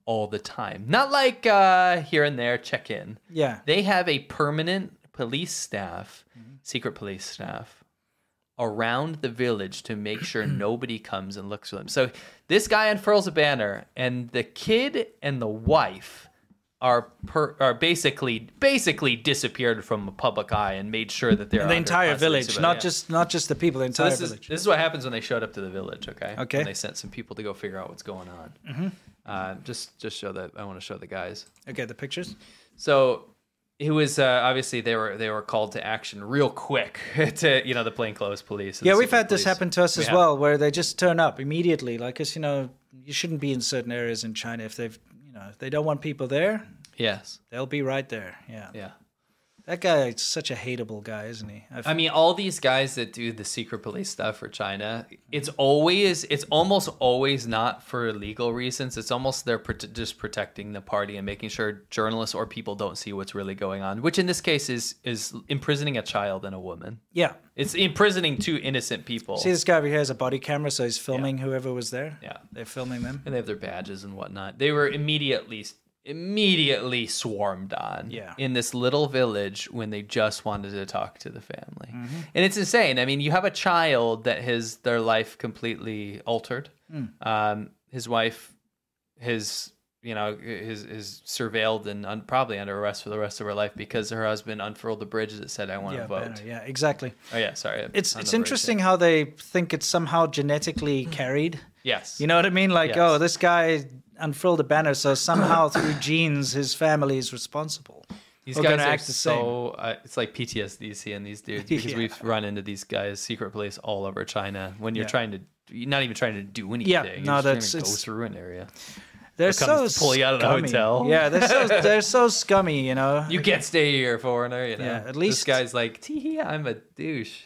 Speaker 2: all the time. Not like uh, here and there check in.
Speaker 1: Yeah. Mm-hmm.
Speaker 2: They have a permanent police staff, secret police staff, around the village to make sure nobody comes and looks for them. So this guy unfurls a banner, and the kid and the wife are per, are basically basically disappeared from the public eye and made sure that they're
Speaker 1: And the
Speaker 2: under
Speaker 1: entire
Speaker 2: constant
Speaker 1: village,
Speaker 2: surveillance.
Speaker 1: not
Speaker 2: Yeah.
Speaker 1: just not just the people, the
Speaker 2: So
Speaker 1: entire
Speaker 2: this is
Speaker 1: village.
Speaker 2: this is what happens when they showed up to the village. Okay.
Speaker 1: Okay.
Speaker 2: When they sent some people to go figure out what's going on.
Speaker 1: Mhm.
Speaker 2: Uh, just just show that I want to show the guys.
Speaker 1: Okay, the pictures.
Speaker 2: So it was uh, obviously they were they were called to action real quick to you know the plainclothes police. and
Speaker 1: yeah,
Speaker 2: the
Speaker 1: we've
Speaker 2: secret
Speaker 1: had this
Speaker 2: police.
Speaker 1: happen to us
Speaker 2: We
Speaker 1: as
Speaker 2: have.
Speaker 1: well, where they just turn up immediately. Like, cause you know, you shouldn't be in certain areas in China if they've, you know, if they don't want people there.
Speaker 2: Yes.
Speaker 1: They'll be right there. Yeah.
Speaker 2: Yeah.
Speaker 1: That guy is such a hateable guy, isn't he? I've-
Speaker 2: I mean, all these guys that do the secret police stuff for China, it's always, it's almost always not for legal reasons. It's almost they're prote- just protecting the party and making sure journalists or people don't see what's really going on. Which in this case is is imprisoning a child and a woman.
Speaker 1: yeah.
Speaker 2: It's imprisoning two innocent people.
Speaker 1: See, this guy over here has a body camera, so he's filming whoever was there.
Speaker 2: Yeah.
Speaker 1: They're filming them.
Speaker 2: and they have their badges and whatnot. They were immediately immediately swarmed on
Speaker 1: Yeah.
Speaker 2: in this little village when they just wanted to talk to the family.
Speaker 1: Mm-hmm.
Speaker 2: And it's insane. I mean, you have a child that has their life completely altered.
Speaker 1: Mm.
Speaker 2: Um, his wife, his you know, his is surveiled and un- probably under arrest for the rest of her life because her husband unfurled the bridge that said, "I want
Speaker 1: Yeah,
Speaker 2: to vote."
Speaker 1: banner, yeah, exactly.
Speaker 2: Oh yeah, sorry.
Speaker 1: It's
Speaker 2: on
Speaker 1: it's
Speaker 2: the bridge,
Speaker 1: interesting how they think it's somehow genetically carried.
Speaker 2: Yes.
Speaker 1: You know what I mean? Like,
Speaker 2: Yes.
Speaker 1: oh, this guy unfurled a banner, so somehow through genes, his family is responsible.
Speaker 2: These
Speaker 1: Or
Speaker 2: guys
Speaker 1: gonna
Speaker 2: Oh, are
Speaker 1: act the same.
Speaker 2: so uh, it's like PTSD seeing these dudes because
Speaker 1: Yeah.
Speaker 2: we've run into these guys secret police all over China when you're
Speaker 1: Yeah.
Speaker 2: trying to you're not even trying to do anything.
Speaker 1: Yeah,
Speaker 2: you're
Speaker 1: no,
Speaker 2: just trying to
Speaker 1: that's-
Speaker 2: go
Speaker 1: it's-
Speaker 2: through an area.
Speaker 1: They're
Speaker 2: Here comes
Speaker 1: so
Speaker 2: to pull you out of the
Speaker 1: scummy.
Speaker 2: hotel.
Speaker 1: Yeah, they're so they're so scummy. You know,
Speaker 2: You can't stay here, foreigner. You know?
Speaker 1: Yeah, at
Speaker 2: this
Speaker 1: least-
Speaker 2: guy's like, "Tee hee, I'm a douche.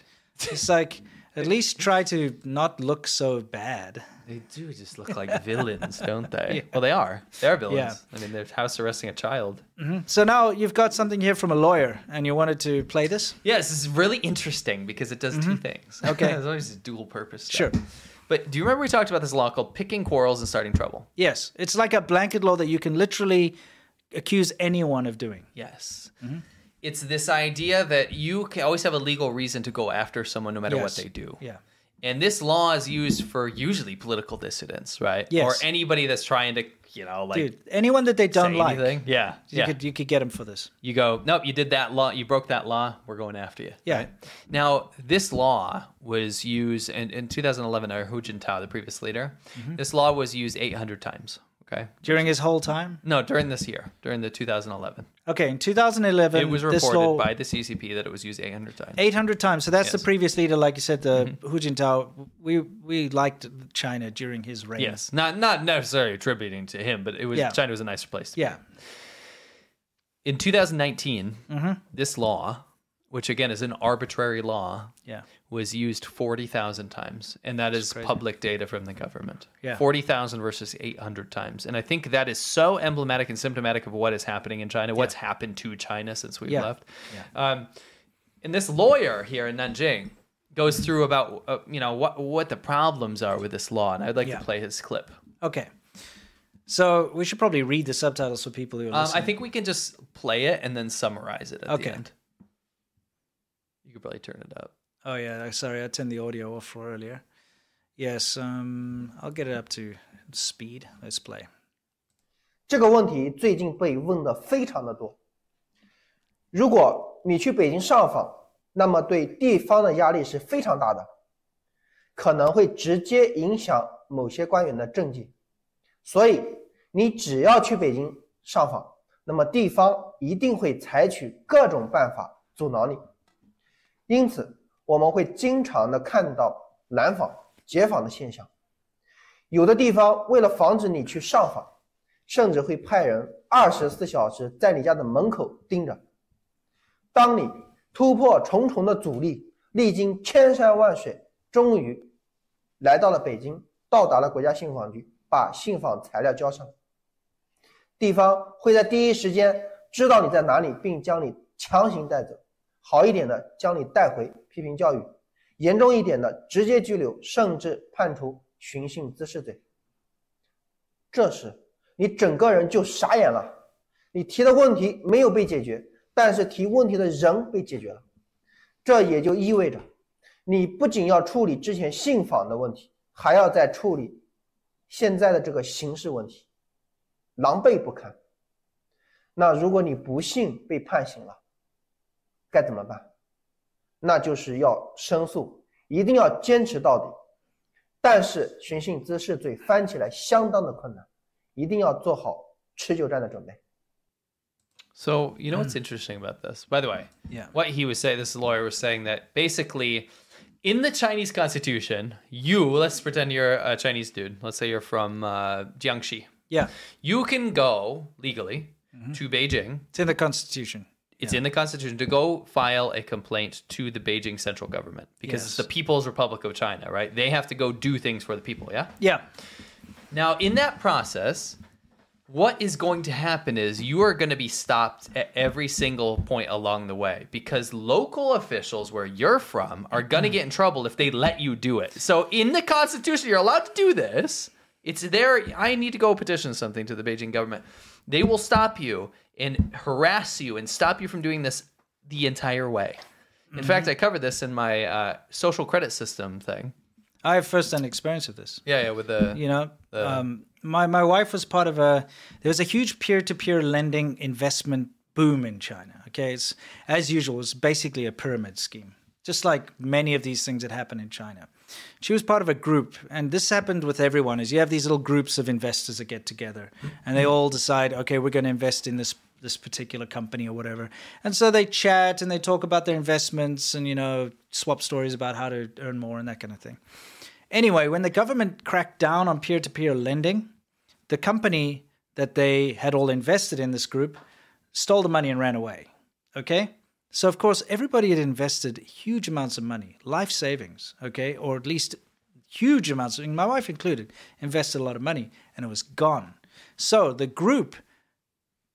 Speaker 1: it's like at least try to not look so bad.
Speaker 2: They do just look like villains, don't they? Well, they are. They are villains. I mean, they're house arresting a child.
Speaker 1: Mhm. So now you've got something here from a lawyer, and you wanted to play this.
Speaker 2: Yes, this is really interesting because it does two things.
Speaker 1: Mm-hmm. Okay.
Speaker 2: it's always dual purpose.
Speaker 1: Sure.
Speaker 2: Stuff. But do you remember we talked about this law called picking quarrels and starting trouble?
Speaker 1: Yes, it's like a blanket law that you can literally accuse anyone of doing.
Speaker 2: Yes.
Speaker 1: Mm-hmm.
Speaker 2: It's this idea that you can always have a legal reason to go after someone no matter what
Speaker 1: Yes.
Speaker 2: they do.
Speaker 1: Yeah.
Speaker 2: And this law is used for usually political dissidents, right?
Speaker 1: Yes.
Speaker 2: Or anybody that's trying to, you know, like
Speaker 1: Dude, anyone that they don't
Speaker 2: say
Speaker 1: like,
Speaker 2: anything. Yeah.
Speaker 1: you
Speaker 2: yeah.
Speaker 1: could you could get him for this.
Speaker 2: you go, nope, you did that law. You broke that law. We're going after you.
Speaker 1: Yeah.
Speaker 2: Now, this law was used in, in 2011, or Hu Jintao, the previous leader,
Speaker 1: Mhm.
Speaker 2: this law was used 800 times. Okay.
Speaker 1: During his whole time?
Speaker 2: No, during this year, during the 2011.
Speaker 1: Okay, in 2011,
Speaker 2: it was
Speaker 1: this
Speaker 2: reported
Speaker 1: law-
Speaker 2: by the CCP that it was used 800 times.
Speaker 1: 800 times. So that's the
Speaker 2: Yes. Mm-hmm.
Speaker 1: previous leader, like you said, the Hu Jintao. We we liked China during his reign.
Speaker 2: Yes. Not not necessarily attributing to him, but it was
Speaker 1: Mm. Yeah.
Speaker 2: China was a nicer place. to be.
Speaker 1: Yeah.
Speaker 2: In 2019,
Speaker 1: Mhm.
Speaker 2: this law, which again is an arbitrary law,
Speaker 1: Yeah.
Speaker 2: was used 40,000 times. And that is
Speaker 1: crazy.
Speaker 2: public data from the government.
Speaker 1: Yeah.
Speaker 2: 40,000 versus 800 times. And I think that is so emblematic and symptomatic of what is happening in China, what's happened to China since we
Speaker 1: Yeah.
Speaker 2: left. Um, and this lawyer here in Nanjing goes through about, uh, you know, what, what the problems are with this law. And I'd like
Speaker 1: Yeah.
Speaker 2: to play his clip.
Speaker 1: Okay. So we should probably read the subtitles for people who are
Speaker 2: Um,
Speaker 1: listening.
Speaker 2: I think we can just play it and then summarize it at
Speaker 1: Okay.
Speaker 2: the end. You could probably turn it up.
Speaker 1: Oh yeah, I- sorry, I turned the audio off for earlier. Yes, um, I'll get it up to speed. Let's play.
Speaker 13: 这个问题最近被问的非常的多。如果你去北京上访，那么对地方的压力是非常大的，可能会直接影响某些官员的政绩。所以，你只要去北京上访，那么地方一定会采取各种办法阻挠你。因此，我们会经常的看到拦访、截访的现象。有的地方为了防止你去上访，甚至会派人二十四小时在你家的门口盯着。当你突破重重的阻力，历经千山万水，终于来到了北京，到达了国家信访局，把信访材料交上。地方会在第一时间知道你在哪里，并将你强行带走；好一点的将你带回批评教育，严重一点的直接拘留，甚至判处寻衅滋事罪。这时，你整个人就傻眼了。你提的问题没有被解决，但是提问题的人被解决了。这也就意味着，你不仅要处理之前信访的问题，还要再处理现在的这个刑事问题，狼狈不堪。那如果你不幸被判刑了，该怎么办？那就是要申诉，一定要坚持到底。但是寻衅滋事罪翻起来相当的困难，一定要做好持久战的准备。
Speaker 2: So you know what's interesting about this? By the way,
Speaker 1: Yeah.
Speaker 2: what he was saying, this lawyer was saying that basically, in the Chinese Constitution, you let's pretend you're a Chinese dude. Let's say you're from uh, Jiangxi.
Speaker 1: Yeah.
Speaker 2: you can go legally
Speaker 1: Mhm.
Speaker 2: to Beijing.
Speaker 1: It's in the Constitution.
Speaker 2: It's in the Constitution to go file a complaint to the Beijing central government because it's the People's Republic of China, right? They have to go do things for the people. Yeah.
Speaker 1: Yeah.
Speaker 2: Now, in that process, what is going to happen is you are going to be stopped at every single point along the way because local officials where you're from are going to get in trouble if they let you do it. So, in the Constitution, you're allowed to do this. It's there. I need to go petition something to the Beijing government. They will stop you and harass you and stop you from doing this the entire way. In
Speaker 1: Mhm.
Speaker 2: fact, I covered this in my uh, social credit system thing.
Speaker 1: I have first-hand experience of this.
Speaker 2: Yeah, yeah, with the
Speaker 1: you know
Speaker 2: the-
Speaker 1: um, my, my wife was part of a there was a huge peer-to-peer lending investment boom in china okay it's as usual it's basically a pyramid scheme just like many of these things that happen in china she was part of a group and this happened with everyone is you have these little groups of investors that get together and they all decide okay we're going to invest in this this particular company or whatever and so they chat and they talk about their investments and you know swap stories about how to earn more and that kind of thing Anyway, when the government cracked down on peer to peer lending, the company that they had all invested in this group stole the money and ran away. Okay? So, of course, everybody had invested huge amounts of money, life savings, okay? Or at least huge amounts, and my wife included, invested a lot of money and it was gone. So the group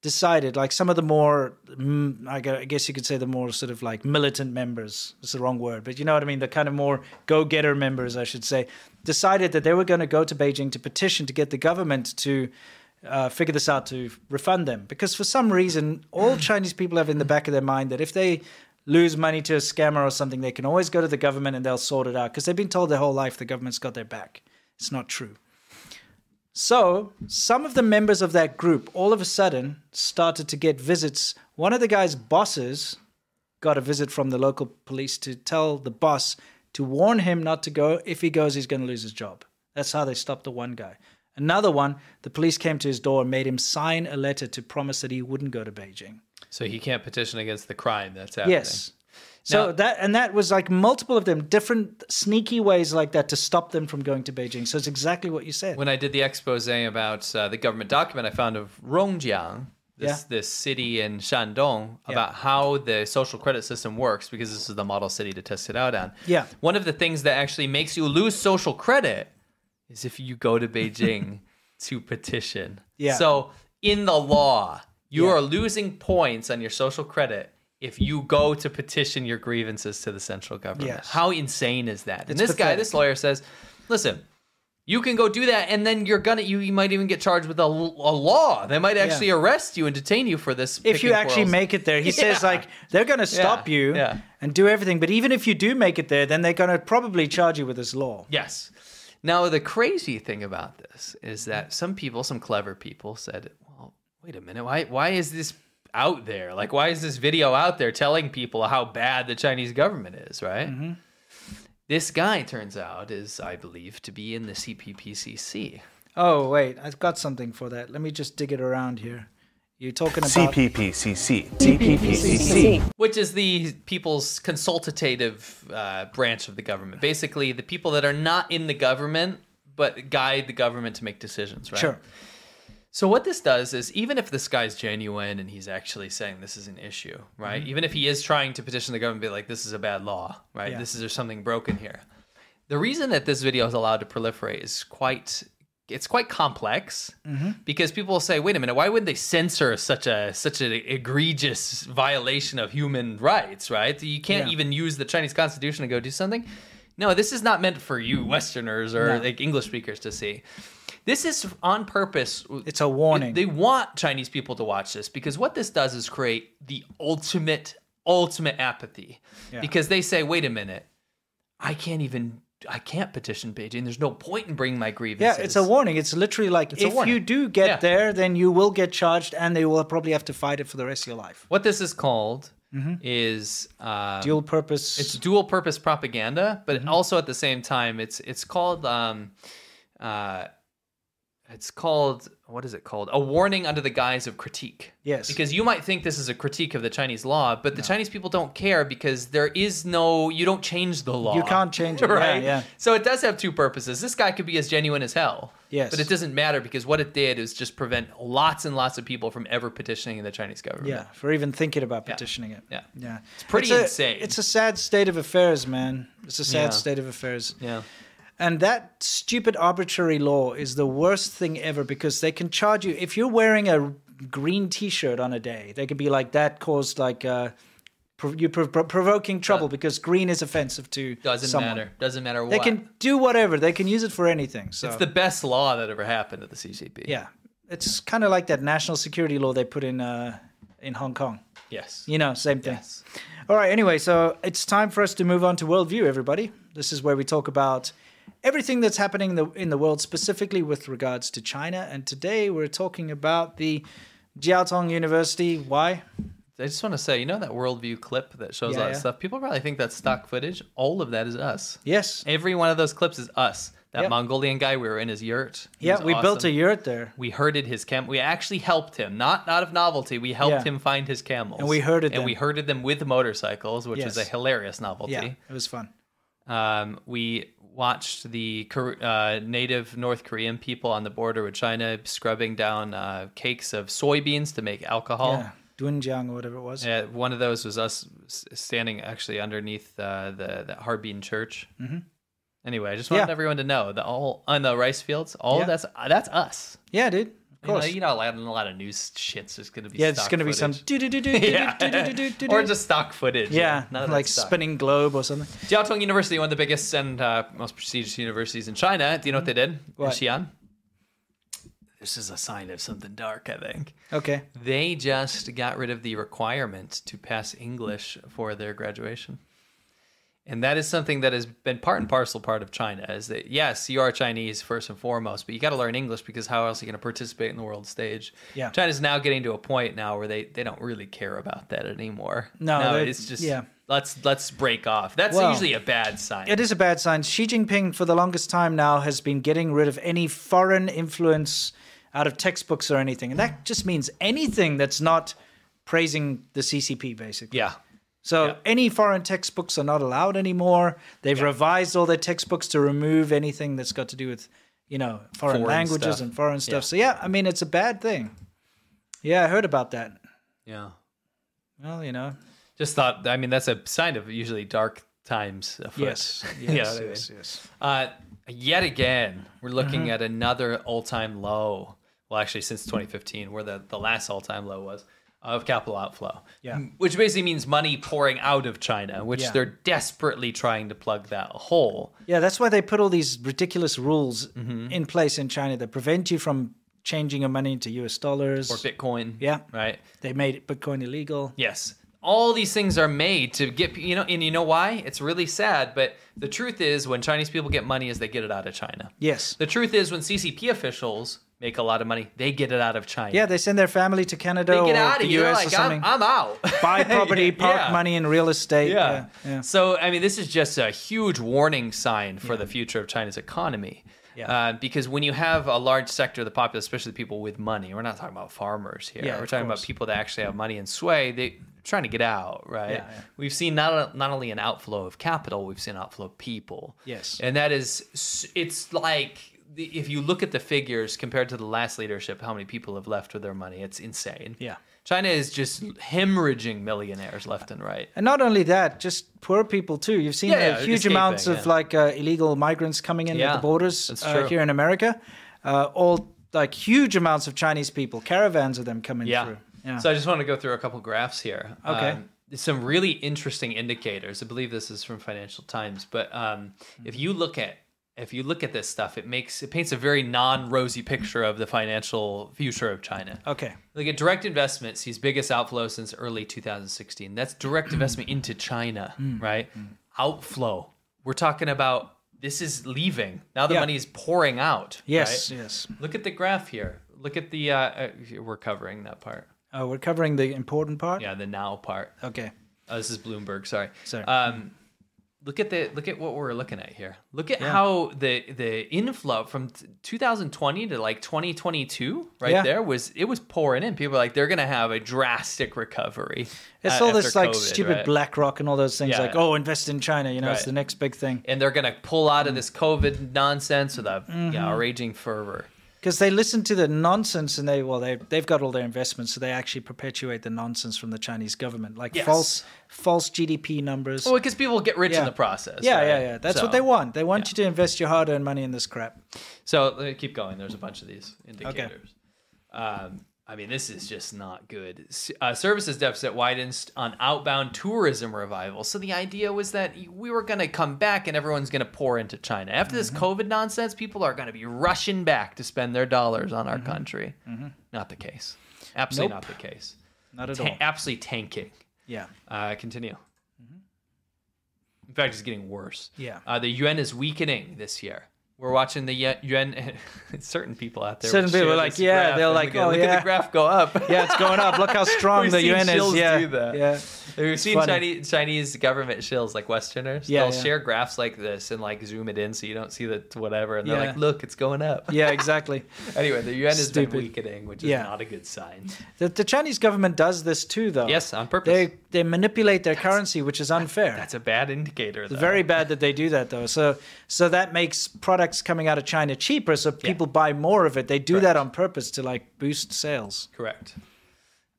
Speaker 1: decided like some of the more mm, I gu- I guess you could say the more sort of like militant members it's the wrong word but you know what I mean the kind of more go-getter members I should say decided that they were going to go to Beijing to petition to get the government to uh, figure this out to refund them because for some reason all Chinese people have in the back of their mind that if they lose money to a scammer or something, they can always go to the government and they'll sort it out because they've been told their whole life the government's got their back. It's not true. So, some of the members of that group all of a sudden started to get visits. One of the guy's bosses got a visit from the local police to tell the boss to warn him not to go. If he goes, he's going to lose his job. That's how they stopped the one guy. Another one, the police came to his door and made him sign a letter to promise that he wouldn't go to Beijing.
Speaker 2: So he can't petition against the crime that's happening.
Speaker 1: Yes. So that and that was like multiple of them, different sneaky ways like that to stop them from going to Beijing. So it's exactly what you said.
Speaker 2: When I did the expose about uh, the government document, I found of Rongjiang, this
Speaker 1: Yeah.
Speaker 2: this city in Shandong, about how the social credit system works because this is the model city to test it out on.
Speaker 1: Yeah.
Speaker 2: One of the things that actually makes you lose social credit is if you go to Beijing to petition.
Speaker 1: Yeah.
Speaker 2: So in the law, you
Speaker 1: Yeah.
Speaker 2: are losing points on your social credit if you go to petition your grievances to the central government.
Speaker 1: Yes.
Speaker 2: How insane is that? and
Speaker 1: It's
Speaker 2: this guy,
Speaker 1: pathetic.
Speaker 2: this lawyer says, "Listen, you can go do that, and then you're gonna you, you might even get charged with a, l- a law. They might
Speaker 1: Yeah.
Speaker 2: actually arrest you and detain you for this
Speaker 1: if you
Speaker 2: picking
Speaker 1: actually
Speaker 2: quarrels."
Speaker 1: make it there, he
Speaker 2: Yeah.
Speaker 1: says like they're going to stop you and do everything. But even if you do make it there, then they're going to probably charge you with this law.
Speaker 2: Yes. Now the crazy thing about this is that some people, some clever people, said, "Well, wait a minute, why why is this out there? Like, why is this video out there telling people how bad the Chinese government is?" Right.
Speaker 1: Mm-hmm.
Speaker 2: This guy turns out is, I believe, to be in the CPPCC.
Speaker 1: Oh wait, I've got something for that. Let me just dig it around here. You're talking about
Speaker 14: CPPCC.
Speaker 2: Which is the people's consultative uh, branch of the government. Basically, the people that are not in the government but guide the government to make decisions, right?
Speaker 1: Sure.
Speaker 2: So what this does is even if this guy's genuine and he's actually saying this is an issue, right?
Speaker 1: Mhm.
Speaker 2: Even if he is trying to petition the government, be like, this is a bad law, right?
Speaker 1: Yeah.
Speaker 2: This is there's something broken here. The reason that this video is allowed to proliferate is quite it's quite complex
Speaker 1: Mhm.
Speaker 2: because people will say, "Wait a minute, why would they censor such a such an egregious violation of human rights? Right? You can't
Speaker 1: Yeah.
Speaker 2: even use the Chinese Constitution to go do something." No, this is not meant for you Westerners
Speaker 1: No.
Speaker 2: or like English speakers to see. This is on purpose.
Speaker 1: It's a warning.
Speaker 2: They want Chinese people to watch this because what this does is create the ultimate ultimate apathy
Speaker 1: Yeah.
Speaker 2: because they say, "Wait a minute, I can't even." I can't petition Beijing. There's no point in bringing my grievances.
Speaker 1: yeah, it's a warning. It's literally like
Speaker 2: It's a
Speaker 1: if
Speaker 2: warning.
Speaker 1: you do get there, then you will get charged, and they will probably have to fight it for the rest of your life.
Speaker 2: What this is called
Speaker 1: Mm-hmm.
Speaker 2: is um,
Speaker 1: Dual purpose.
Speaker 2: It's dual purpose propaganda, but
Speaker 1: Mm-hmm.
Speaker 2: also at the same time, it's it's called um, uh, it's called what is it called? A warning under the guise of critique.
Speaker 1: Yes.
Speaker 2: because you might think this is a critique of the Chinese law, but the Chinese people don't care because there is no you don't change the law.
Speaker 1: You can't change it. Yeah,
Speaker 2: right?
Speaker 1: yeah.
Speaker 2: So it does have two purposes. This guy could be as genuine as hell.
Speaker 1: Yes.
Speaker 2: But it doesn't matter because what it did is just prevent lots and lots of people from ever petitioning the Chinese government.
Speaker 1: Yeah, for even thinking about petitioning it.
Speaker 2: Yeah.
Speaker 1: Yeah. It's
Speaker 2: pretty
Speaker 1: a-
Speaker 2: insane.
Speaker 1: It's a sad state of affairs, man. It's a sad
Speaker 2: Yeah.
Speaker 1: state of affairs.
Speaker 2: Yeah.
Speaker 1: And that stupid arbitrary law is the worst thing ever because they can charge you if you're wearing a green t-shirt on a day. They could be like that caused like uh prov- you prov- provoking trouble because green is offensive to
Speaker 2: Doesn't
Speaker 1: someone.
Speaker 2: matter. Doesn't matter what.
Speaker 1: They can do whatever. They can use it for anything. So
Speaker 2: It's the best law that ever happened to the CCP.
Speaker 1: yeah. It's kind of like that national security law they put in uh in Hong Kong.
Speaker 2: Yes.
Speaker 1: You know, same thing. All right, anyway, so it's time for us to move on to worldview, everybody. This is where we talk about everything that's happening in the, in the world, specifically with regards to China. And today we're talking about the Jiaotong University. Why?
Speaker 2: I just want to say, you know that worldview clip that shows
Speaker 1: Yeah,
Speaker 2: all that
Speaker 1: yeah. Mm.
Speaker 2: stuff? People probably think that's stock footage. All of that is us.
Speaker 1: Yes.
Speaker 2: Every one of those clips is us. That
Speaker 1: Yep.
Speaker 2: Mongolian guy, we were in his yurt. He
Speaker 1: yeah,
Speaker 2: was
Speaker 1: we built a
Speaker 2: awesome.
Speaker 1: yurt there.
Speaker 2: We herded his camel. We actually helped him, not out of novelty. We helped
Speaker 1: Yeah.
Speaker 2: him find his camels.
Speaker 1: And we herded
Speaker 2: And
Speaker 1: them.
Speaker 2: we herded them with motorcycles, which is a
Speaker 1: Yes.
Speaker 2: hilarious novelty.
Speaker 1: Yeah, it was fun.
Speaker 2: Um, we watched the Kor- uh, native North Korean people on the border with China scrubbing down uh, cakes of soybeans to make alcohol.
Speaker 1: Yeah, Dunjiang or whatever it was.
Speaker 2: Yeah, one of those was us s- standing actually underneath uh, the the Harbin Church.
Speaker 1: Mhm.
Speaker 2: Anyway, I just wanted
Speaker 1: Yeah.
Speaker 2: everyone to know that all on the rice fields, all
Speaker 1: Yeah.
Speaker 2: that's uh, that's us.
Speaker 1: Yeah, dude. Of
Speaker 2: You know,
Speaker 1: course.
Speaker 2: you know, a lot, a lot of news shits is going to be
Speaker 1: yeah, it's
Speaker 2: stock
Speaker 1: going to be some
Speaker 2: footage.
Speaker 1: do do do do
Speaker 2: Yeah.
Speaker 1: do do do do
Speaker 2: or just stock footage.
Speaker 1: yeah,
Speaker 2: none of
Speaker 1: like
Speaker 2: that stock.
Speaker 1: spinning globe or something.
Speaker 2: Jiaotong University, one of the biggest and uh, most prestigious universities in China. Do you know what they did
Speaker 1: What?
Speaker 2: in Xi'an? This is a sign of something dark, I think.
Speaker 1: Okay.
Speaker 2: They just got rid of the requirement to pass English for their graduation. And that is something that has been part and parcel part of China is that, yes, you are Chinese first and foremost, but you got to learn English because how else are you going to participate in the world stage?
Speaker 1: Yeah.
Speaker 2: China's now getting to a point now where they, they don't really care about that anymore.
Speaker 1: No,
Speaker 2: Now
Speaker 1: they-
Speaker 2: it's just,
Speaker 1: yeah.
Speaker 2: let's, let's break off. That's
Speaker 1: Well,
Speaker 2: usually a bad sign.
Speaker 1: It is a bad sign. Xi Jinping, for the longest time now, has been getting rid of any foreign influence out of textbooks or anything. And that just means anything that's not praising the CCP, basically.
Speaker 2: Yeah.
Speaker 1: So any foreign textbooks are not allowed anymore. They've revised all their textbooks to remove anything that's got to do with, you know, foreign,
Speaker 2: Foreign
Speaker 1: languages
Speaker 2: stuff.
Speaker 1: and foreign stuff.
Speaker 2: Yeah.
Speaker 1: So yeah, I mean, it's a bad thing. Yeah, I heard about that.
Speaker 2: Yeah.
Speaker 1: Well, you know,
Speaker 2: Just thought. I mean, that's a sign of usually dark times. Afoot.
Speaker 1: Yes,
Speaker 2: You know
Speaker 1: yes,
Speaker 2: what I mean?
Speaker 1: yes, yes.
Speaker 2: Uh, yet again, we're looking
Speaker 1: Mhm.
Speaker 2: at another all-time low. Well, actually, since 2015, where the the last all-time low was of capital outflow.
Speaker 1: Yeah.
Speaker 2: Which basically means money pouring out of China, which
Speaker 1: Yeah.
Speaker 2: they're desperately trying to plug that hole.
Speaker 1: Yeah, that's why they put all these ridiculous rules
Speaker 2: Mm-hmm.
Speaker 1: in place in China that prevent you from changing your money into US dollars
Speaker 2: Or Bitcoin.
Speaker 1: Yeah.
Speaker 2: Right.
Speaker 1: They made Bitcoin illegal.
Speaker 2: Yes. All these things are made to get you know, and you know why? It's really sad, but the truth is, when Chinese people get money, is they get it out of China.
Speaker 1: Yes.
Speaker 2: The truth is, when CCP officials make a lot of money, they get it out of China.
Speaker 1: Yeah, they send their family to Canada
Speaker 2: They get
Speaker 1: or
Speaker 2: out of
Speaker 1: the
Speaker 2: here.
Speaker 1: US or
Speaker 2: Like,
Speaker 1: something.
Speaker 2: I'm, I'm out.
Speaker 1: Buy property, park
Speaker 2: Yeah.
Speaker 1: money in real estate.
Speaker 2: Yeah. So, I mean, this is just a huge warning sign for the future of China's economy.
Speaker 1: Yeah.
Speaker 2: Uh, because when you have a large sector of the populace, especially the people with money, we're not talking about farmers here.
Speaker 1: Yeah,
Speaker 2: we're
Speaker 1: of
Speaker 2: talking about
Speaker 1: course.
Speaker 2: people that actually have money and sway. They're trying to get out, right?
Speaker 1: Yeah, yeah.
Speaker 2: We've seen not, not only an outflow of capital, we've seen an outflow of people.
Speaker 1: Yes.
Speaker 2: And that is, s- it's like the- if you look at the figures compared to the last leadership, how many people have left with their money? It's insane.
Speaker 1: Yeah.
Speaker 2: China is just hemorrhaging millionaires left and right.
Speaker 1: And not only that, just poor people too. You've seen
Speaker 2: Yeah,
Speaker 1: uh,
Speaker 2: yeah,
Speaker 1: huge
Speaker 2: escaping,
Speaker 1: amounts of
Speaker 2: yeah.
Speaker 1: like uh, illegal migrants coming in at
Speaker 2: Yeah,
Speaker 1: the borders
Speaker 2: that's
Speaker 1: uh,
Speaker 2: true.
Speaker 1: here in America. Uh, all like huge amounts of Chinese people, caravans of them coming
Speaker 2: Yeah.
Speaker 1: through. Yeah.
Speaker 2: So I just want to go through a couple graphs here.
Speaker 1: Okay.
Speaker 2: Um, some really interesting indicators. I believe this is from Financial Times, but um, if you look at if you look at this stuff, it makes it paints a very non-rosy picture of the financial future of China.
Speaker 1: okay.
Speaker 2: Look at direct investment sees biggest outflow since early 2016. That's direct investment into China,
Speaker 1: Mm.
Speaker 2: right? Outflow. We're talking about this is leaving. Now the
Speaker 1: Yeah.
Speaker 2: money is pouring out.
Speaker 1: Yes,
Speaker 2: right?
Speaker 1: yes.
Speaker 2: Look at the graph here. Look at the uh, uh, we're covering that part.
Speaker 1: Uh, we're covering the important part.
Speaker 2: Yeah, the now part.
Speaker 1: Okay.
Speaker 2: Oh, this is Bloomberg. Sorry.
Speaker 1: Sorry.
Speaker 2: Um, look at the look at what we're looking at here. Look at
Speaker 1: Yeah.
Speaker 2: how the the inflow from t- 2020 to like 2022 right
Speaker 1: Yeah.
Speaker 2: there was it was pouring in. People are like they're gonna have a drastic recovery.
Speaker 1: It's
Speaker 2: uh,
Speaker 1: all
Speaker 2: after
Speaker 1: this like
Speaker 2: COVID,
Speaker 1: stupid
Speaker 2: right?
Speaker 1: BlackRock and all those things
Speaker 2: Yeah.
Speaker 1: like, oh, invest in China, you know, it's
Speaker 2: Right.
Speaker 1: the next big thing.
Speaker 2: and they're gonna pull out
Speaker 1: Mm.
Speaker 2: of this COVID nonsense with a yeah,
Speaker 1: Mhm.
Speaker 2: raging fervor.
Speaker 1: Because they listen to the nonsense and they, well, they, they've got all their investments, so they actually perpetuate the nonsense from the Chinese government, like
Speaker 2: Yes.
Speaker 1: false false GDP numbers.
Speaker 2: Well, because people get rich in
Speaker 1: Yeah.
Speaker 2: the process.
Speaker 1: yeah,
Speaker 2: right?
Speaker 1: yeah, yeah. That's
Speaker 2: So-
Speaker 1: what they want. They want you to invest your hard earned money in this crap.
Speaker 2: So let me keep going. There's a bunch of these indicators. Um, I mean, this is just not good. S- Uh, services deficit widens on outbound tourism revival. So the idea was that we were going to come back and everyone's going to pour into China. After this
Speaker 1: Mm-hmm.
Speaker 2: COVID nonsense, people are going to be rushing back to spend their dollars on our country.
Speaker 1: Mhm.
Speaker 2: Not the case. Absolutely
Speaker 1: Nope.
Speaker 2: not the case.
Speaker 1: Not at
Speaker 2: Ta-
Speaker 1: all.
Speaker 2: Absolutely tanking.
Speaker 1: Yeah.
Speaker 2: Uh, continue. In fact, it's getting worse.
Speaker 1: Mm-hmm. Yeah.
Speaker 2: Uh, the yuan is weakening this year. We're watching the yen- yuan. certain people out there.
Speaker 1: Certain
Speaker 2: would
Speaker 1: people
Speaker 2: share
Speaker 1: are like,
Speaker 2: this
Speaker 1: yeah,
Speaker 2: graph
Speaker 1: they're
Speaker 2: and
Speaker 1: like,
Speaker 2: look at-
Speaker 1: oh,
Speaker 2: look at
Speaker 1: yeah.
Speaker 2: the graph go up.
Speaker 1: Yeah, it's going up. Look how strong
Speaker 2: We've
Speaker 1: the
Speaker 2: seen
Speaker 1: yuan is.
Speaker 2: shills
Speaker 1: Yeah,
Speaker 2: do that.
Speaker 1: yeah.
Speaker 2: We've
Speaker 1: It's
Speaker 2: seen
Speaker 1: funny.
Speaker 2: Chinese Chinese government shills like Westerners.
Speaker 1: Yeah,
Speaker 2: they'll
Speaker 1: yeah.
Speaker 2: share graphs like this and like zoom it in so you don't see the whatever. And they're
Speaker 1: Yeah.
Speaker 2: like, look, it's going up.
Speaker 1: Yeah, exactly.
Speaker 2: anyway, the yuan has been
Speaker 1: Stupid.
Speaker 2: weakening, which is
Speaker 1: Yeah.
Speaker 2: not a good sign.
Speaker 1: The, the Chinese government does this too, though.
Speaker 2: Yes, on purpose.
Speaker 1: They they manipulate their currency, which is unfair.
Speaker 2: That's a bad indicator. Though.
Speaker 1: It's very bad that they do that, though. So so that makes products coming out of China cheaper, so people buy more of it. They do that on purpose to like boost sales.
Speaker 2: Correct.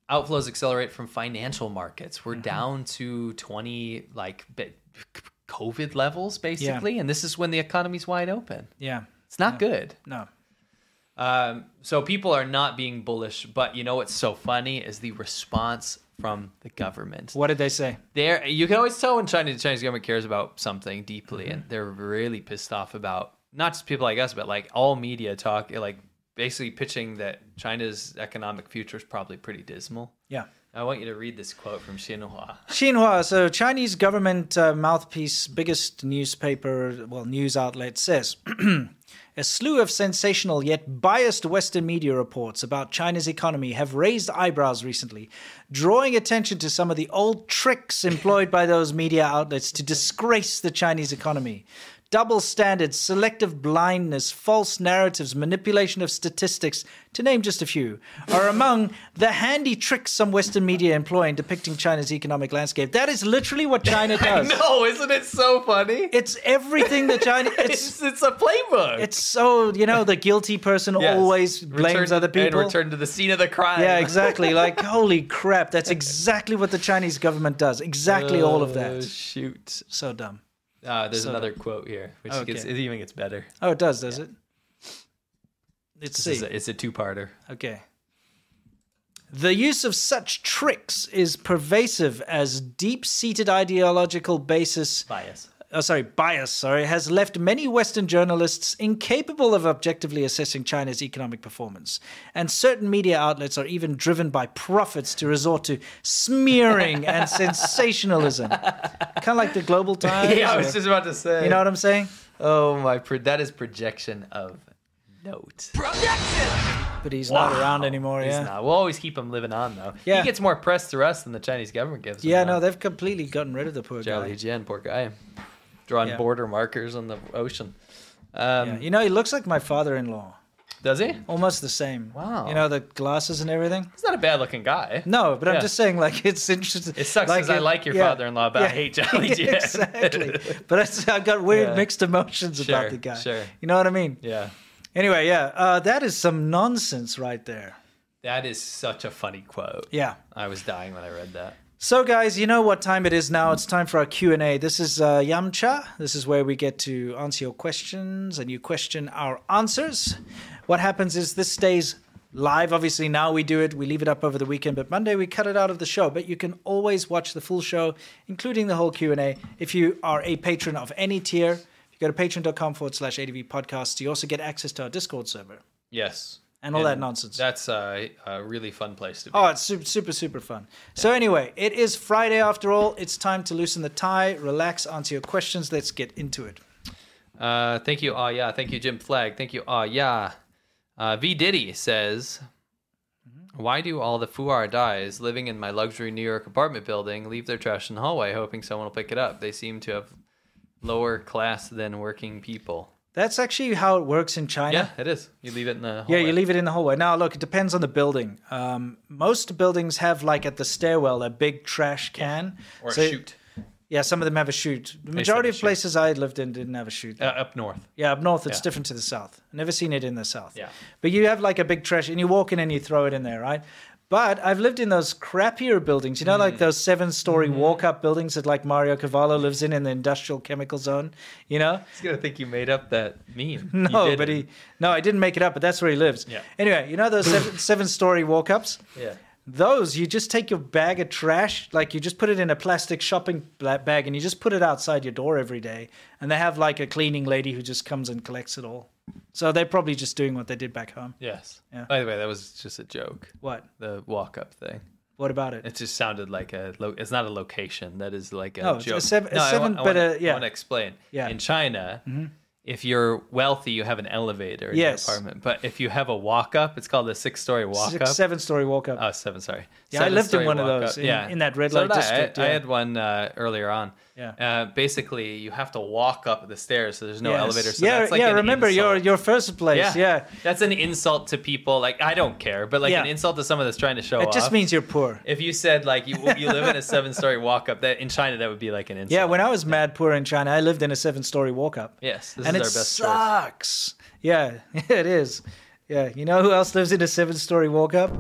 Speaker 2: Outflows accelerate from financial markets. We're down to 20 like bi- COVID levels basically, and this is when the economy's wide open.
Speaker 1: Yeah.
Speaker 2: It's not good.
Speaker 1: No.
Speaker 2: Um, so people are not being bullish, but you know what's so funny is the response from the government.
Speaker 1: What did they say?
Speaker 2: There, you can always tell when China, the Chinese government cares about something deeply, and they're really pissed off about not just people like us, but like all media talk, like basically pitching that China's economic future is probably pretty dismal.
Speaker 1: Yeah.
Speaker 2: I want you to read this quote from Xinhua.
Speaker 1: Xinhua, so Chinese government uh, mouthpiece, biggest newspaper, well, news outlet says. A slew of sensational yet biased Western media reports about China's economy have raised eyebrows recently, drawing attention to some of the old tricks employed by those media outlets to disgrace the Chinese economy. Double standards, selective blindness, false narratives, manipulation of statistics, to name just a few, are among the handy tricks some Western media employ in depicting China's economic landscape. That is literally what China does.
Speaker 2: no, isn't it so funny?
Speaker 1: It's everything that China.
Speaker 2: It's, it's, a playbook.
Speaker 1: It's so you know the guilty person
Speaker 2: Yes.
Speaker 1: always blames
Speaker 2: Return-
Speaker 1: other people.
Speaker 2: And return to the scene of the crime.
Speaker 1: Yeah, exactly. Like holy crap, that's exactly what the Chinese government does. Exactly all of
Speaker 2: Oh,
Speaker 1: that.
Speaker 2: Shoot,
Speaker 1: so dumb.
Speaker 2: Uh, there's
Speaker 1: So-
Speaker 2: another quote here, which
Speaker 1: Okay.
Speaker 2: gets, it even gets better.
Speaker 1: Oh, it does, does it? Let's
Speaker 2: This
Speaker 1: see.
Speaker 2: is a, it's a two-parter.
Speaker 1: Okay. The use of such tricks is pervasive as deep-seated ideological basis
Speaker 2: bias.
Speaker 1: Oh, sorry, bias, sorry, has left many Western journalists incapable of objectively assessing China's economic performance. And certain media outlets are even driven by profits to resort to smearing and sensationalism. Kind of like the Global Times.
Speaker 2: yeah, I
Speaker 1: or-
Speaker 2: was just about to say.
Speaker 1: You know what I'm saying?
Speaker 2: Oh my! Pro- that is projection of note.
Speaker 1: But he's not around anymore,
Speaker 2: He's
Speaker 1: yeah.
Speaker 2: not. We'll always keep him living on though.
Speaker 1: Yeah.
Speaker 2: He gets more press through us than the Chinese government gives. him,
Speaker 1: Yeah,
Speaker 2: though.
Speaker 1: no, they've completely gotten rid of the poor guy.
Speaker 2: Jolly Jen, poor guy, drawing
Speaker 1: Yeah.
Speaker 2: border markers on the ocean. Um,
Speaker 1: You know, he looks like my father-in-law.
Speaker 2: Does he?
Speaker 1: Almost the same.
Speaker 2: Wow.
Speaker 1: You know, the glasses and everything.
Speaker 2: He's not a bad looking guy.
Speaker 1: No, but
Speaker 2: Yeah.
Speaker 1: I'm just saying, like, it's interesting.
Speaker 2: It sucks because I
Speaker 1: it-
Speaker 2: like your
Speaker 1: yeah,
Speaker 2: father-in-law, but I
Speaker 1: yeah,
Speaker 2: hate Jolly Jen.
Speaker 1: exactly. But it's, I've got weird
Speaker 2: Yeah.
Speaker 1: mixed emotions
Speaker 2: Sure,
Speaker 1: about the guy.
Speaker 2: sure.
Speaker 1: You know what I mean?
Speaker 2: yeah.
Speaker 1: Anyway, yeah, uh, that is some nonsense right there.
Speaker 2: That is such a funny quote.
Speaker 1: Yeah.
Speaker 2: I was dying when I read that.
Speaker 1: So, guys, you know what time it is now. It's time for our Q and A. This is uh, Yamcha. This is where we get to answer your questions and you question our answers. What happens is this stays live. Obviously, now we do it. We leave it up over the weekend, but Monday we cut it out of the show. But you can always watch the full show, including the whole Q and A, if you are a patron of any tier. If you go to patreon.com forward slash ADV podcasts, you also get access to our Discord server.
Speaker 2: Yes.
Speaker 1: And all that nonsense.
Speaker 2: That's a, a really fun place to be.
Speaker 1: Oh, it's super, super, super fun. So anyway, it is Friday after all. It's time to loosen the tie, relax, answer your questions. Let's get into it.
Speaker 2: Uh, thank you. Ah, yeah. Thank you, Jim Flag. Thank you. Ah, yeah. Uh, v Diddy says,
Speaker 1: Mm-hmm.
Speaker 2: "Why do all the fuar dies living in my luxury New York apartment building leave their trash in the hallway, hoping someone will pick it up? They seem to have lower class than working people."
Speaker 1: That's actually how it works in China.
Speaker 2: Yeah, it is. You leave it in the
Speaker 1: Yeah,
Speaker 2: hallway.
Speaker 1: you leave it in the hallway. Now, look, it depends on the building. Um, most buildings have, like, at the stairwell, a big trash can.
Speaker 2: Or a chute.
Speaker 1: Yeah, some of them have a chute. The
Speaker 2: They
Speaker 1: majority
Speaker 2: said a
Speaker 1: of places I lived in didn't have a chute.
Speaker 2: uh, up north.
Speaker 1: yeah, up north, it's
Speaker 2: Yeah.
Speaker 1: different to the south. Never seen it in the south.
Speaker 2: Yeah.
Speaker 1: But you have like a big trash, and you walk in and you throw it in there, right? But I've lived in those crappier buildings, you know,
Speaker 2: Mm.
Speaker 1: like those seven-story
Speaker 2: Mm-hmm.
Speaker 1: walk-up buildings that like Mario Cavallo lives in in the industrial chemical zone, you know.
Speaker 2: He's gonna think you made up that meme. You
Speaker 1: No,
Speaker 2: didn't.
Speaker 1: but he, no, I didn't make it up, but that's where he lives.
Speaker 2: Yeah.
Speaker 1: Anyway, you know those seven, seven-story walk-ups.
Speaker 2: Yeah.
Speaker 1: Those you just take your bag of trash, like you just put it in a plastic shopping bla- bag, and you just put it outside your door every day. And they have like a cleaning lady who just comes and collects it all. So they're probably just doing what they did back home.
Speaker 2: Yes.
Speaker 1: Yeah.
Speaker 2: By the way, that was just a joke.
Speaker 1: What?
Speaker 2: The walk up thing.
Speaker 1: What about it?
Speaker 2: It just sounded like a. Lo- it's not a location. That is like a
Speaker 1: No, it's a
Speaker 2: joke.
Speaker 1: seven- a
Speaker 2: I
Speaker 1: seven-
Speaker 2: wa- I
Speaker 1: but,
Speaker 2: wanna-
Speaker 1: uh, yeah.
Speaker 2: I want to explain.
Speaker 1: Yeah.
Speaker 2: In China,
Speaker 1: Mhm.
Speaker 2: if you're wealthy, you have an elevator in
Speaker 1: Yes.
Speaker 2: your apartment. But if you have a walk up, it's called a six story walk up.
Speaker 1: Six, seven-story walk-up.
Speaker 2: Oh, seven. Sorry.
Speaker 1: Yeah, I lived in
Speaker 2: Seven-story
Speaker 1: one of
Speaker 2: walk-up.
Speaker 1: those in- in that red
Speaker 2: So
Speaker 1: light
Speaker 2: did I.
Speaker 1: district,
Speaker 2: I, I
Speaker 1: yeah.
Speaker 2: had one uh, earlier on.
Speaker 1: Yeah.
Speaker 2: Uh, basically, you have to walk up the stairs, so there's no
Speaker 1: Yes.
Speaker 2: elevator. So
Speaker 1: yeah,
Speaker 2: that's like
Speaker 1: yeah.
Speaker 2: an
Speaker 1: Remember your
Speaker 2: insult.
Speaker 1: your first place. Yeah,
Speaker 2: That's an insult to people. Like I don't care, but like
Speaker 1: Yeah.
Speaker 2: an insult to someone that's trying to show
Speaker 1: it just
Speaker 2: off.
Speaker 1: means you're poor.
Speaker 2: If you said like you you live in a seven story walk up that in China that would be like an insult.
Speaker 1: Yeah, when I was mad poor in China, I lived in a seven-story walk-up.
Speaker 2: Yes, this
Speaker 1: and
Speaker 2: is
Speaker 1: it
Speaker 2: our best choice.
Speaker 1: sucks. Yeah, it is. Yeah, you know who else lives in a seven-story walk-up?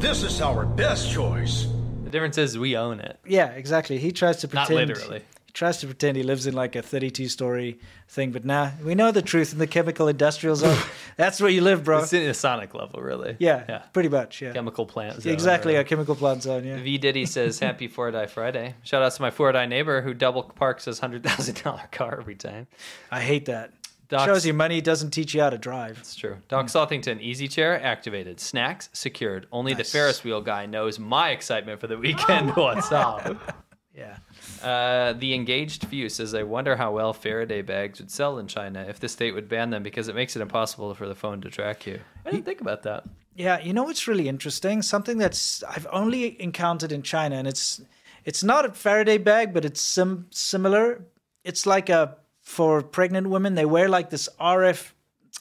Speaker 2: This is our best choice. The difference is we own it.
Speaker 1: Yeah, exactly. He tries to
Speaker 2: Not
Speaker 1: pretend.
Speaker 2: literally.
Speaker 1: He tries to pretend he lives in like a 32-story thing, but nah, we know the truth in the chemical industrial zone. That's where you live, bro.
Speaker 2: It's in a sonic level, really.
Speaker 1: Yeah, pretty much. Yeah,
Speaker 2: Chemical plant. zone,
Speaker 1: exactly.
Speaker 2: or-
Speaker 1: A chemical plant zone. Yeah.
Speaker 2: V Diddy says Happy Four Die Friday. Shout outs to my Four Die neighbor who double parks his hundred thousand dollar car every time.
Speaker 1: I hate that.
Speaker 2: Docs-
Speaker 1: Shows you money doesn't teach you how to drive. It's
Speaker 2: true. Doc
Speaker 1: Hmm.
Speaker 2: Southington, easy chair activated. Snacks secured. Only the Ferris wheel guy knows my excitement for the weekend. What's up?
Speaker 1: Yeah.
Speaker 2: Uh, the engaged view says, I wonder how well Faraday bags would sell in China if the state would ban them because it makes it impossible for the phone to track you. I didn't think about that.
Speaker 1: Yeah, you know what's really interesting? Something that's I've only encountered in China, and it's it's not a Faraday bag, but it's sim- similar. It's like a for pregnant women, they wear like this RF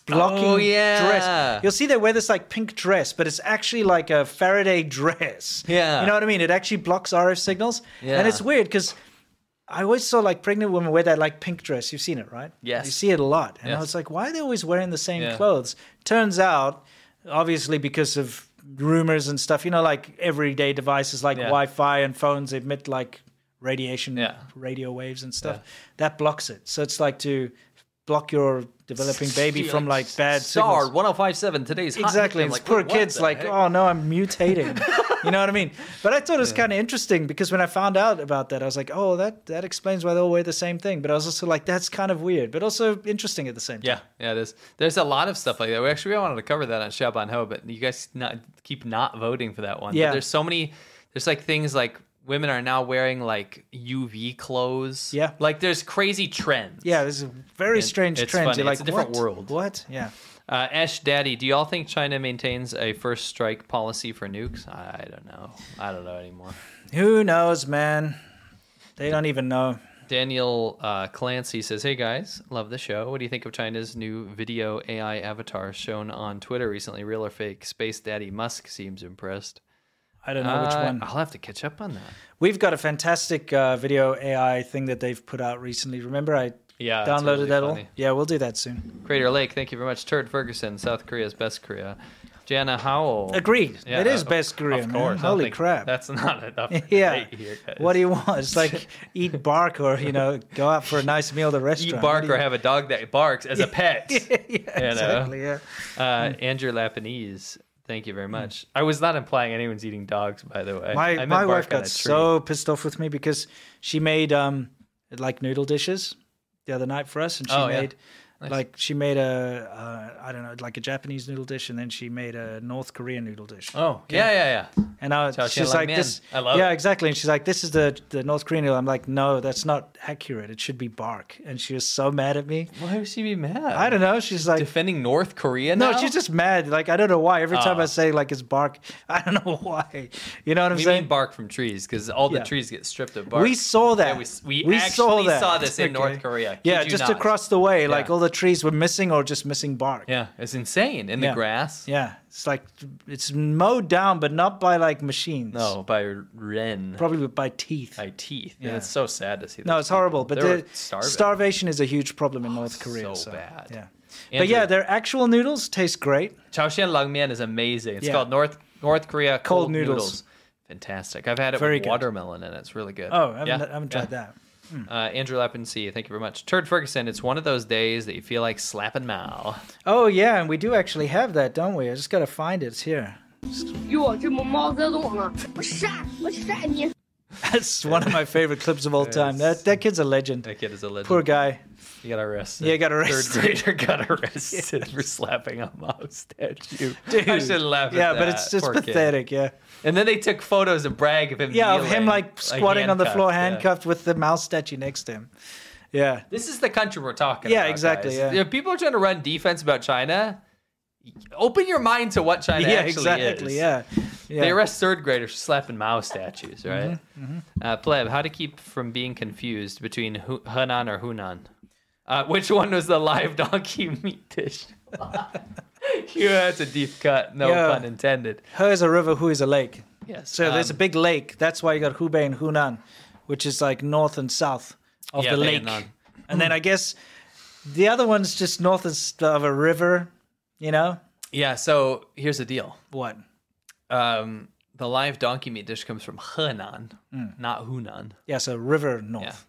Speaker 1: blocking
Speaker 2: Oh, yeah.
Speaker 1: dress. You'll see they wear this like pink dress, but it's actually like a Faraday dress.
Speaker 2: Yeah.
Speaker 1: You know what I mean? It actually blocks RF signals.
Speaker 2: Yeah.
Speaker 1: And it's weird because I always saw like pregnant women wear that like pink dress. You've seen it, right?
Speaker 2: Yes.
Speaker 1: You see it a lot. And I
Speaker 2: Yes.
Speaker 1: was like, why are they always wearing the same
Speaker 2: Yeah.
Speaker 1: clothes? Turns out, obviously, because of rumors and stuff, you know, like everyday devices like
Speaker 2: Yeah.
Speaker 1: Wi Fi and phones emit like radiation,
Speaker 2: Yeah.
Speaker 1: radio waves and stuff. That blocks it. So it's like to block your developing baby
Speaker 2: You're
Speaker 1: from like bad
Speaker 2: Star
Speaker 1: signals.
Speaker 2: 1057 today's hot
Speaker 1: Exactly.
Speaker 2: news. I'm
Speaker 1: It's
Speaker 2: like,
Speaker 1: poor
Speaker 2: wait, what
Speaker 1: kids
Speaker 2: the
Speaker 1: like,
Speaker 2: heck?
Speaker 1: oh no, I'm mutating. you know what I mean? But I thought it was kind of interesting because when I found out about that, I was like, oh, that that explains why they all wear the same thing. But I was also like, that's kind of weird, but also interesting at the same time.
Speaker 2: Yeah, yeah, it is. There's a lot of stuff like that. We actually wanted to cover that on Shaban Ho, but you guys not, keep not voting for that one. But
Speaker 1: Yeah.
Speaker 2: there's so many. There's like things like women are now wearing like UV clothes. Yeah. Like there's crazy trends.
Speaker 1: Yeah, this is a very
Speaker 2: It-
Speaker 1: strange
Speaker 2: it's
Speaker 1: trend.
Speaker 2: funny.
Speaker 1: You're like,
Speaker 2: It's a different
Speaker 1: what?
Speaker 2: world.
Speaker 1: What? Yeah.
Speaker 2: Uh, Ash Daddy, do y'all think China maintains a first strike policy for nukes? I don't know. I don't know anymore.
Speaker 1: Who knows, man? They don't even know.
Speaker 2: Daniel uh, Clancy says, "Hey guys, love the show. What do you think of China's new video AI avatar shown on Twitter recently? Real or fake? Space Daddy Musk seems impressed.
Speaker 1: I don't know which
Speaker 2: Uh,
Speaker 1: one.
Speaker 2: I'll have to catch up on that.
Speaker 1: We've got a fantastic uh, video AI thing that they've put out recently. Remember, I
Speaker 2: Yeah, it's
Speaker 1: downloaded
Speaker 2: really
Speaker 1: that all.
Speaker 2: funny.
Speaker 1: Yeah, we'll do that soon.
Speaker 2: Crater Lake, thank you very much. Turd Ferguson, South Korea's best Korea. Jana Howell.
Speaker 1: Agreed.
Speaker 2: Yeah,
Speaker 1: it is
Speaker 2: uh,
Speaker 1: best Korean.
Speaker 2: Of
Speaker 1: man.
Speaker 2: course. I don't
Speaker 1: Holy
Speaker 2: think-
Speaker 1: crap.
Speaker 2: That's not enough.
Speaker 1: yeah.
Speaker 2: debate Here, guys.
Speaker 1: What do you want? It's like eat bark or you know go out for a nice meal at a restaurant.
Speaker 2: You
Speaker 1: What
Speaker 2: bark
Speaker 1: do you-
Speaker 2: or have a dog that barks as a pet.
Speaker 1: exactly, yeah.
Speaker 2: Uh, Andrew Lapinese, thank you very much. I was not implying anyone's eating dogs, by the way. I
Speaker 1: My
Speaker 2: meant
Speaker 1: my
Speaker 2: bark
Speaker 1: wife
Speaker 2: on a
Speaker 1: got
Speaker 2: tree.
Speaker 1: so pissed off with me because she made um like noodle dishes the other night for us, and she
Speaker 2: Oh, yeah.
Speaker 1: made like she made a uh, I don't know like a Japanese noodle dish, and then she made a North Korean noodle dish.
Speaker 2: Oh, yeah, yeah, yeah.
Speaker 1: And I,
Speaker 2: Chao
Speaker 1: she's
Speaker 2: Xianlan
Speaker 1: like
Speaker 2: Mian.
Speaker 1: this.
Speaker 2: I love
Speaker 1: yeah,
Speaker 2: it.
Speaker 1: exactly. And she's like, this is the the North Korean noodle. I'm like, no, that's not accurate. It should be bark. And she was so mad at me.
Speaker 2: Why would she be mad?
Speaker 1: I don't know. She's like
Speaker 2: defending North Korea.
Speaker 1: No,
Speaker 2: now?
Speaker 1: she's just mad. Like I don't know why. Every time
Speaker 2: Ah.
Speaker 1: I say like it's bark, I don't know why. You know what I'm
Speaker 2: we
Speaker 1: saying?
Speaker 2: mean bark from trees because all the
Speaker 1: Yeah.
Speaker 2: trees get stripped of bark.
Speaker 1: We saw that.
Speaker 2: Yeah, we s- we,
Speaker 1: We
Speaker 2: actually
Speaker 1: saw
Speaker 2: saw,
Speaker 1: that.
Speaker 2: this in
Speaker 1: Okay.
Speaker 2: North Korea.
Speaker 1: yeah,
Speaker 2: Kid you
Speaker 1: just
Speaker 2: not.
Speaker 1: across the way, like
Speaker 2: Yeah.
Speaker 1: all the trees were missing or just missing bark.
Speaker 2: Yeah, it's insane in the
Speaker 1: Yeah.
Speaker 2: grass.
Speaker 1: Yeah, it's like it's mowed down, but not by like machines.
Speaker 2: No, by wren.
Speaker 1: probably by teeth.
Speaker 2: By teeth.
Speaker 1: Yeah.
Speaker 2: And it's so sad to see.
Speaker 1: No,
Speaker 2: those
Speaker 1: it's horrible.
Speaker 2: people.
Speaker 1: But
Speaker 2: They were
Speaker 1: the,
Speaker 2: starving. Oh,
Speaker 1: starvation is a huge problem in North Korea. So,
Speaker 2: bad.
Speaker 1: Yeah.
Speaker 2: Andrew-
Speaker 1: But yeah, their actual noodles taste great.
Speaker 2: Chaoshan Langmian is amazing. It's
Speaker 1: Yeah.
Speaker 2: called North North Korea cold,
Speaker 1: Cold
Speaker 2: noodles.
Speaker 1: noodles.
Speaker 2: Fantastic. I've had it
Speaker 1: Very
Speaker 2: with
Speaker 1: good.
Speaker 2: watermelon and it's really good.
Speaker 1: Oh, I haven't,
Speaker 2: Yeah,
Speaker 1: I haven't tried
Speaker 2: yeah.
Speaker 1: that. Hmm.
Speaker 2: Uh, Andrew Lapinsey, thank you very much. Turd Ferguson, it's one of those days that you feel like slapping Mao.
Speaker 1: Oh yeah, and we do actually have that, don't we? I just gotta find it. It's here.
Speaker 6: 与我去摸毛泽东啊！
Speaker 3: 我杀，我杀你！
Speaker 1: That's one of my favorite clips of all time. That that kid's a legend. That
Speaker 2: kid is a legend.
Speaker 1: Poor guy.
Speaker 2: You got arrested.
Speaker 1: Yeah, got arrested.
Speaker 2: Third grader got arrested for slapping a Mao statue.
Speaker 1: Dude.
Speaker 2: I should laugh at
Speaker 1: Yeah,
Speaker 2: that.
Speaker 1: but it's just
Speaker 2: Poor kid.
Speaker 1: pathetic. Yeah.
Speaker 2: And then they took photos of Bragg of him.
Speaker 1: Yeah, of him
Speaker 2: kneeling,
Speaker 1: like squatting on the floor,
Speaker 2: yeah.
Speaker 1: handcuffed with the mouse statue next to him. Yeah.
Speaker 2: This is the country we're talking
Speaker 1: Yeah,
Speaker 2: about.
Speaker 1: exactly,
Speaker 2: guys.
Speaker 1: yeah.
Speaker 2: If people are trying to run defense about China, open your mind to what China
Speaker 1: yeah,
Speaker 2: actually
Speaker 1: exactly.
Speaker 2: is.
Speaker 1: Yeah. yeah. Mm-hmm,
Speaker 2: They arrest third graders for slapping Mao statues, right? Uh, pleb, how to keep from being confused between Hu- Hunan or Hunan? Uh, which one was the live donkey meat dish? yeah, that's a deep cut. No
Speaker 1: Yeah.
Speaker 2: pun intended.
Speaker 1: Her is a river, Hu is a lake.
Speaker 2: Yes.
Speaker 1: So there's a
Speaker 2: um,
Speaker 1: big lake. That's why you got Hubei and Hunan, which is like north and south of
Speaker 2: Yeah,
Speaker 1: the
Speaker 2: they
Speaker 1: lake.
Speaker 2: and on.
Speaker 1: And then I guess the other one's just north is- of a river, you know?
Speaker 2: Yeah. So here's the deal.
Speaker 1: What?
Speaker 2: Um, the live donkey meat dish comes from Hunan,
Speaker 1: Mm.
Speaker 2: not Hunan.
Speaker 1: Yeah, so river north.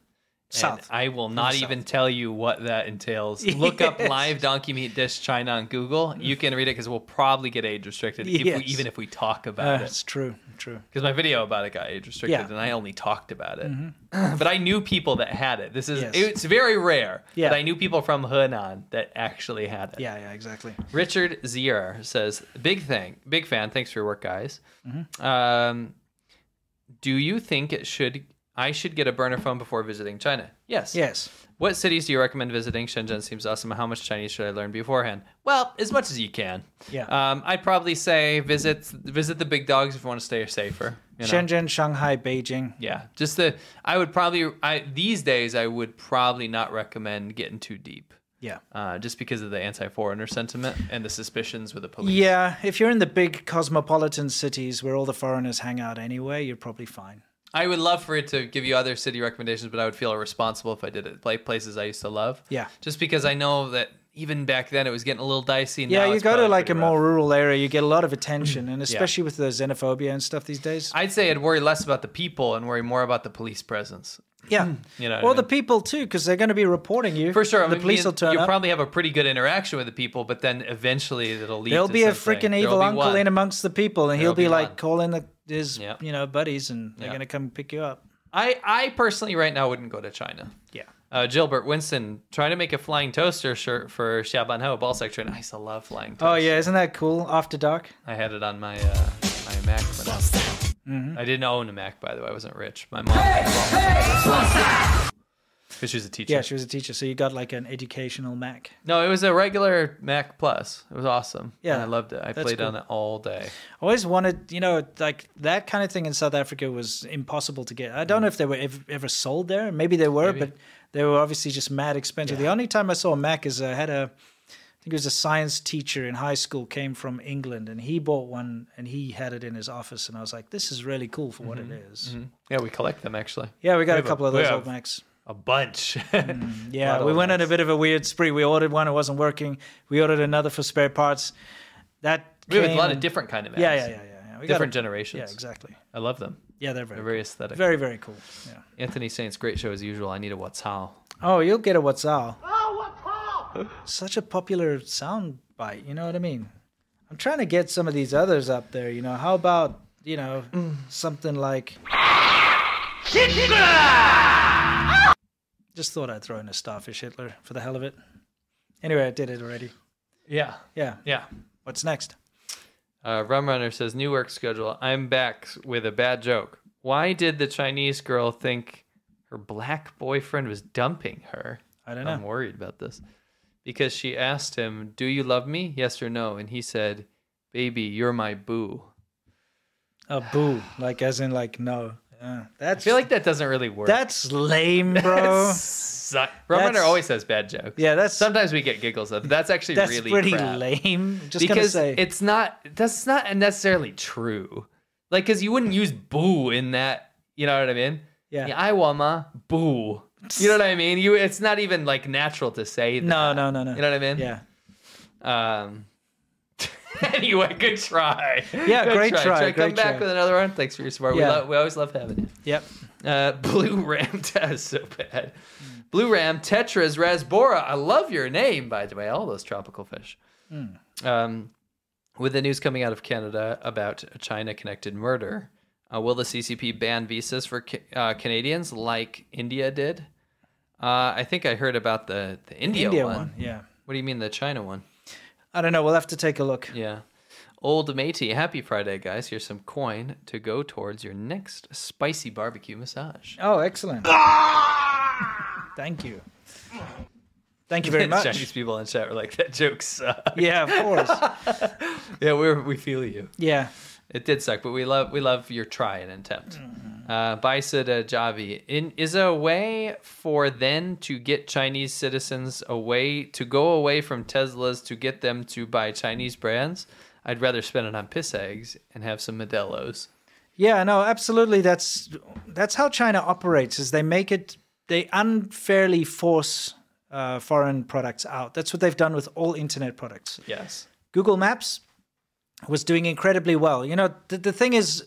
Speaker 1: South.
Speaker 2: I will
Speaker 1: From
Speaker 2: not
Speaker 1: the
Speaker 2: even tell you what that entails. Look up live donkey meat dish China on Google. You can read it because we'll probably get age restricted, if
Speaker 1: Yes.
Speaker 2: we, even if we talk about
Speaker 1: Uh,
Speaker 2: it.
Speaker 1: it's true, true.
Speaker 2: Because my video about it got age restricted,
Speaker 1: Yeah.
Speaker 2: and I only talked about it.
Speaker 1: Mhm.
Speaker 2: but I knew people that had it. This is
Speaker 1: Yes.
Speaker 2: it's very rare.
Speaker 1: Yeah.
Speaker 2: But I knew people from Henan that actually had it.
Speaker 1: Yeah, yeah, exactly.
Speaker 2: Richard Zier says, "Big thing, big fan. Thanks for your work, guys.
Speaker 1: Mhm.
Speaker 2: Um, do you think it should? I should get a burner phone before visiting China. Yes.
Speaker 1: Yes.
Speaker 2: What cities do you recommend visiting? Shenzhen seems awesome. How much Chinese should I learn beforehand? Well, as much as you can.
Speaker 1: Yeah.
Speaker 2: Um, I'd probably say visit visit the big dogs if you want to stay safer. you know?
Speaker 1: Shenzhen, Shanghai, Beijing.
Speaker 2: Yeah, just the I would probably I these days I would probably not recommend getting too deep.
Speaker 1: Yeah.
Speaker 2: Uh, just because of the anti-foreigner sentiment and the suspicions with the police.
Speaker 1: Yeah, if you're in the big cosmopolitan cities where all the foreigners hang out anyway, you're probably fine.
Speaker 2: I would love for it to give you other city recommendations, but I would feel irresponsible if I did it. Like places I used to love.
Speaker 1: Yeah.
Speaker 2: Just because I know that even back then it was getting a little dicey.
Speaker 1: yeah,
Speaker 2: now
Speaker 1: you
Speaker 2: it's
Speaker 1: go to
Speaker 2: probably
Speaker 1: like
Speaker 2: pretty
Speaker 1: a
Speaker 2: rough. Mm.
Speaker 1: more rural area, you get a lot of attention, and
Speaker 2: Yeah.
Speaker 1: especially with the xenophobia and stuff these days.
Speaker 2: I'd say I'd worry less about the people and worry more about the police presence.
Speaker 1: Yeah.
Speaker 2: mm, You know, what I
Speaker 1: or
Speaker 2: mean?
Speaker 1: the people too, because they're going to be reporting you. For sure, the
Speaker 2: I mean,
Speaker 1: police
Speaker 2: you-
Speaker 1: will turn
Speaker 2: You'll
Speaker 1: up.
Speaker 2: probably have a pretty good interaction with the people, but then eventually it'll lead.
Speaker 1: There'll
Speaker 2: to
Speaker 1: be a
Speaker 2: something.
Speaker 1: freaking
Speaker 2: There'll
Speaker 1: evil
Speaker 2: be
Speaker 1: uncle
Speaker 2: one.
Speaker 1: in amongst the people, and
Speaker 2: There'll
Speaker 1: he'll be,
Speaker 2: be
Speaker 1: like
Speaker 2: one.
Speaker 1: calling the, his
Speaker 2: Yep.
Speaker 1: you know buddies, and they're
Speaker 2: Yeah.
Speaker 1: going to come pick you up.
Speaker 2: I, I personally right now wouldn't go to China.
Speaker 1: Yeah.
Speaker 2: Uh, Gilbert Winston trying to make a flying toaster shirt for Xiaoban Ho ball section. I still love flying. Toast.
Speaker 1: Oh yeah, isn't that cool? After dark.
Speaker 2: I had it on my uh, my Mac. When I, was-
Speaker 1: Mm-hmm.
Speaker 2: I didn't own a Mac by the way. I wasn't rich. My mom. Because she was a teacher.
Speaker 1: Yeah, she was a teacher, so you got like an educational Mac.
Speaker 2: No, it was a regular Mac Plus. It was awesome.
Speaker 1: Yeah,
Speaker 2: and I loved it. I
Speaker 1: that's
Speaker 2: played on
Speaker 1: cool.
Speaker 2: it all day.
Speaker 1: I always wanted, you know, like that kind of thing in South Africa was impossible to get. I
Speaker 2: Mm.
Speaker 1: don't know if they were ever, ever sold there. Maybe they were, but they were obviously just mad expensive. The only time I saw a Mac is I had a, I think it was a science teacher in high school came from England and he bought one and he had it in his office and I was like, this is really cool for what it is.
Speaker 2: Mhm. Yeah, we collect them actually.
Speaker 1: Yeah, we got a
Speaker 2: have
Speaker 1: couple of
Speaker 2: we
Speaker 1: those old
Speaker 2: have
Speaker 1: Macs.
Speaker 2: A bunch.
Speaker 1: Yeah,
Speaker 2: Lot
Speaker 1: we
Speaker 2: of
Speaker 1: went on a bit of a weird spree. We ordered one, it wasn't working. We ordered another for spare parts. That
Speaker 2: We have a
Speaker 1: came
Speaker 2: lot
Speaker 1: and-
Speaker 2: of different kind of Macs.
Speaker 1: Yeah, yeah, yeah, yeah. yeah. We got
Speaker 2: different
Speaker 1: a-
Speaker 2: generations.
Speaker 1: Yeah, exactly.
Speaker 2: I love them.
Speaker 1: Yeah, they're very
Speaker 2: They're very aesthetic.
Speaker 1: Very, very cool. Yeah.
Speaker 2: Anthony Saint's great show as usual. I need a what's how.
Speaker 1: Oh, you'll get a what's out. Such a popular sound bite, you know what I mean? I'm trying to get some of these others up there, you know. How about, you know, something like just thought I'd throw in a starfish Hitler for the hell of it. Anyway, I did it already.
Speaker 2: Yeah.
Speaker 1: Yeah.
Speaker 2: Yeah.
Speaker 1: What's next?
Speaker 2: Uh, Rum Runner says new work schedule. I'm back with a bad joke. Why did the Chinese girl think her black boyfriend was dumping her?
Speaker 1: I don't
Speaker 2: I'm
Speaker 1: know.
Speaker 2: worried about this because she asked him, "Do you love me? Yes or no?" And he said, "Baby, you're my boo."
Speaker 1: A boo, like as in like no. Yeah. That's
Speaker 2: I feel like that doesn't really work.
Speaker 1: that's lame, bro.
Speaker 2: Suck. Rum Runner
Speaker 1: That's-
Speaker 2: always has bad jokes.
Speaker 1: Yeah, that's
Speaker 2: sometimes we get giggles of. it. That's actually
Speaker 1: that's
Speaker 2: really
Speaker 1: pretty
Speaker 2: crap.
Speaker 1: lame. Just gonna
Speaker 2: because
Speaker 1: say
Speaker 2: it's not that's not necessarily true. Like, because you wouldn't use boo in that. You know what I mean?
Speaker 1: Yeah.
Speaker 2: I wama boo. You know what I mean? You. It's not even like natural to say. That.
Speaker 1: No, no, no, no.
Speaker 2: You know what I mean?
Speaker 1: Yeah.
Speaker 2: Um. anyway, good try.
Speaker 1: Yeah,
Speaker 2: Good
Speaker 1: great try,
Speaker 2: Try,
Speaker 1: great
Speaker 2: come back
Speaker 1: try.
Speaker 2: with another one. Thanks for your support.
Speaker 1: Yeah.
Speaker 2: We, love, we always love having you.
Speaker 1: Yep.
Speaker 2: Uh, Blue Ram. that is so bad. Blue Ram Tetras Rasbora. I love your name, by the way. All those tropical fish.
Speaker 1: Mm.
Speaker 2: Um, with the news coming out of Canada about a China-connected murder, uh, will the CCP ban visas for ca- uh, Canadians like India did? Uh, I think I heard about the the India,
Speaker 1: India
Speaker 2: one.
Speaker 1: one, yeah.
Speaker 2: What do you mean the China one?
Speaker 1: I don't know. We'll have to take a look.
Speaker 2: Yeah. Old matey, happy Friday, guys. Here's some coin to go towards your next spicy barbecue massage.
Speaker 1: Oh, excellent.
Speaker 2: Ah!
Speaker 1: Thank you. Thank you very much.
Speaker 2: Chinese people in chat were like, that joke sucks.
Speaker 1: Yeah, of course.
Speaker 2: yeah, we're, we feel you.
Speaker 1: Yeah.
Speaker 2: It did suck, but we love we love your try and attempt.
Speaker 1: Mm-hmm.
Speaker 2: Uh, Baisada Javi, in, is there a way for then to get Chinese citizens away to go away from Teslas to get them to buy Chinese brands? I'd rather spend it on piss eggs and have some Modelo's.
Speaker 1: Yeah, no, absolutely. That's that's how China operates. Is they make it, they unfairly force uh, foreign products out. That's what they've done with all internet products.
Speaker 2: Yes.
Speaker 1: Google Maps was doing incredibly well. You know, the, the thing is,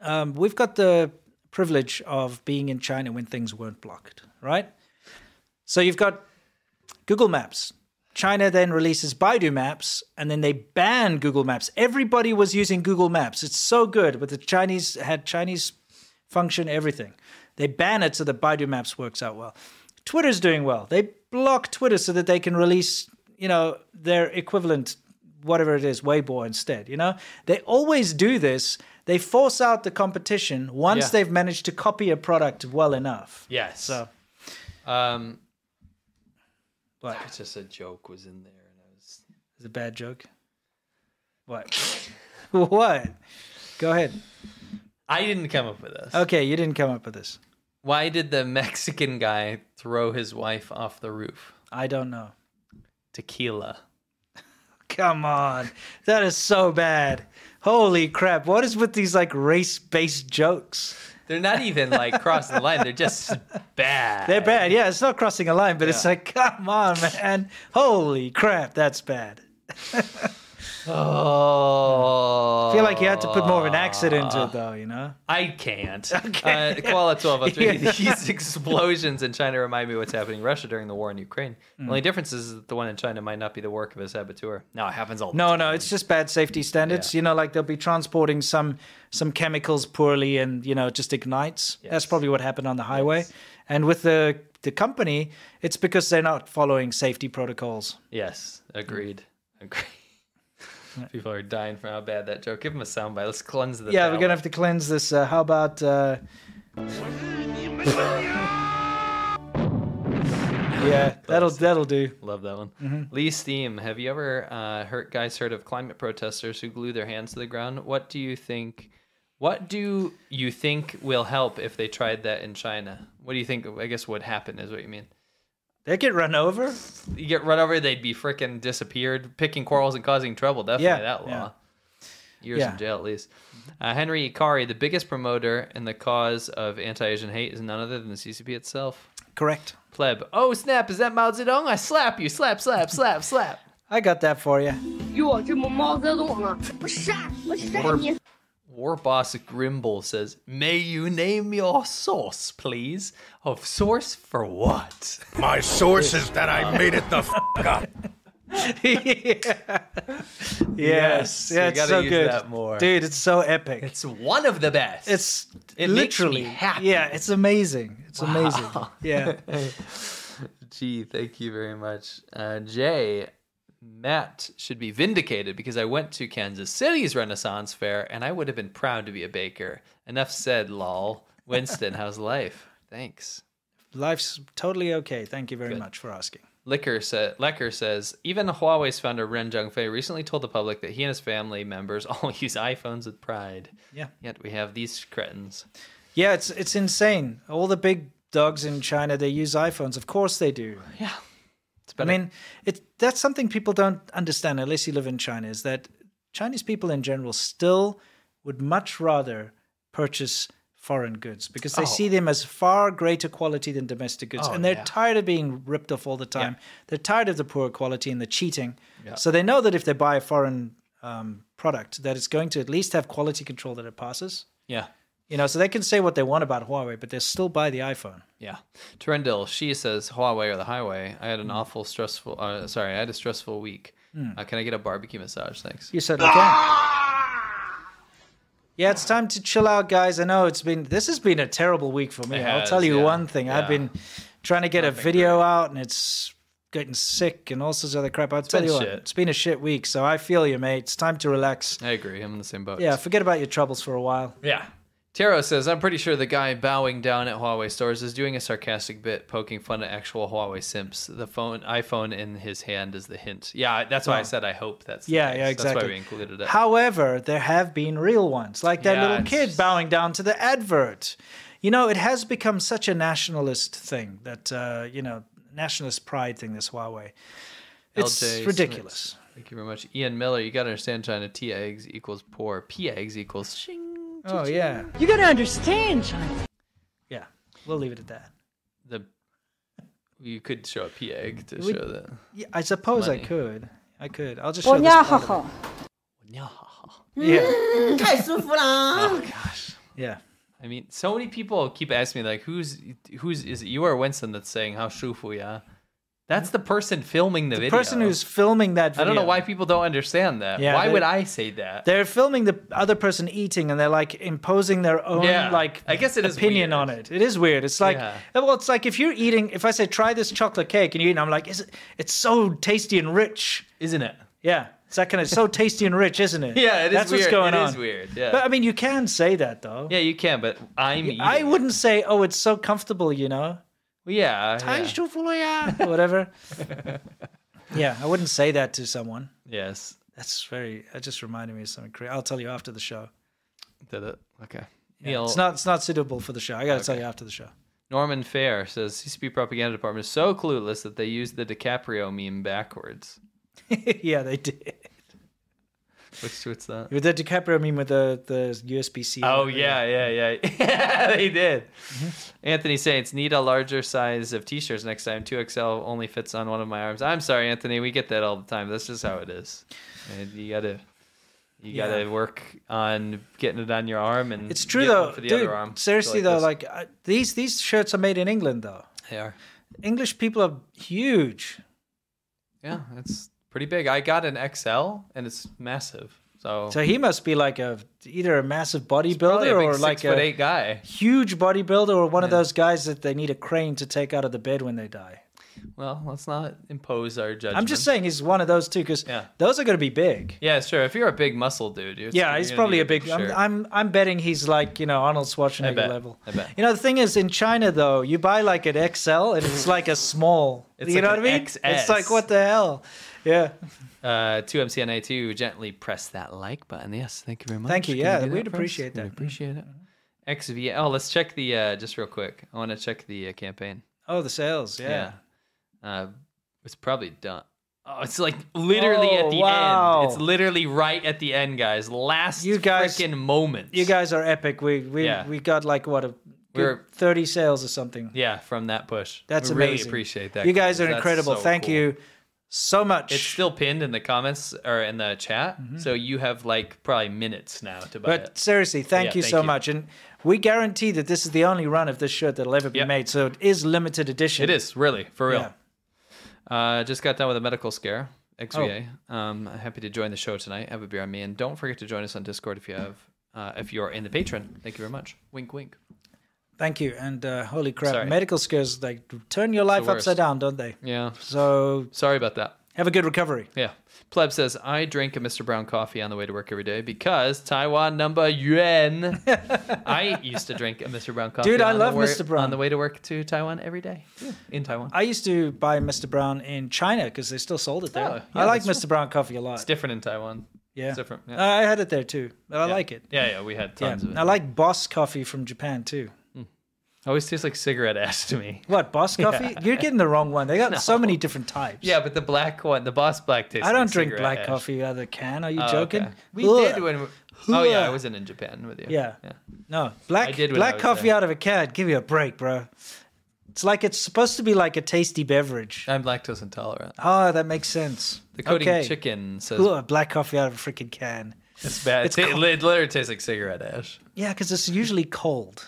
Speaker 1: um, we've got the privilege of being in China when things weren't blocked, right? So you've got Google Maps. China then releases Baidu Maps, and then they ban Google Maps. Everybody was using Google Maps. It's so good, but the Chinese had Chinese function everything. They ban it so that Baidu Maps works out well. Twitter's doing well. They block Twitter so that they can release, you know, their equivalent, whatever it is, Weibo instead. You know, they always do this. They force out the competition once
Speaker 2: Yeah.
Speaker 1: they've managed to copy a product well enough.
Speaker 2: Yes.
Speaker 1: So
Speaker 2: Um, Just a joke was in there, and I was
Speaker 1: it's a bad joke. What? what? Go ahead.
Speaker 2: I didn't come up with this.
Speaker 1: Okay, you didn't come up with this.
Speaker 2: Why did the Mexican guy throw his wife off the roof?
Speaker 1: I don't know.
Speaker 2: Tequila.
Speaker 1: Come on. That is so bad. Holy crap. What is with these like race based jokes?
Speaker 2: They're not even like crossing the line. They're just bad.
Speaker 1: They're bad. Yeah, it's not crossing a line, but it's
Speaker 2: Yeah.
Speaker 1: like, come on, man. Holy crap. That's bad.
Speaker 2: Oh.
Speaker 1: I feel like you had to put more of an accent into it, though, you know?
Speaker 2: I can't.
Speaker 1: Okay.
Speaker 2: Uh, Koala 1203.
Speaker 1: Yeah.
Speaker 2: These explosions in China remind me what's happening in Russia during the war in Ukraine. The
Speaker 1: Mm.
Speaker 2: only difference is that the one in China might not be the work of a saboteur. No, it happens all the
Speaker 1: No, no, it's just bad safety standards. You know, like they'll be transporting some some chemicals poorly, and you know, it just ignites. That's probably what happened on the highway. And with the the company, it's because they're not following safety protocols.
Speaker 2: Yes, agreed.
Speaker 1: Mm.
Speaker 2: Agreed. People are dying from how bad that joke. Give them a soundbite. Let's cleanse the.
Speaker 1: yeah, we're
Speaker 2: palate.
Speaker 1: gonna have to cleanse this. Uh, how about? Uh... yeah, that'll that'll do.
Speaker 2: Love that one.
Speaker 1: Mhm.
Speaker 2: Lee Steam, have you ever uh, heard guys heard of climate protesters who glue their hands to the ground? What do you think? What do you think will help if they tried that in China? What do you think? I guess would happen is what you mean.
Speaker 1: They get run over.
Speaker 2: You get run over, they'd be freaking disappeared, picking quarrels and causing trouble. Definitely
Speaker 1: Yeah,
Speaker 2: that law.
Speaker 1: yeah.
Speaker 2: Years
Speaker 1: Yeah.
Speaker 2: in jail at least. Uh, Henry Ikari, the biggest promoter and the cause of anti-Asian hate, is none other than the CCP itself.
Speaker 1: Correct.
Speaker 2: Pleb. Oh snap! Is that Mao Zedong? I slap you! Slap! Slap! Slap! Slap!
Speaker 1: I got that for you.
Speaker 5: 与我去毛泽东啊！不是啊，我杀
Speaker 2: War,
Speaker 5: 你！
Speaker 2: War Boss Grimble says, May you name your source, please? Of source for what?
Speaker 14: My source is that I made it the f up.
Speaker 1: Yes,
Speaker 2: Yes,
Speaker 1: yeah,
Speaker 2: you
Speaker 1: it's
Speaker 2: gotta
Speaker 1: so
Speaker 2: use
Speaker 1: good,
Speaker 2: that more.
Speaker 1: dude. It's so epic.
Speaker 2: It's one of the best.
Speaker 1: It's
Speaker 2: It makes me
Speaker 1: literally yeah. It's amazing. It's amazing.
Speaker 2: Wow.
Speaker 1: Yeah.
Speaker 2: Gee, thank you very much. Uh, Jay, Matt should be vindicated because I went to Kansas City's Renaissance Fair and I would have been proud to be a baker. Enough said, lol. Winston, how's life? Thanks.
Speaker 1: Life's totally okay. Thank you very much for asking.
Speaker 2: Licker sa- Lecker says, even Huawei's founder Ren Zhengfei recently told the public that he and his family members all use iPhones with pride.
Speaker 1: Yeah.
Speaker 2: Yet we have these cretins.
Speaker 1: Yeah, it's it's insane. All the big dogs in China they use iPhones. Of course they do.
Speaker 2: Yeah.
Speaker 1: I mean, it that's something people don't understand unless you live in China is that Chinese people in general still would much rather purchase foreign goods because they
Speaker 2: Oh.
Speaker 1: see them as far greater quality than domestic goods
Speaker 2: Oh,
Speaker 1: and they're
Speaker 2: yeah.
Speaker 1: tired of being ripped off all the time. They're tired of the poor quality and the cheating.
Speaker 2: Yeah.
Speaker 1: So they know that if they buy a foreign um, product that it's going to at least have quality control that it passes.
Speaker 2: Yeah.
Speaker 1: You know, so they can say what they want about Huawei, but they'll still buy the iPhone.
Speaker 2: Yeah. Trendell, she says, Huawei or the highway. I had an awful stressful, uh, sorry, I had a stressful week.
Speaker 1: Hmm.
Speaker 2: Uh, can I get a barbecue massage? Thanks.
Speaker 1: You certainly can. Yeah, it's time to chill out, guys. I know it's been this has been a terrible week for me.
Speaker 2: It
Speaker 1: I'll
Speaker 2: has,
Speaker 1: tell you
Speaker 2: yeah,
Speaker 1: one thing. I've
Speaker 2: yeah.
Speaker 1: been trying to get a video out, and it's getting sick and all sorts of other crap. I'll tell
Speaker 2: been
Speaker 1: you what,
Speaker 2: shit.
Speaker 1: it's been a shit week. So I feel you, mate. It's time to relax.
Speaker 2: I agree. I'm in the same boat.
Speaker 1: Yeah, forget about your troubles for a while.
Speaker 2: Yeah. Taro says, I'm pretty sure the guy bowing down at Huawei stores is doing a sarcastic bit poking fun at actual Huawei simps. The phone iPhone in his hand is the hint. Yeah, that's why I
Speaker 1: Wow.
Speaker 2: said I hope that's the
Speaker 1: Yeah,
Speaker 2: case.
Speaker 1: yeah,
Speaker 2: That's
Speaker 1: exactly.
Speaker 2: why we included it.
Speaker 1: However, there have been real ones, like that
Speaker 2: Yeah,
Speaker 1: little
Speaker 2: it's
Speaker 1: kid bowing down to the advert. You know, it has become such a nationalist thing that uh, you know, nationalist pride thing. This Huawei, it's
Speaker 2: LJ
Speaker 1: ridiculous.
Speaker 2: Smith. Thank you very much. Ian Miller, you got to understand China. T eggs equals poor. P eggs equals shing.
Speaker 1: Oh yeah,
Speaker 10: You gotta understand, China.
Speaker 1: yeah. We'll leave it at that.
Speaker 2: The You could show a P egg to
Speaker 1: We-
Speaker 2: show that.
Speaker 1: Yeah, I suppose
Speaker 2: Money.
Speaker 1: I could. I could. I'll just show this part of it.
Speaker 15: 我尿好好。
Speaker 1: Yeah. Oh,
Speaker 15: 嗯，太舒服啦。
Speaker 1: Yeah.
Speaker 2: I mean, so many people keep asking me like, "Who's who's is it you or Winston that's saying how shufu ya?" That's the person filming the,
Speaker 1: The
Speaker 2: video.
Speaker 1: person who's filming that
Speaker 2: I
Speaker 1: video.
Speaker 2: don't know why people don't understand that.
Speaker 1: Yeah,
Speaker 2: why
Speaker 1: they-
Speaker 2: would I say that?
Speaker 1: They're filming the other person eating, and they're like imposing their own
Speaker 2: Yeah.
Speaker 1: like
Speaker 2: I guess it is
Speaker 1: opinion on it. It is weird. It's like
Speaker 2: Yeah.
Speaker 1: well, it's like if you're eating, if I say try this chocolate cake and you eat, it, I'm like, is it? It's so tasty and rich,
Speaker 2: isn't it?
Speaker 1: Yeah, it's that kind of so tasty and rich, isn't it?
Speaker 2: Yeah, it is
Speaker 1: That's
Speaker 2: weird.
Speaker 1: what's going
Speaker 2: It
Speaker 1: on.
Speaker 2: is weird, yeah.
Speaker 1: but I mean, you can say that though.
Speaker 2: Yeah, you can, but I'm eating.
Speaker 1: I wouldn't say, oh, it's so comfortable, you know,
Speaker 2: yeah,
Speaker 1: Tai
Speaker 2: yeah.
Speaker 1: or whatever. yeah, I wouldn't say that to someone.
Speaker 2: Yes.
Speaker 1: That's very. That just reminded me of something. cra- I'll tell you after the show.
Speaker 2: Did it? Okay.
Speaker 1: Yeah,
Speaker 2: Neil-
Speaker 1: It's not. It's not suitable for the show. I got to tell you after the show.
Speaker 2: Norman Fair says CCP propaganda department is so clueless that they used the DiCaprio meme backwards.
Speaker 1: yeah, they did.
Speaker 2: Which what's that?
Speaker 1: With the DiCaprio meme with the the USB C.
Speaker 2: Oh yeah, yeah, yeah. yeah they did. Anthony Saints need a larger size of t-shirts next time. 2XL only fits on one of my arms. I'm sorry, Anthony. We get that all the time. That's just how it is. And you gotta, you
Speaker 1: Yeah.
Speaker 2: gotta work on getting it on your arm. And
Speaker 1: It's true
Speaker 2: getting
Speaker 1: though,
Speaker 2: one for the
Speaker 1: dude.
Speaker 2: other arm.
Speaker 1: Seriously though,
Speaker 2: this.
Speaker 1: like I, these these shirts are made in England though.
Speaker 2: they are.
Speaker 1: English people are huge.
Speaker 2: Yeah, it's pretty big. I got an XL, and it's massive. So
Speaker 1: So he must be like a either a massive
Speaker 2: probably
Speaker 1: bodybuilder
Speaker 2: a big
Speaker 1: or
Speaker 2: six
Speaker 1: like
Speaker 2: foot
Speaker 1: a
Speaker 2: eight guy.
Speaker 1: huge bodybuilder or one of
Speaker 2: Yeah.
Speaker 1: those guys that they need a crane to take out of the bed when they die.
Speaker 2: Well, let's not impose our judgment.
Speaker 1: I'm just saying he's one of those two because those are going to be big.
Speaker 2: Yeah, sure. If you're a big muscle dude, you're
Speaker 1: yeah,
Speaker 2: you're
Speaker 1: he's
Speaker 2: gonna
Speaker 1: probably
Speaker 2: need
Speaker 1: a big.
Speaker 2: shirt.
Speaker 1: I'm, I'm I'm betting he's like you know Arnold
Speaker 2: I
Speaker 1: Schwarzenegger
Speaker 2: bet.
Speaker 1: level.
Speaker 2: I bet.
Speaker 1: You know the thing is in China though, you buy like an XL and it's like a small.
Speaker 2: It's
Speaker 1: you
Speaker 2: like
Speaker 1: know what I
Speaker 2: an
Speaker 1: mean?
Speaker 2: XS.
Speaker 1: It's like what the hell? Yeah.
Speaker 2: Uh, to MCNA2, gently press that like button. Yes, thank you very much.
Speaker 1: Thank you.
Speaker 2: Can
Speaker 1: Yeah,
Speaker 2: do that
Speaker 1: we'd
Speaker 2: for us?
Speaker 1: appreciate that. Mm-hmm.
Speaker 2: We'd appreciate it. XV. Oh, let's check the uh, just real quick. I want to check the uh, campaign.
Speaker 1: Oh, the sales. Yeah.
Speaker 2: Uh, it's probably done. Oh, it's like literally at
Speaker 1: Oh,
Speaker 2: the
Speaker 1: wow.
Speaker 2: end. It's literally right at the end, guys. Last
Speaker 1: You guys-
Speaker 2: freaking moment.
Speaker 1: You guys are epic. We we
Speaker 2: Yeah.
Speaker 1: we got like what a
Speaker 2: We're-
Speaker 1: good thirty sales or something.
Speaker 2: Yeah, from that push.
Speaker 1: That's
Speaker 2: we
Speaker 1: amazing.
Speaker 2: Really appreciate that.
Speaker 1: You guys
Speaker 2: guys.
Speaker 1: are
Speaker 2: That's
Speaker 1: incredible.
Speaker 2: so
Speaker 1: Thank
Speaker 2: cool.
Speaker 1: you so much.
Speaker 2: It's still pinned in the comments or in the chat, so you have like probably minutes now to buy
Speaker 1: Mm-hmm. but
Speaker 2: it.
Speaker 1: seriously, thank
Speaker 2: Yeah,
Speaker 1: you
Speaker 2: thank
Speaker 1: so
Speaker 2: you.
Speaker 1: much. And we guarantee that this is the only run of this shirt that'll ever be made. So it is limited edition.
Speaker 2: It is really for real. Uh, just got done with a medical scare. XVA.
Speaker 1: Oh.
Speaker 2: Um, happy to join the show tonight. Have a beer on me, and don't forget to join us on Discord if you have, uh, if you're in the patron. Thank you very much. Wink, wink.
Speaker 1: Thank you. And uh, holy crap,
Speaker 2: Sorry.
Speaker 1: medical scares like turn your life
Speaker 2: the
Speaker 1: upside
Speaker 2: worst.
Speaker 1: down, don't they?
Speaker 2: Yeah.
Speaker 1: So
Speaker 2: sorry about that.
Speaker 1: Have a good recovery.
Speaker 2: Yeah. Pleb says, I drink a Mr. Brown coffee on the way to work every day because Taiwan number yuan. I used to drink a Mr. Brown coffee.
Speaker 1: Dude, I
Speaker 2: on the
Speaker 1: love
Speaker 2: wor-
Speaker 1: Mr. Brown.
Speaker 2: On the way to work to Taiwan every day. In Taiwan.
Speaker 1: I used to buy Mr. Brown in China because they still sold it there.
Speaker 2: Oh, yeah,
Speaker 1: I like
Speaker 2: that's
Speaker 1: Mr. Brown coffee a lot.
Speaker 2: It's different in Taiwan.
Speaker 1: Yeah.
Speaker 2: It's different. Yeah.
Speaker 1: I had it there too, but I
Speaker 2: Yeah.
Speaker 1: like it.
Speaker 2: Yeah, yeah, we had tons
Speaker 1: Yeah.
Speaker 2: of it.
Speaker 1: I like Boss coffee from Japan too.
Speaker 2: Always tastes like cigarette ash to me.
Speaker 1: What Boss coffee? You're getting the wrong one. They got so many different types.
Speaker 2: Yeah, but the black one, the boss black tastes.
Speaker 1: I don't
Speaker 2: like
Speaker 1: drink
Speaker 2: cigarette
Speaker 1: black
Speaker 2: ash.
Speaker 1: coffee out of the can. Are you
Speaker 2: Oh, okay.
Speaker 1: joking?
Speaker 2: We
Speaker 1: Ugh.
Speaker 2: did when. We, oh yeah, I
Speaker 1: Ugh.
Speaker 2: wasn't in Japan with you.
Speaker 1: Yeah. No, black
Speaker 2: did when I
Speaker 1: black
Speaker 2: was
Speaker 1: coffee
Speaker 2: there.
Speaker 1: out of a can. Give me a break, bro. It's like it's supposed to be like a tasty beverage.
Speaker 2: I'm lactose intolerant.
Speaker 1: Oh, that makes sense.
Speaker 2: The coding
Speaker 1: Okay.
Speaker 2: chicken says
Speaker 1: Ugh, black coffee out of a freaking can.
Speaker 2: it's bad.
Speaker 1: It's
Speaker 2: it, ta-
Speaker 1: co-
Speaker 2: it literally tastes like cigarette ash.
Speaker 1: Yeah, because it's usually cold.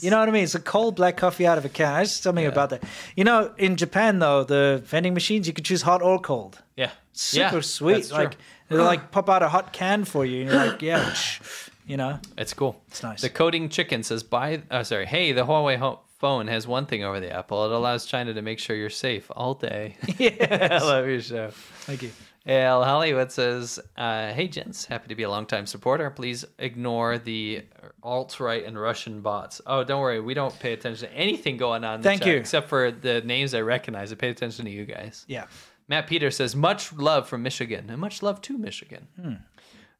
Speaker 1: You know what I mean? It's a cold black coffee out of a can. There's something about that. You know, in Japan though, the vending machines you can choose hot or cold.
Speaker 2: Yeah.
Speaker 1: Super
Speaker 2: Yeah, that's
Speaker 1: sweet.
Speaker 2: true.
Speaker 1: Like they like pop out a hot can for you, and you're like, yeah, shh, you know.
Speaker 2: It's cool.
Speaker 1: It's nice.
Speaker 2: The coding chicken says, "Buy." Oh, sorry. Hey, the Huawei ho- phone has one thing over the Apple. It allows China to make sure you're safe all day. I love your show.
Speaker 1: Thank you.
Speaker 2: Al Hollywood says, uh, "Hey gents, happy to be a longtime supporter. Please ignore the alt right and Russian bots. Oh, don't worry, we don't pay attention to anything going on. in the
Speaker 1: Thank
Speaker 2: chat
Speaker 1: you.
Speaker 2: except for the names I recognize. I paid attention to you guys.
Speaker 1: Yeah.
Speaker 2: Matt Peter says, "Much love from Michigan, and much love to Michigan."
Speaker 1: Hmm.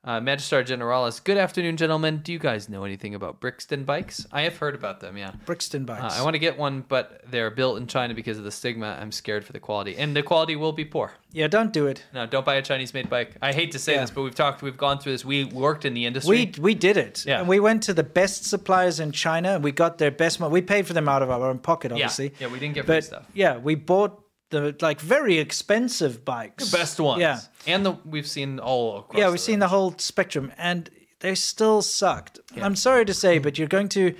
Speaker 2: Uh, Magistar Generalis, good afternoon, gentlemen. Do you guys know anything about Brixton bikes? I have heard about them, yeah.
Speaker 1: Brixton bikes.
Speaker 2: Uh, I want to get one, but they're built in China because of the stigma. I'm scared for the quality, and the quality will be poor.
Speaker 1: yeah, don't do it.
Speaker 2: No, don't buy a Chinese-made bike. I hate to say
Speaker 1: Yeah.
Speaker 2: this, but we've talked, we've gone through this. We worked in the industry.
Speaker 1: We we did it.
Speaker 2: Yeah.
Speaker 1: And we went to the best suppliers in China and we got their best mo- we paid for them out of our own pocket,
Speaker 2: yeah,
Speaker 1: obviously.
Speaker 2: yeah, we didn't get free
Speaker 1: But
Speaker 2: stuff.
Speaker 1: yeah, we bought the like very expensive bikes.
Speaker 2: The best ones.
Speaker 1: Yeah.
Speaker 2: and the we've seen all across.
Speaker 1: Yeah, we've seen the whole spectrum, and they still sucked. I'm sorry to say, but you're going to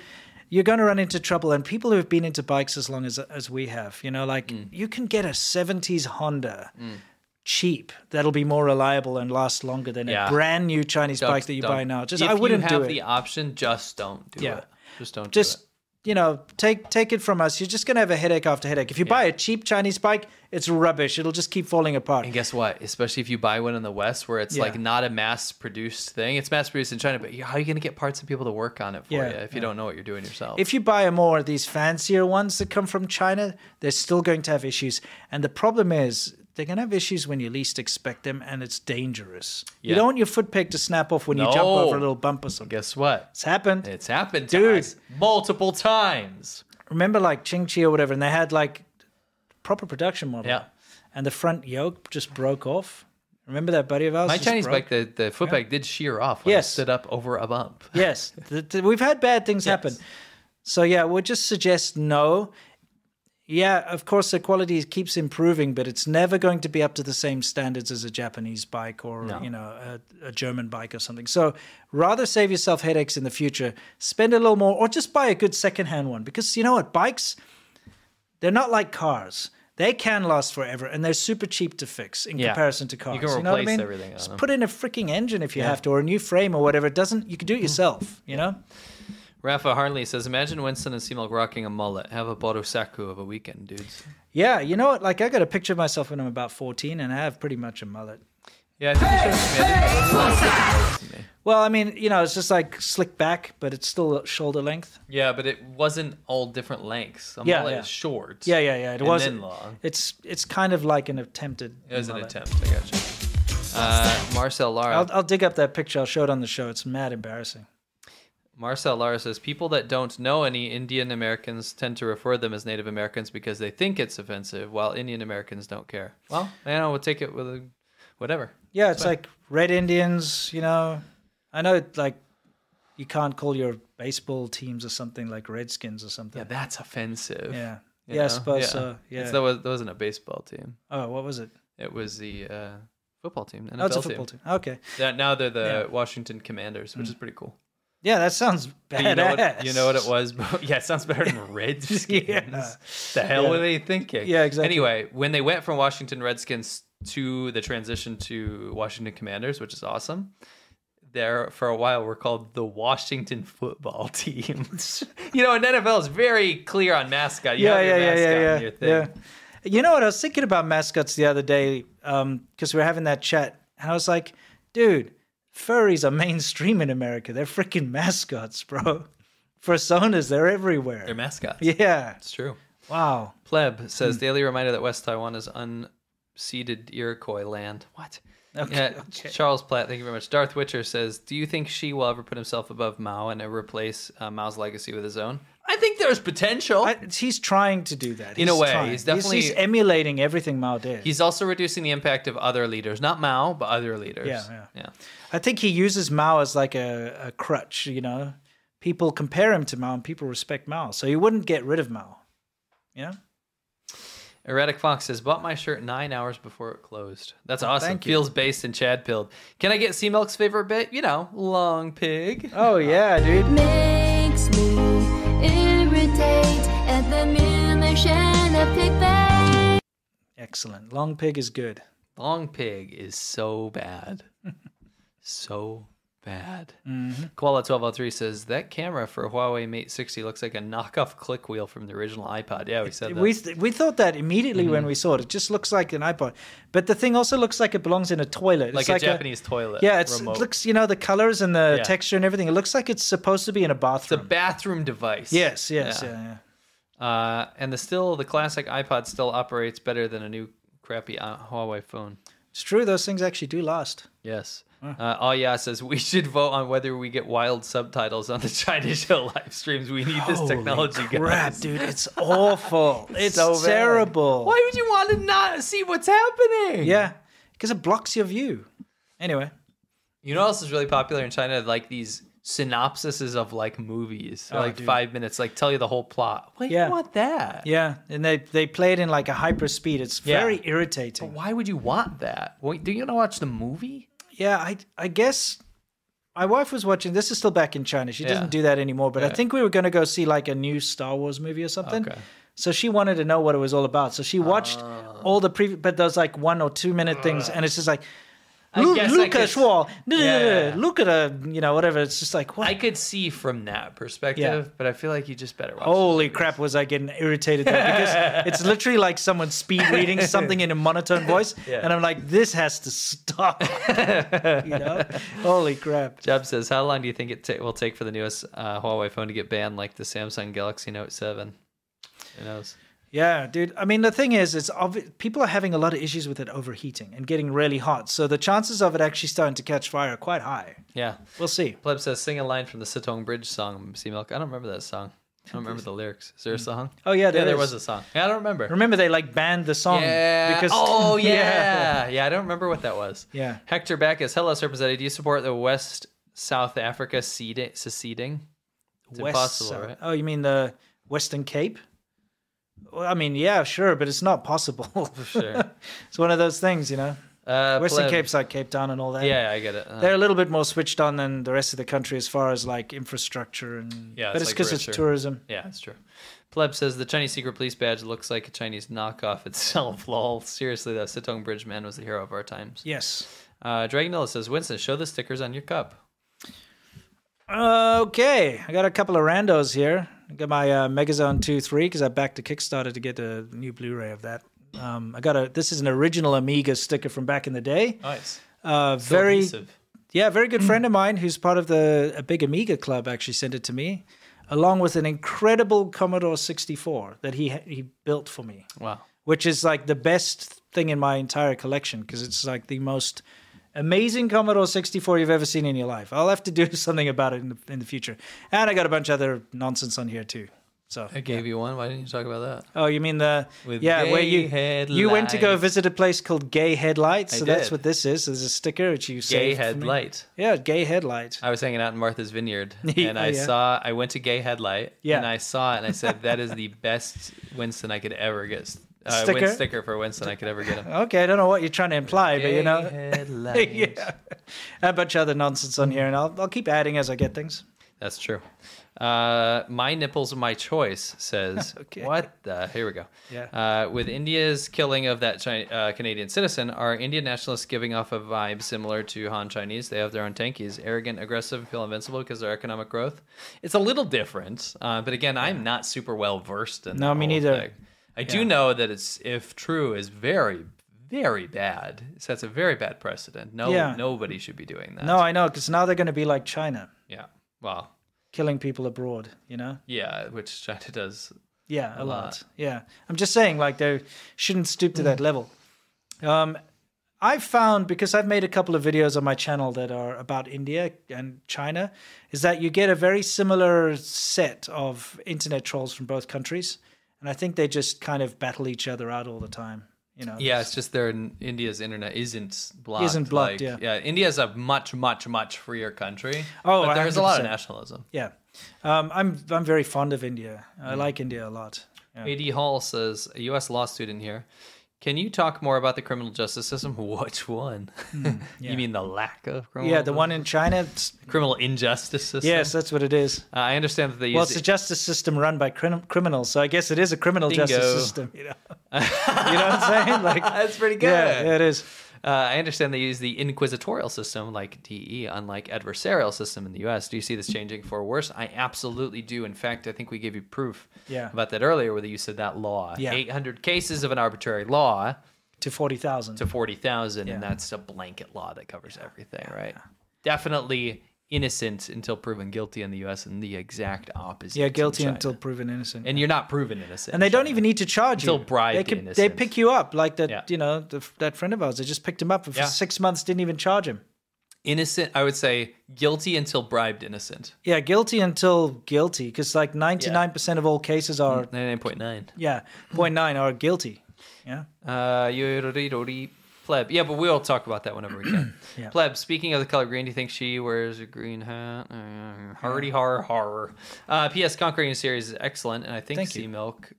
Speaker 1: you're going to run into trouble. And people who've been into bikes as long as as we have, you know, like
Speaker 2: Mm.
Speaker 1: you can get a '70s Honda cheap that'll be more reliable and last longer than
Speaker 2: Yeah.
Speaker 1: a brand new Chinese
Speaker 2: Don't-
Speaker 1: bike that you
Speaker 2: don't.
Speaker 1: buy now. Just
Speaker 2: if
Speaker 1: I wouldn't
Speaker 2: you have
Speaker 1: do it.
Speaker 2: the option, just don't do
Speaker 1: Yeah.
Speaker 2: it. Just don't. do
Speaker 1: just you know take take it from us you're just going to have a headache after headache if you buy a cheap chinese bike it's rubbish it'll just keep falling apart
Speaker 2: And guess what? Especially if you buy one in the West where it's
Speaker 1: Yeah.
Speaker 2: like not a mass produced thing. It's mass produced in China, but how are you going to get parts and people to work on it for
Speaker 1: Yeah,
Speaker 2: you if you don't know what you're doing yourself?
Speaker 1: if you buy a more of these fancier ones that come from china they're still going to have issues and the problem is they're going to have issues when you least expect them and it's dangerous you
Speaker 2: Yeah.
Speaker 1: don't want your foot peg to snap off when you jump over a
Speaker 2: No.
Speaker 1: little bump or something
Speaker 2: guess what?
Speaker 1: it's happened
Speaker 2: It's happened, to
Speaker 1: Dude.
Speaker 2: us multiple times.
Speaker 1: remember like ching chi or whatever and they had like proper production model
Speaker 2: Yeah.
Speaker 1: and the front yoke just broke off remember that buddy of ours
Speaker 2: My
Speaker 1: just
Speaker 2: Chinese
Speaker 1: broke?
Speaker 2: bike, the, the foot
Speaker 1: Yeah.
Speaker 2: peg did shear off when I stood up over a bump.
Speaker 1: Yes, th- th- we've had bad things happen. So yeah, we'll just suggest no. Yeah, of course the quality keeps improving, but it's never going to be up to the same standards as a Japanese bike or
Speaker 2: No.
Speaker 1: you know a, a German bike or something. So rather save yourself headaches in the future. Spend a little more, or just buy a good secondhand one because you know what, bikes they're not like cars. They can last forever, and they're super cheap to fix in
Speaker 2: Yeah.
Speaker 1: comparison to
Speaker 2: You
Speaker 1: cars.
Speaker 2: can
Speaker 1: know what I
Speaker 2: replace
Speaker 1: mean?
Speaker 2: everything on
Speaker 1: Just
Speaker 2: them.
Speaker 1: put in a freaking engine if you
Speaker 2: Yeah. Hmm.
Speaker 1: have to, or a new frame or whatever. It doesn't you can do it yourself? You know.
Speaker 2: Rafa Harley says, Imagine Winston and Seamilk rocking a mullet. Have a Borosaku of a weekend, dudes.
Speaker 1: Yeah, you know what? Like, I got a picture of myself when I'm about 14, and I have pretty much a mullet.
Speaker 2: Yeah, I think you should- yeah, I think you should-
Speaker 1: Well, I mean, you know, it's just like slick back, but it's still shoulder length.
Speaker 2: Yeah, but it wasn't all different lengths. A
Speaker 1: yeah,
Speaker 2: mullet
Speaker 1: yeah.
Speaker 2: is short.
Speaker 1: Yeah, yeah, yeah. It
Speaker 2: and
Speaker 1: wasn't
Speaker 2: then long.
Speaker 1: It's it's kind of like an attempted.
Speaker 2: It was an
Speaker 1: mullet.
Speaker 2: attempt. I got you. Uh, Marcel Lara.
Speaker 1: I'll, I'll dig up that picture. I'll show it on the show. It's mad embarrassing.
Speaker 2: Marcel Lara says people that don't know any Indian Americans tend to refer them as Native Americans because they think it's offensive, while Indian Americans don't care. Well, you know, we'll take it with a whatever.
Speaker 1: Yeah, it's like red Indians. You know, I know like you can't call your baseball teams or something like Redskins or something.
Speaker 2: Yeah, that's offensive.
Speaker 1: Yeah.
Speaker 2: You
Speaker 1: Yeah, I
Speaker 2: know?
Speaker 1: suppose so. Yeah.
Speaker 2: It's- that, was, that wasn't a baseball team.
Speaker 1: Oh, what was it?
Speaker 2: It was the uh, football team. NFL
Speaker 1: Oh, it's a football team. Okay.
Speaker 2: Yeah, now they're
Speaker 1: Yeah.
Speaker 2: the Washington Commanders, which is pretty cool.
Speaker 1: Yeah, that sounds badass.
Speaker 2: But You know, what, you know what it was? yeah, it sounds better than Redskins. The hell
Speaker 1: Yeah.
Speaker 2: were they thinking?
Speaker 1: Yeah, exactly.
Speaker 2: Anyway, when they went from Washington Redskins to the transition to Washington Commanders, which is awesome, there for a while were called the Washington Football Teams. you know, and NFL is very clear on mascot. You
Speaker 1: yeah,
Speaker 2: have
Speaker 1: yeah,
Speaker 2: your
Speaker 1: yeah,
Speaker 2: mascot
Speaker 1: yeah,
Speaker 2: and
Speaker 1: yeah,
Speaker 2: your thing.
Speaker 1: yeah. You know what? I was thinking about mascots the other day because we were having that chat, and I was like, dude, furries are mainstream in America. They're freaking mascots, bro. Personas, they're everywhere.
Speaker 2: They're mascots.
Speaker 1: Yeah.
Speaker 2: It's true.
Speaker 1: Wow.
Speaker 2: Pleb says
Speaker 1: Hmm.
Speaker 2: daily reminder that West Taiwan is unceded Iroquois land. What?
Speaker 1: Okay,
Speaker 2: yeah,
Speaker 1: okay.
Speaker 2: Charles Platt, thank you very much. Darth Witcher says, "Do you think she will ever put himself above Mao and replace uh, Mao's legacy with his own?" I think there's potential.
Speaker 1: he's trying to do that.
Speaker 2: In a
Speaker 1: He's
Speaker 2: way,
Speaker 1: trying.
Speaker 2: he's definitely-
Speaker 1: he's emulating everything Mao did.
Speaker 2: He's also reducing the impact of other leaders, not Mao, but other leaders.
Speaker 1: Yeah, yeah.
Speaker 2: yeah.
Speaker 1: I think he uses Mao as like a, a crutch, you know. People compare him to Mao and people respect Mao. So he wouldn't get rid of Mao. You know?
Speaker 2: Erratic Fox says, "Bought my shirt nine hours before it closed. That's awesome.
Speaker 1: Oh, thank you.
Speaker 2: Feels based in Chad Pilled. Can I get Sea Milk's favorite bit? You know, long pig.
Speaker 1: Oh yeah, dude.
Speaker 15: makes me irritate at the mutilation of pigback.
Speaker 1: Excellent. Long pig is good.
Speaker 2: Long Pig is so bad. so bad.
Speaker 1: Mm-hmm.
Speaker 2: Koala 1203 says that camera for Huawei Mate 60 looks like a knockoff click wheel from the original iPod. Yeah, we said that.
Speaker 1: We th- we thought that immediately when
Speaker 2: Mhm.
Speaker 1: we saw it. It just looks like an iPod, but the thing also looks like it belongs in a toilet.
Speaker 2: like
Speaker 1: it's
Speaker 2: a Japanese toilet.
Speaker 1: Yeah, it's, it
Speaker 2: remote.
Speaker 1: looks you know the colors and the
Speaker 2: Yeah.
Speaker 1: texture and everything. It looks like it's supposed to be in a
Speaker 2: It's a
Speaker 1: bathroom.
Speaker 2: bathroom device.
Speaker 1: Yes, yes, yeah, yeah.
Speaker 2: Uh, and the still the classic iPod still operates better than a new crappy uh, Huawei phone.
Speaker 1: It's true. Those things actually do last.
Speaker 2: Yes. Uh, oh yeah, says we should vote on whether we get wild subtitles on the China show live streams. We need this
Speaker 1: Holy
Speaker 2: technology,
Speaker 1: crap,
Speaker 2: guys.
Speaker 1: dude! It's awful. it's
Speaker 2: So bad.
Speaker 1: terrible.
Speaker 2: Why would you want to not see what's happening?
Speaker 1: Yeah, because it blocks your view. Anyway,
Speaker 2: You know what else is really popular in China? Like these synopsises of like movies. They're
Speaker 1: Oh,
Speaker 2: like
Speaker 1: dude.
Speaker 2: five minutes, like tell you the whole plot. Why do
Speaker 1: Yeah.
Speaker 2: you want that?
Speaker 1: yeah, and they they play it in like a hyper speed. It's
Speaker 2: Yeah.
Speaker 1: very irritating.
Speaker 2: Why would you want that? Wait, do you want to watch the movie?
Speaker 1: Yeah, I I guess my wife was watching. This is still back in China. She doesn't
Speaker 2: Yeah.
Speaker 1: do that anymore. But I
Speaker 2: Yeah.
Speaker 1: think we were going to go see like a new Star Wars movie or something.
Speaker 2: Okay.
Speaker 1: So she wanted to know what it was all about. So she watched
Speaker 2: Ah.
Speaker 1: all the previous, but there's like one or two minute things, and it's just like.
Speaker 2: I
Speaker 1: Lu-
Speaker 2: guess I
Speaker 1: Luca
Speaker 2: could-
Speaker 1: Schwall,
Speaker 2: Yeah.
Speaker 1: look at her, you know, whatever. It's just like, what?
Speaker 2: I could see from that perspective, but I feel like you just better watch.
Speaker 1: Holy crap, was I getting irritated there because it's literally like someone speed reading something in a monotone voice.
Speaker 2: Yeah.
Speaker 1: And I'm like, this has to stop. you know? Holy crap.
Speaker 2: Jeb says, how long do you think it ta- will take for the newest uh, Huawei phone to get banned, like the Samsung Galaxy Note Seven? Who knows?
Speaker 1: Yeah, dude. I mean, the thing is, it's obvi- people are having a lot of issues with it overheating and getting really hot. So the chances of it actually starting to catch fire are quite high.
Speaker 2: Yeah,
Speaker 1: we'll see.
Speaker 2: Pleb says, sing a line from the Sitong Bridge song, Sea Milk. I don't remember that song. I don't remember the lyrics. Is there a song?
Speaker 1: Oh, yeah,
Speaker 2: yeah,
Speaker 1: there
Speaker 2: there
Speaker 1: is.
Speaker 2: was a song. Yeah, I don't remember.
Speaker 1: Remember, they like banned the song
Speaker 2: Yeah.
Speaker 1: because.
Speaker 2: oh yeah. yeah, I don't remember what that was.
Speaker 1: Yeah.
Speaker 2: Hector Backus, hello, Serpent's Do you support the West South Africa cede- seceding? It's
Speaker 1: West
Speaker 2: impossible,
Speaker 1: Side-
Speaker 2: right?
Speaker 1: Oh, you mean the Western Cape? Well, I mean, yeah, sure, but it's not possible.
Speaker 2: Sure.
Speaker 1: it's one of those things, you know.
Speaker 2: Uh,
Speaker 1: Western
Speaker 2: Pleb-
Speaker 1: Cape's like Cape Town and all that.
Speaker 2: Yeah, I get it. Uh,
Speaker 1: They're a little bit more switched on than the rest of the country as far as like infrastructure and.
Speaker 2: Yeah,
Speaker 1: but it's
Speaker 2: like
Speaker 1: because it's
Speaker 2: richer.
Speaker 1: tourism.
Speaker 2: Yeah, it's true. Pleb says the Chinese secret police badge looks like a Chinese knockoff itself. Lol. Seriously, though, Sitong Bridge man was the hero of our times.
Speaker 1: Yes.
Speaker 2: Uh, Dragonella says, Winston, show the stickers on your cup.
Speaker 1: Okay, I got a couple of randos here. I got my uh, Megazone 2 3 because I backed to Kickstarter to get a new Blu ray of that. Um, I got a. This is an original Amiga sticker from back in the day.
Speaker 2: Nice.
Speaker 1: Uh,
Speaker 2: Oh, So
Speaker 1: very.
Speaker 2: adhesive.
Speaker 1: Yeah, very
Speaker 2: Hmm.
Speaker 1: good friend of mine who's part of the a big Amiga club actually sent it to me, along with an incredible Commodore 64 that he he built for me,
Speaker 2: Wow.
Speaker 1: which is like the best thing in my entire collection because it's like the most amazing Commodore 64 you've ever seen in your life. I'll have to do something about it in the, in the future. And I got a bunch of other nonsense on here too. So
Speaker 2: I gave you one. Why didn't you talk about that?
Speaker 1: Oh, you mean the
Speaker 2: With
Speaker 1: yeah, where
Speaker 2: gay
Speaker 1: you you went to go
Speaker 2: headlights.
Speaker 1: visit a place called Gay Headlight.
Speaker 2: I
Speaker 1: So that's
Speaker 2: did.
Speaker 1: what this is. There's a sticker which you
Speaker 2: Gay
Speaker 1: saved for me.
Speaker 2: Headlight.
Speaker 1: Yeah, Gay Headlight.
Speaker 2: I was hanging out in Martha's Vineyard
Speaker 1: Yeah,
Speaker 2: and I
Speaker 1: yeah.
Speaker 2: saw, I went to Gay Headlight
Speaker 1: Yeah.
Speaker 2: and I saw it and I said, that is the best Winston I could ever get. Uh,
Speaker 1: Sticker?
Speaker 2: Win sticker for Winston I could ever get him.
Speaker 1: Okay, I don't know what you're trying to imply, but you know,
Speaker 2: Headlight.
Speaker 1: yeah, a bunch of other nonsense on here, and I'll I'll keep adding as I get things.
Speaker 2: That's true. Uh, my nipples, my choice says, what the? Here we go.
Speaker 1: Yeah.
Speaker 2: Uh, with India's killing of that Chi uh, Canadian citizen, are Indian nationalists giving off a vibe similar to Han Chinese? They have their own tankies, arrogant, aggressive, feel invincible because of their economic growth. It's a little different, uh, but again, I'm not super well versed in.
Speaker 1: No,
Speaker 2: the
Speaker 1: me
Speaker 2: whole
Speaker 1: neither.
Speaker 2: thing. I do know that it's, if true, is very, very bad. It sets a very bad precedent. No,
Speaker 1: Yeah.
Speaker 2: nobody should be doing that.
Speaker 1: No, I know, because now they're going to be like China,
Speaker 2: Yeah. Well.
Speaker 1: killing people abroad. You know.
Speaker 2: Yeah, which China does.
Speaker 1: Yeah, a, lot. Mm. Yeah, I'm just saying, like they shouldn't stoop to that level. Um, I've found because I've made a couple of videos on my channel that are about India and China, is that you get a very similar set of internet trolls from both countries, and I think they just kind of battle each other out all the time. You know.
Speaker 2: Yeah, it's just their India's internet isn't blocked.
Speaker 1: Isn't blocked,
Speaker 2: like-
Speaker 1: yeah.
Speaker 2: yeah. India's a much, much, much freer country.
Speaker 1: Oh,
Speaker 2: but there's a lot of
Speaker 1: 100%.
Speaker 2: nationalism.
Speaker 1: Yeah, um, I'm I'm very fond of India.
Speaker 2: Mm.
Speaker 1: I like India a lot. Yeah.
Speaker 2: Ad Hall says a U.S. law student here. Can you talk more about the criminal justice system? Which one? you mean the lack of criminal?
Speaker 1: Hmm, Yeah, the one in China. it's-
Speaker 2: criminal injustice system.
Speaker 1: Yes, that's what it is.
Speaker 2: Uh, I understand that they
Speaker 1: Well,
Speaker 2: use
Speaker 1: it's a justice system run by crim- criminals, so I guess it is a criminal justice
Speaker 2: Bingo.
Speaker 1: system. You know, you know what I'm saying? Like
Speaker 2: that's pretty good.
Speaker 1: Yeah, yeah, it is.
Speaker 2: Uh, I understand they use the inquisitorial system, like DE, unlike adversarial system in the U.S. Do you see this
Speaker 1: Mm.
Speaker 2: changing for worse? I absolutely do. In fact, I think we gave you proof
Speaker 1: Yeah.
Speaker 2: about that earlier, where the use of that law.
Speaker 1: Yeah.
Speaker 2: 800 cases of an arbitrary law
Speaker 1: to forty thousand.
Speaker 2: to 40,000, and that's a blanket law that covers everything, right? Definitely innocent until proven guilty in the U.S. and the exact opposite.
Speaker 1: Yeah,
Speaker 2: in
Speaker 1: guilty
Speaker 2: China.
Speaker 1: until proven innocent.
Speaker 2: and you're not proven innocent.
Speaker 1: And they don't even need to charge you.
Speaker 2: Until bribe
Speaker 1: they
Speaker 2: the
Speaker 1: They
Speaker 2: innocent.
Speaker 1: pick you up like that. You know, the, that friend of ours. They just picked him up and for
Speaker 2: Yeah.
Speaker 1: six months didn't even charge him.
Speaker 2: innocent. I would say guilty until bribed innocent.
Speaker 1: Yeah, guilty until guilty, because like ninety nine percent of all cases are
Speaker 2: 99.9.
Speaker 1: yeah point nine are guilty.
Speaker 2: Uh, Yoridori Pleb. Yeah, but we'll talk about that whenever we can.
Speaker 1: Yeah.
Speaker 2: Pleb, speaking of the color green, do you think she wears a green hat? Uh, Hardy horror horror. Uh, P.S. Conquering series is excellent, and I think
Speaker 1: Thank
Speaker 2: Sea
Speaker 1: you.
Speaker 2: Milk,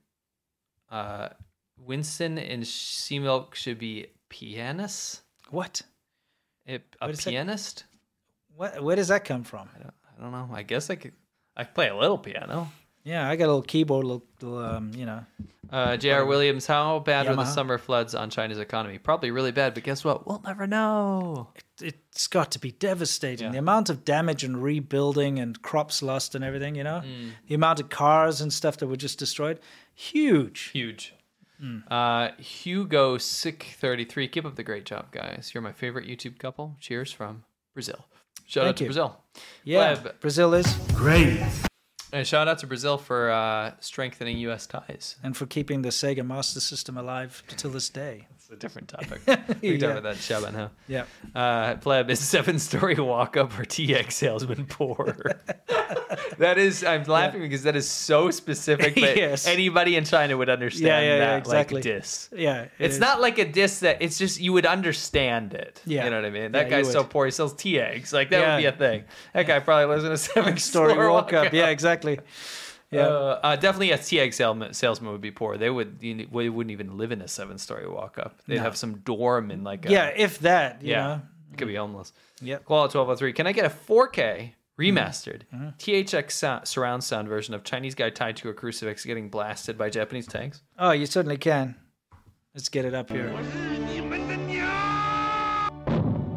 Speaker 2: uh, Winston and Sea Milk should be pianists.
Speaker 1: What?
Speaker 2: It, a
Speaker 1: What is that?
Speaker 2: pianist?
Speaker 1: What, where does that come from?
Speaker 2: I don't know. I guess I could. I could play a little piano.
Speaker 1: Yeah, I got a little keyboard, little, little um, you know.
Speaker 2: Uh, J.R. Williams, how bad were the
Speaker 1: Yamaha.
Speaker 2: summer floods on China's economy? Probably really bad, but guess what? We'll never know.
Speaker 1: It, has got to be devastating. The amount of damage and rebuilding and crops lost and everything, you know,
Speaker 2: Mm.
Speaker 1: the amount of cars and stuff that were just destroyed, huge.
Speaker 2: Huge.
Speaker 1: Hmm.
Speaker 2: Uh, Hugo Sick thirty three. Keep up the great job, guys. You're my favorite YouTube couple. Cheers from Brazil. Shout out
Speaker 1: Thank
Speaker 2: to
Speaker 1: you.
Speaker 2: Brazil.
Speaker 1: Yeah,
Speaker 2: Pleb.
Speaker 1: Brazil is great,
Speaker 2: And shout out to Brazil for uh, strengthening U.S. ties.
Speaker 1: and for keeping the Sega Master System alive till this day.
Speaker 2: It's a different topic.
Speaker 1: Yeah.
Speaker 2: We talked about that Shaban, huh?
Speaker 1: Yeah.
Speaker 2: Uh, pleb is seven story walk up or TX salesman poor. that is, I'm laughing because that is so specific, but
Speaker 1: Yes.
Speaker 2: anybody in China would understand
Speaker 1: Yeah, yeah, yeah,
Speaker 2: that
Speaker 1: exactly.
Speaker 2: like diss.
Speaker 1: Yeah, it
Speaker 2: it's
Speaker 1: is.
Speaker 2: not like a diss that it's just you would understand it.
Speaker 1: Yeah.
Speaker 2: you know what I mean.
Speaker 1: Yeah,
Speaker 2: That
Speaker 1: you
Speaker 2: guy's so
Speaker 1: would.
Speaker 2: poor, he sells tea eggs. Like that
Speaker 1: Yeah.
Speaker 2: would be a thing. That guy probably lives in a seven
Speaker 1: Story walk up.
Speaker 2: up.
Speaker 1: Yeah, exactly. Yeah.
Speaker 2: Uh, uh, definitely a TX salesman, salesman would be poor. They would you know, they wouldn't even live in a seven story walk up. They'd
Speaker 1: No.
Speaker 2: have some dorm in like a,
Speaker 1: yeah, if that. You
Speaker 2: yeah
Speaker 1: Know?
Speaker 2: you could be homeless.
Speaker 1: Yep. Mm-hmm.
Speaker 2: Koala twelve oh three. Can I get a four K remastered THX sou- surround sound version of Chinese guy tied to a crucifix getting blasted by Japanese tanks?
Speaker 1: Oh, you certainly can. Let's get it up here.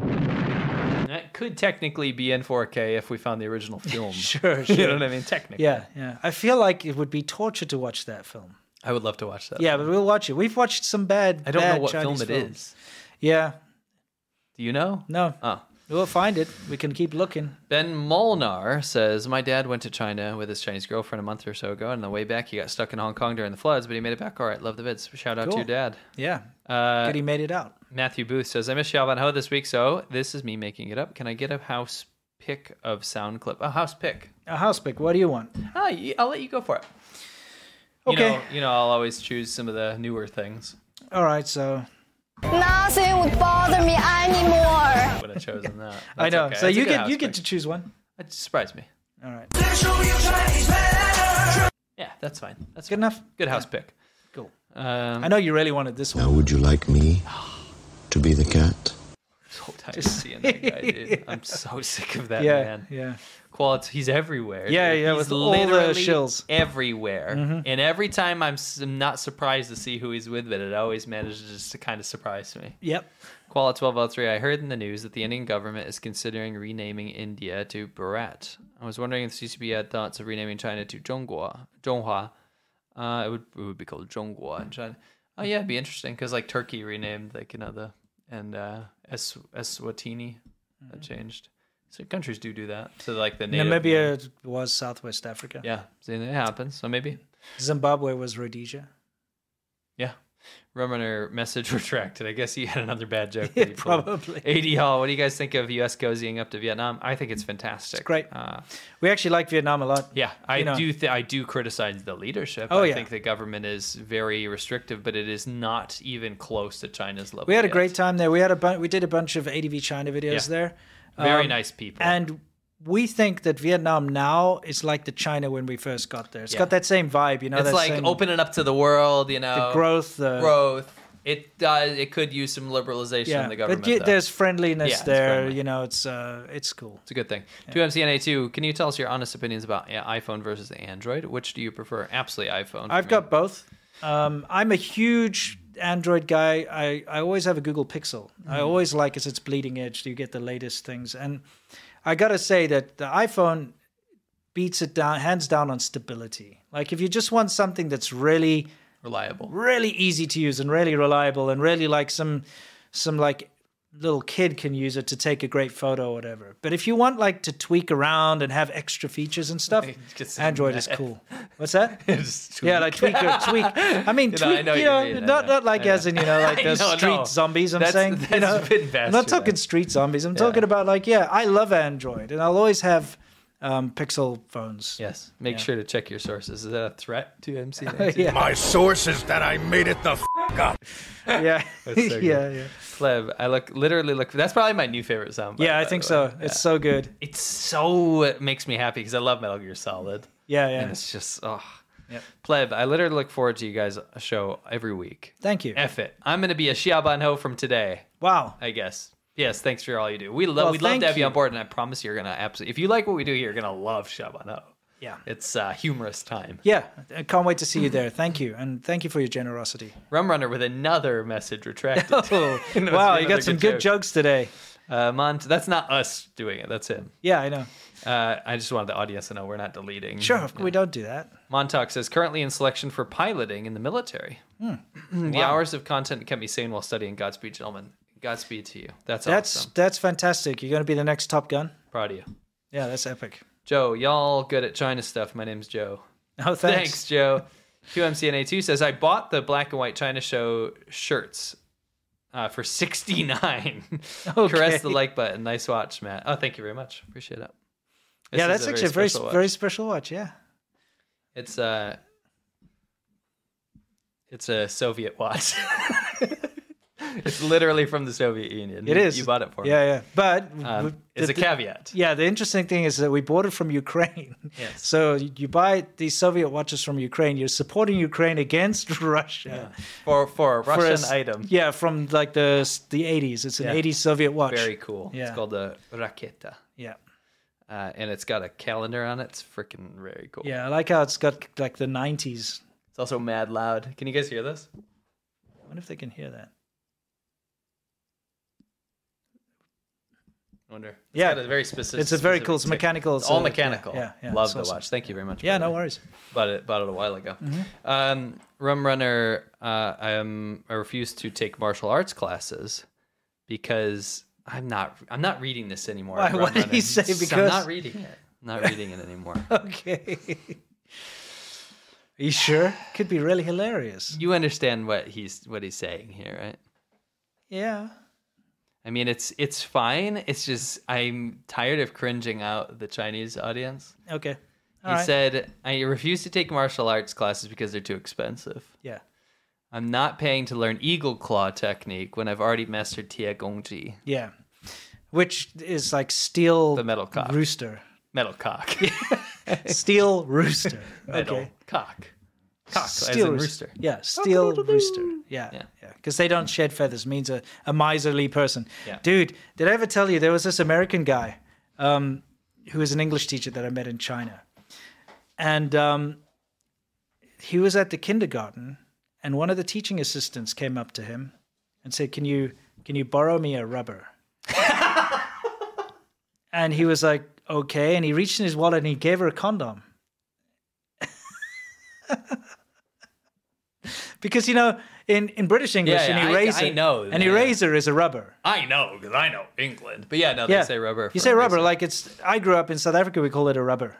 Speaker 2: That could technically be in four K if we found the original film.
Speaker 1: Sure,
Speaker 2: You
Speaker 1: sure.
Speaker 2: know what I mean? Technically,
Speaker 1: Yeah, yeah. I feel like it would be torture to watch that film.
Speaker 2: I would love to watch that.
Speaker 1: Yeah, but we'll watch it. We've watched some bad.
Speaker 2: I don't know
Speaker 1: bad
Speaker 2: what film
Speaker 1: Chinese
Speaker 2: it
Speaker 1: films.
Speaker 2: is.
Speaker 1: Yeah,
Speaker 2: Do you know?
Speaker 1: no.
Speaker 2: Oh.
Speaker 1: We'll find it. We can keep looking.
Speaker 2: Ben Molnar says, My dad went to China with his Chinese girlfriend a month or so ago, and on the way back, he got stuck in Hong Kong during the floods, but he made it back all right. Love the vids. Shout out
Speaker 1: Cool.
Speaker 2: to your dad.
Speaker 1: Yeah,
Speaker 2: Uh,
Speaker 1: good. e- He made it out.
Speaker 2: Matthew Booth says, I missed Yavan Ho this week, so this is me making it up. Can I get a house pick of sound clip? A house pick.
Speaker 1: A house pick. What do you want?
Speaker 2: Ah, y- I'll let you go for it.
Speaker 1: Okay.
Speaker 2: You know, you know, I'll always choose some of the newer things
Speaker 1: All right. So
Speaker 16: Nothing would bother me anymore.
Speaker 2: when I chose them that.
Speaker 1: I
Speaker 2: That's
Speaker 1: know.
Speaker 2: okay.
Speaker 1: So
Speaker 2: That's a
Speaker 1: you
Speaker 2: good
Speaker 1: get
Speaker 2: house
Speaker 1: you get
Speaker 2: pick.
Speaker 1: to choose one.
Speaker 2: It surprised me.
Speaker 1: All right.
Speaker 2: Yeah, that's fine. That's
Speaker 1: good enough.
Speaker 2: Good house pick.
Speaker 1: Cool.
Speaker 2: Um,
Speaker 1: I know you really wanted this one.
Speaker 17: would you like me to be the cat?
Speaker 2: so tired of seeing that guy, dude. I'm so sick of that
Speaker 1: Yeah,
Speaker 2: man.
Speaker 1: yeah.
Speaker 2: Quality, he's everywhere.
Speaker 1: Yeah,
Speaker 2: dude.
Speaker 1: yeah,
Speaker 2: He's
Speaker 1: with all the
Speaker 2: literally
Speaker 1: shills.
Speaker 2: everywhere.
Speaker 1: Mhm.
Speaker 2: And every time I'm, s- I'm not surprised to see who he's with, but it always manages just to kind of surprise me.
Speaker 1: Yep.
Speaker 2: Kuala 1203, I heard in the news that the Indian government is considering renaming India to Bharat. I was wondering if CCP had thoughts of renaming China to Zhonghua. Zhonghua. Uh, it, would, it would be called Zhonghua in China. Oh, yeah, it'd be interesting because, like, Turkey renamed, like, you know, the, and uh, Es- Eswatini that changed. So countries do do that. So, like, the native.
Speaker 1: Namibia was Southwest Africa.
Speaker 2: Yeah, so it happens. So maybe.
Speaker 1: Zimbabwe was Rhodesia.
Speaker 2: Yeah. Ruminer message retracted. I guess he had another bad joke.
Speaker 1: Yeah,
Speaker 2: that he pulled.
Speaker 1: probably.
Speaker 2: AD Hall, what do you guys think of US cozying up to Vietnam? I think it's fantastic.
Speaker 1: great.
Speaker 2: Uh,
Speaker 1: We actually like Vietnam a lot.
Speaker 2: yeah, I
Speaker 1: You know.
Speaker 2: do. Th- I do criticize the leadership.
Speaker 1: Oh,
Speaker 2: I
Speaker 1: yeah.
Speaker 2: think the government is very restrictive, but it is not even close to China's level.
Speaker 1: We had a
Speaker 2: yet.
Speaker 1: great time there. We had a bu- we did a bunch of ADV China videos
Speaker 2: Yeah.
Speaker 1: there. Um,
Speaker 2: Very nice people.
Speaker 1: And we think that Vietnam now is like the China when we first got there. It's
Speaker 2: Yeah.
Speaker 1: got that same vibe, you know.
Speaker 2: it's
Speaker 1: that
Speaker 2: like
Speaker 1: same-
Speaker 2: opening up to the world. You know,
Speaker 1: growth, uh, the-
Speaker 2: growth. It does. It could use some liberalization in the government.
Speaker 1: but y-
Speaker 2: though.
Speaker 1: there's friendliness
Speaker 2: Yeah, it's
Speaker 1: there.
Speaker 2: friendly.
Speaker 1: You know, it's uh, it's cool.
Speaker 2: It's a good thing. 2MCNA2, can you tell us your honest opinions about yeah, iPhone versus Android? Which do you prefer? Absolutely iPhone. for
Speaker 1: I've
Speaker 2: me.
Speaker 1: got both. Um, I'm a huge Android guy. I, I always have a Google Pixel. I
Speaker 2: Mhm.
Speaker 1: always like it. It's bleeding edge. You get the latest things. And I got to say that the iPhone beats it down, hands down on stability. Like if you just want something that's really
Speaker 2: reliable,
Speaker 1: really easy to use and really reliable and really like some, some like little kid can use it to take a great photo or whatever. But if you want like to tweak around and have extra features and stuff,
Speaker 2: Just-
Speaker 1: Android is cool. What's that?
Speaker 2: Just
Speaker 1: Yeah, like tweak or tweak. I mean,
Speaker 2: You know, I
Speaker 1: tweak.
Speaker 2: know
Speaker 1: you
Speaker 2: what
Speaker 1: know,
Speaker 2: you mean, I
Speaker 1: not
Speaker 2: know,
Speaker 1: not like
Speaker 2: I know.
Speaker 1: as in you know, like
Speaker 2: I
Speaker 1: the
Speaker 2: know,
Speaker 1: street
Speaker 2: no.
Speaker 1: zombies. I'm
Speaker 2: That's-
Speaker 1: saying. you
Speaker 2: that's
Speaker 1: know,
Speaker 2: been
Speaker 1: I'm
Speaker 2: bastardized.
Speaker 1: not talking street zombies. I'm talking about like yeah, I love Android, and I'll always have um, Pixel phones.
Speaker 2: Yes. Make
Speaker 1: Yeah.
Speaker 2: sure to check your sources. Is that a threat to MCNA2?
Speaker 1: Yeah.
Speaker 14: My source is that I made it the f up.
Speaker 1: Yeah.
Speaker 2: That's so good.
Speaker 1: yeah, yeah,
Speaker 2: Pleb, I look literally look. That's probably my new favorite sound.
Speaker 1: yeah. I think so. It's so good.
Speaker 2: It's so it makes me happy because I love Metal Gear Solid.
Speaker 1: Yeah, yeah.
Speaker 2: And it's just oh.
Speaker 1: Yep.
Speaker 2: Pleb, I literally look forward to you guys' show every week.
Speaker 1: Thank you.
Speaker 2: F it. I'm gonna be a Xiaoban Ho from today.
Speaker 1: Wow.
Speaker 2: I guess. Yes, thanks for all you do. We love
Speaker 1: Well,
Speaker 2: we'd love
Speaker 1: thank
Speaker 2: to have you.
Speaker 1: you.
Speaker 2: on board, and I promise you're gonna absolutely. If you like what we do, you're gonna love Shabano.
Speaker 1: Yeah.
Speaker 2: it's a humorous time.
Speaker 1: Yeah, I can't wait to see you there. Thank you, and thank you for your generosity.
Speaker 2: Rum Runner with another message retracted.
Speaker 1: Oh,
Speaker 2: That was
Speaker 1: wow, you
Speaker 2: another
Speaker 1: got some good
Speaker 2: joke.
Speaker 1: jokes today.
Speaker 2: Uh, Mont, that's not us doing it. That's him.
Speaker 1: Yeah, I know.
Speaker 2: Uh, I just wanted the audience to know we're not deleting.
Speaker 1: Sure, we don't do that.
Speaker 2: Montauk says currently in selection for piloting in the military.
Speaker 1: Hmm.
Speaker 2: The
Speaker 1: Wow.
Speaker 2: hours of content can be seen while studying Godspeed, gentlemen. Godspeed to you. That's,
Speaker 1: That's
Speaker 2: awesome.
Speaker 1: that's fantastic. You're going to be the next Top Gun.
Speaker 2: Proud of you.
Speaker 1: Yeah, that's epic.
Speaker 2: Joe, y'all good at China stuff. My name's Joe.
Speaker 1: Oh, thanks.
Speaker 2: Joe. QMCNA2 says, I bought the black and white China show shirts uh, for 69 Caress the
Speaker 1: Okay.
Speaker 2: like button. Nice watch, Matt. Oh, thank you very much. Appreciate it. This
Speaker 1: yeah,
Speaker 2: is
Speaker 1: that's actually a very
Speaker 2: special watch.
Speaker 1: very special watch. Yeah.
Speaker 2: It's a it's a Soviet watch. it's literally from the Soviet Union.
Speaker 1: It
Speaker 2: You-
Speaker 1: is.
Speaker 2: You bought it for
Speaker 1: Yeah,
Speaker 2: me.
Speaker 1: yeah. But
Speaker 2: Um,
Speaker 1: w-
Speaker 2: it's
Speaker 1: the-
Speaker 2: a caveat.
Speaker 1: Yeah, the interesting thing is that we bought it from Ukraine.
Speaker 2: Yes.
Speaker 1: So you buy these Soviet watches from Ukraine, you're supporting Ukraine against Russia.
Speaker 2: For for a
Speaker 1: For
Speaker 2: Russian
Speaker 1: us-
Speaker 2: item.
Speaker 1: Yeah, from like the s- the 80s. It's an
Speaker 2: Yeah.
Speaker 1: 80s Soviet watch.
Speaker 2: Very cool.
Speaker 1: Yeah.
Speaker 2: It's called a Raketa.
Speaker 1: Yeah.
Speaker 2: Uh, and it's got a calendar on it. It's freaking very cool.
Speaker 1: Yeah, I like how it's got like the 90s.
Speaker 2: It's also mad loud. Can you guys hear this?
Speaker 1: I wonder if they can hear that.
Speaker 2: I wonder. It's
Speaker 1: Yeah.
Speaker 2: got a very specific.
Speaker 1: It's a very cool- it's
Speaker 2: specific tick.
Speaker 1: mechanical,
Speaker 2: It's all
Speaker 1: so-
Speaker 2: mechanical.
Speaker 1: yeah, yeah, yeah,
Speaker 2: Love
Speaker 1: it's
Speaker 2: the
Speaker 1: awesome.
Speaker 2: watch. Thank you very much.
Speaker 1: Yeah,
Speaker 2: by the
Speaker 1: no
Speaker 2: way.
Speaker 1: worries.
Speaker 2: Bought it. Bought it a while ago.
Speaker 1: Mhm.
Speaker 2: Um, Rum Runner. Uh, I am. I refuse to take martial arts classes because I'm not. I'm not reading this anymore.
Speaker 1: Why,
Speaker 2: Rum
Speaker 1: what did he
Speaker 2: Runner.
Speaker 1: say?
Speaker 2: I'm
Speaker 1: Because-
Speaker 2: not reading it. Not reading it anymore.
Speaker 1: Okay. Are you sure? Could be really hilarious.
Speaker 2: you understand what he's what he's saying here, right?
Speaker 1: Yeah.
Speaker 2: I mean, it's it's fine. It's just I'm tired of cringing out the Chinese audience.
Speaker 1: Okay.
Speaker 2: He
Speaker 1: All right.
Speaker 2: said, "I refuse to take martial arts classes because they're too expensive.
Speaker 1: Yeah.
Speaker 2: I'm not paying to learn eagle claw technique when I've already mastered Tia Gongji,
Speaker 1: Yeah. Which is like steel
Speaker 2: the metal cock,
Speaker 1: rooster.
Speaker 2: metal cock,
Speaker 1: Steel rooster.
Speaker 2: metal
Speaker 1: Okay.
Speaker 2: cock, cock as
Speaker 1: Steel
Speaker 2: in
Speaker 1: roos-
Speaker 2: rooster. Oh,
Speaker 1: Yeah, steel rooster. Yeah. Yeah. Because they don't shed feathers, means a, a miserly person.
Speaker 2: Yeah.
Speaker 1: Dude, did I ever tell you there was this American guy um, who was an English teacher that I met in China? And um, he was at the kindergarten, and one of the teaching assistants came up to him and said, Can you, can you borrow me a rubber? and he was like, Okay. And he reached in his wallet and he gave her a condom. because, you know, in, in British English,
Speaker 2: yeah,
Speaker 1: an
Speaker 2: I-
Speaker 1: eraser,
Speaker 2: I know
Speaker 1: an
Speaker 2: that.
Speaker 1: eraser is a rubber.
Speaker 2: I know because I know England, but yeah, no,
Speaker 1: Yeah.
Speaker 2: they say rubber.
Speaker 1: You
Speaker 2: for
Speaker 1: say
Speaker 2: a
Speaker 1: rubber
Speaker 2: reason.
Speaker 1: like it's. I grew up in South Africa. We call it a rubber,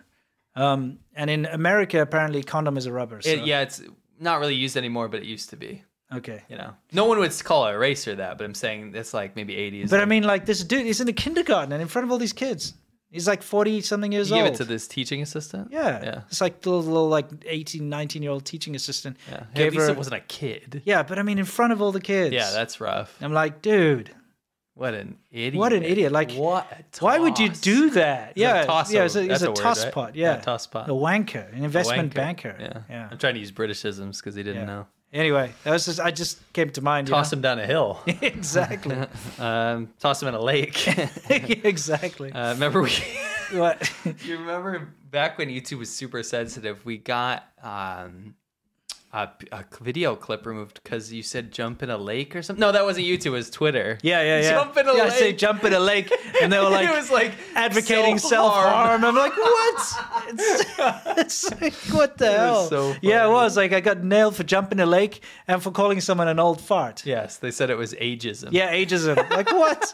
Speaker 1: um, and in America apparently condom is a rubber. So.
Speaker 2: It- yeah, it's not really used anymore, but it used to be.
Speaker 1: Okay.
Speaker 2: You know, no one would call an eraser that, but I'm saying it's like maybe 80s.
Speaker 1: But I mean, like this dude is in the kindergarten and in front of all these kids. He's like forty something years
Speaker 2: you
Speaker 1: old.
Speaker 2: give it to this teaching assistant.
Speaker 1: yeah.
Speaker 2: yeah.
Speaker 1: It's like the little, little like 18, 19 year old teaching assistant. Yeah.
Speaker 2: Hey, at least it wasn't a kid.
Speaker 1: Yeah, but I mean, in front of all the kids.
Speaker 2: Yeah, that's rough.
Speaker 1: I'm like, dude,
Speaker 2: What an idiot!
Speaker 1: what an idiot! Like,
Speaker 2: what?
Speaker 1: Why would you do that?
Speaker 2: He's a
Speaker 1: yeah,
Speaker 2: toss-o.
Speaker 1: yeah, he's a, he's
Speaker 2: That's
Speaker 1: a,
Speaker 2: a word,
Speaker 1: tosspot.
Speaker 2: right?
Speaker 1: Yeah,
Speaker 2: Yeah, tosspot.
Speaker 1: a wanker, an investment
Speaker 2: wanker.
Speaker 1: banker.
Speaker 2: Yeah.
Speaker 1: yeah.
Speaker 2: I'm trying to use Britishisms because he didn't know.
Speaker 1: Anyway, that was just, I just came to mind. you
Speaker 2: Toss
Speaker 1: know?
Speaker 2: him down a hill.
Speaker 1: exactly.
Speaker 2: um, toss him in a lake.
Speaker 1: exactly.
Speaker 2: Uh, remember we?
Speaker 1: What?
Speaker 2: you remember back when YouTube was super sensitive? We got um, a, a video clip removed because you said jump in a lake or something. No, that wasn't YouTube. It was Twitter.
Speaker 1: Yeah, yeah, yeah.
Speaker 2: Jump in a
Speaker 1: yeah,
Speaker 2: lake.
Speaker 1: I say jump in a lake, and they were like,
Speaker 2: it was like
Speaker 1: advocating self harm. I'm like, what? It's, it's like, what the
Speaker 2: It was
Speaker 1: hell?
Speaker 2: so
Speaker 1: yeah, it was like I got nailed for jumping a lake and for calling someone an old fart.
Speaker 2: Yes, they said it was ageism.
Speaker 1: Yeah, ageism. like what?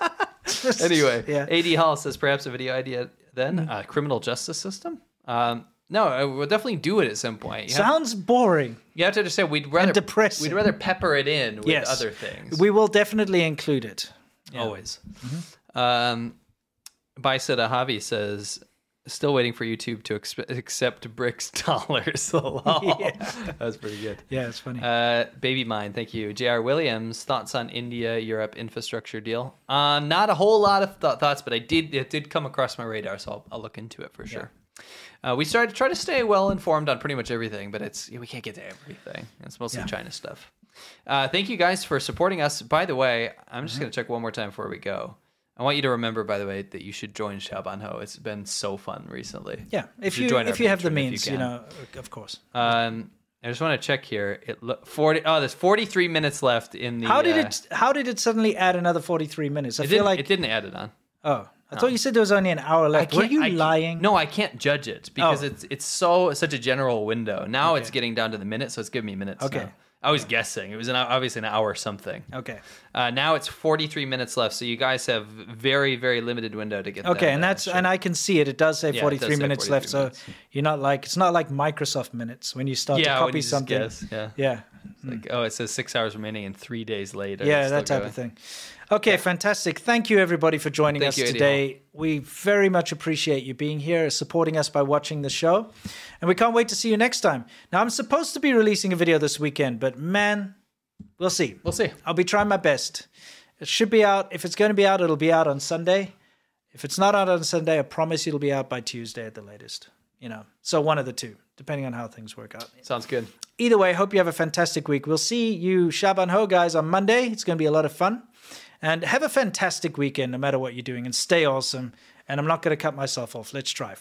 Speaker 2: anyway,
Speaker 1: Yeah. Mm.
Speaker 2: AD Hall says perhaps a video idea then uh, criminal justice system. Um, no, uh, we'll definitely do it at some point. You, have,
Speaker 1: Sounds boring.
Speaker 2: you have to understand we'd rather
Speaker 1: depressing.
Speaker 2: we'd rather pepper it in with
Speaker 1: Yes.
Speaker 2: other things
Speaker 1: We will definitely include it.
Speaker 2: always.
Speaker 1: Mm-hmm.
Speaker 2: Um, Baisada Javi says. Still waiting for YouTube to exp- accept bricks dollars. Lol.
Speaker 1: Yeah.
Speaker 2: That was pretty good.
Speaker 1: Yeah, it's funny.
Speaker 2: Uh, Baby Mine, thank you. J.R. Williams, thoughts on India Europe infrastructure deal? Um, not a whole lot of th- thoughts, but I did it did come across my radar, so I'll, I'll look into it for sure. Uh, we started to try to stay well informed on pretty much everything, but it's we can't get to everything. It's mostly
Speaker 1: Yeah.
Speaker 2: China
Speaker 1: Mm-hmm.
Speaker 2: stuff. Uh, thank you guys for supporting us. By the way, I'm just going to check one more time before we go. I want you to remember, by the way, that you should join Shabanho. It's been so fun recently.
Speaker 1: Yeah, if
Speaker 2: should
Speaker 1: you,
Speaker 2: join our
Speaker 1: if you have the
Speaker 2: Patreon if
Speaker 1: means, you,
Speaker 2: can.
Speaker 1: know, of course.
Speaker 2: Um, I just want to check here. It lo- forty. Oh, there's 43 minutes left in the.
Speaker 1: how did
Speaker 2: uh,
Speaker 1: it? How did it suddenly add another forty-three minutes? I
Speaker 2: it
Speaker 1: feel
Speaker 2: didn't,
Speaker 1: like
Speaker 2: it didn't add it on.
Speaker 1: Oh, I
Speaker 2: No.
Speaker 1: thought you said there was only an hour left. Were
Speaker 2: can't-
Speaker 1: you
Speaker 2: I-
Speaker 1: lying? Oh.
Speaker 2: No, I can't judge it because it's it's so such a general window. Now it's getting down to the minute, so it's giving me minutes.
Speaker 1: Okay.
Speaker 2: now. I was guessing it was an hou- obviously an hour or something.
Speaker 1: Okay.
Speaker 2: Uh, now it's 43 minutes left, so you guys have very very limited window to get.
Speaker 1: Okay, and that's and I can see it. It does say
Speaker 2: Yeah, it does
Speaker 1: forty-three
Speaker 2: say
Speaker 1: minutes left. So you're not like it's not like Microsoft minutes when you start
Speaker 2: yeah,
Speaker 1: to
Speaker 2: when
Speaker 1: copy
Speaker 2: you just
Speaker 1: something.
Speaker 2: guess, yeah,
Speaker 1: Yeah.
Speaker 2: It's like oh, it says six hours remaining and three days later.
Speaker 1: yeah,
Speaker 2: it's uh,
Speaker 1: that
Speaker 2: still
Speaker 1: type of thing. Okay, fantastic. Thank you everybody for joining
Speaker 2: Thank
Speaker 1: us
Speaker 2: you, Eddie
Speaker 1: today. We very much appreciate you being here, supporting us by watching the show, and we can't wait to see you next time. Now I'm supposed to be releasing a video this weekend, but man, we'll see.
Speaker 2: We'll see.
Speaker 1: I'll be trying my best. It should be out. If it's going to be out, it'll be out on Sunday. If it's not out on Sunday, I promise it'll be out by Tuesday at the latest. You know, so one of the two, depending on how things work out.
Speaker 2: Sounds good.
Speaker 1: Either way, hope you have a fantastic week. We'll see you Shaban Ho guys on Monday. It's going to be a lot of fun. And have a fantastic weekend no matter what you're doing and stay awesome. And I'm not going to cut myself off. Let's try.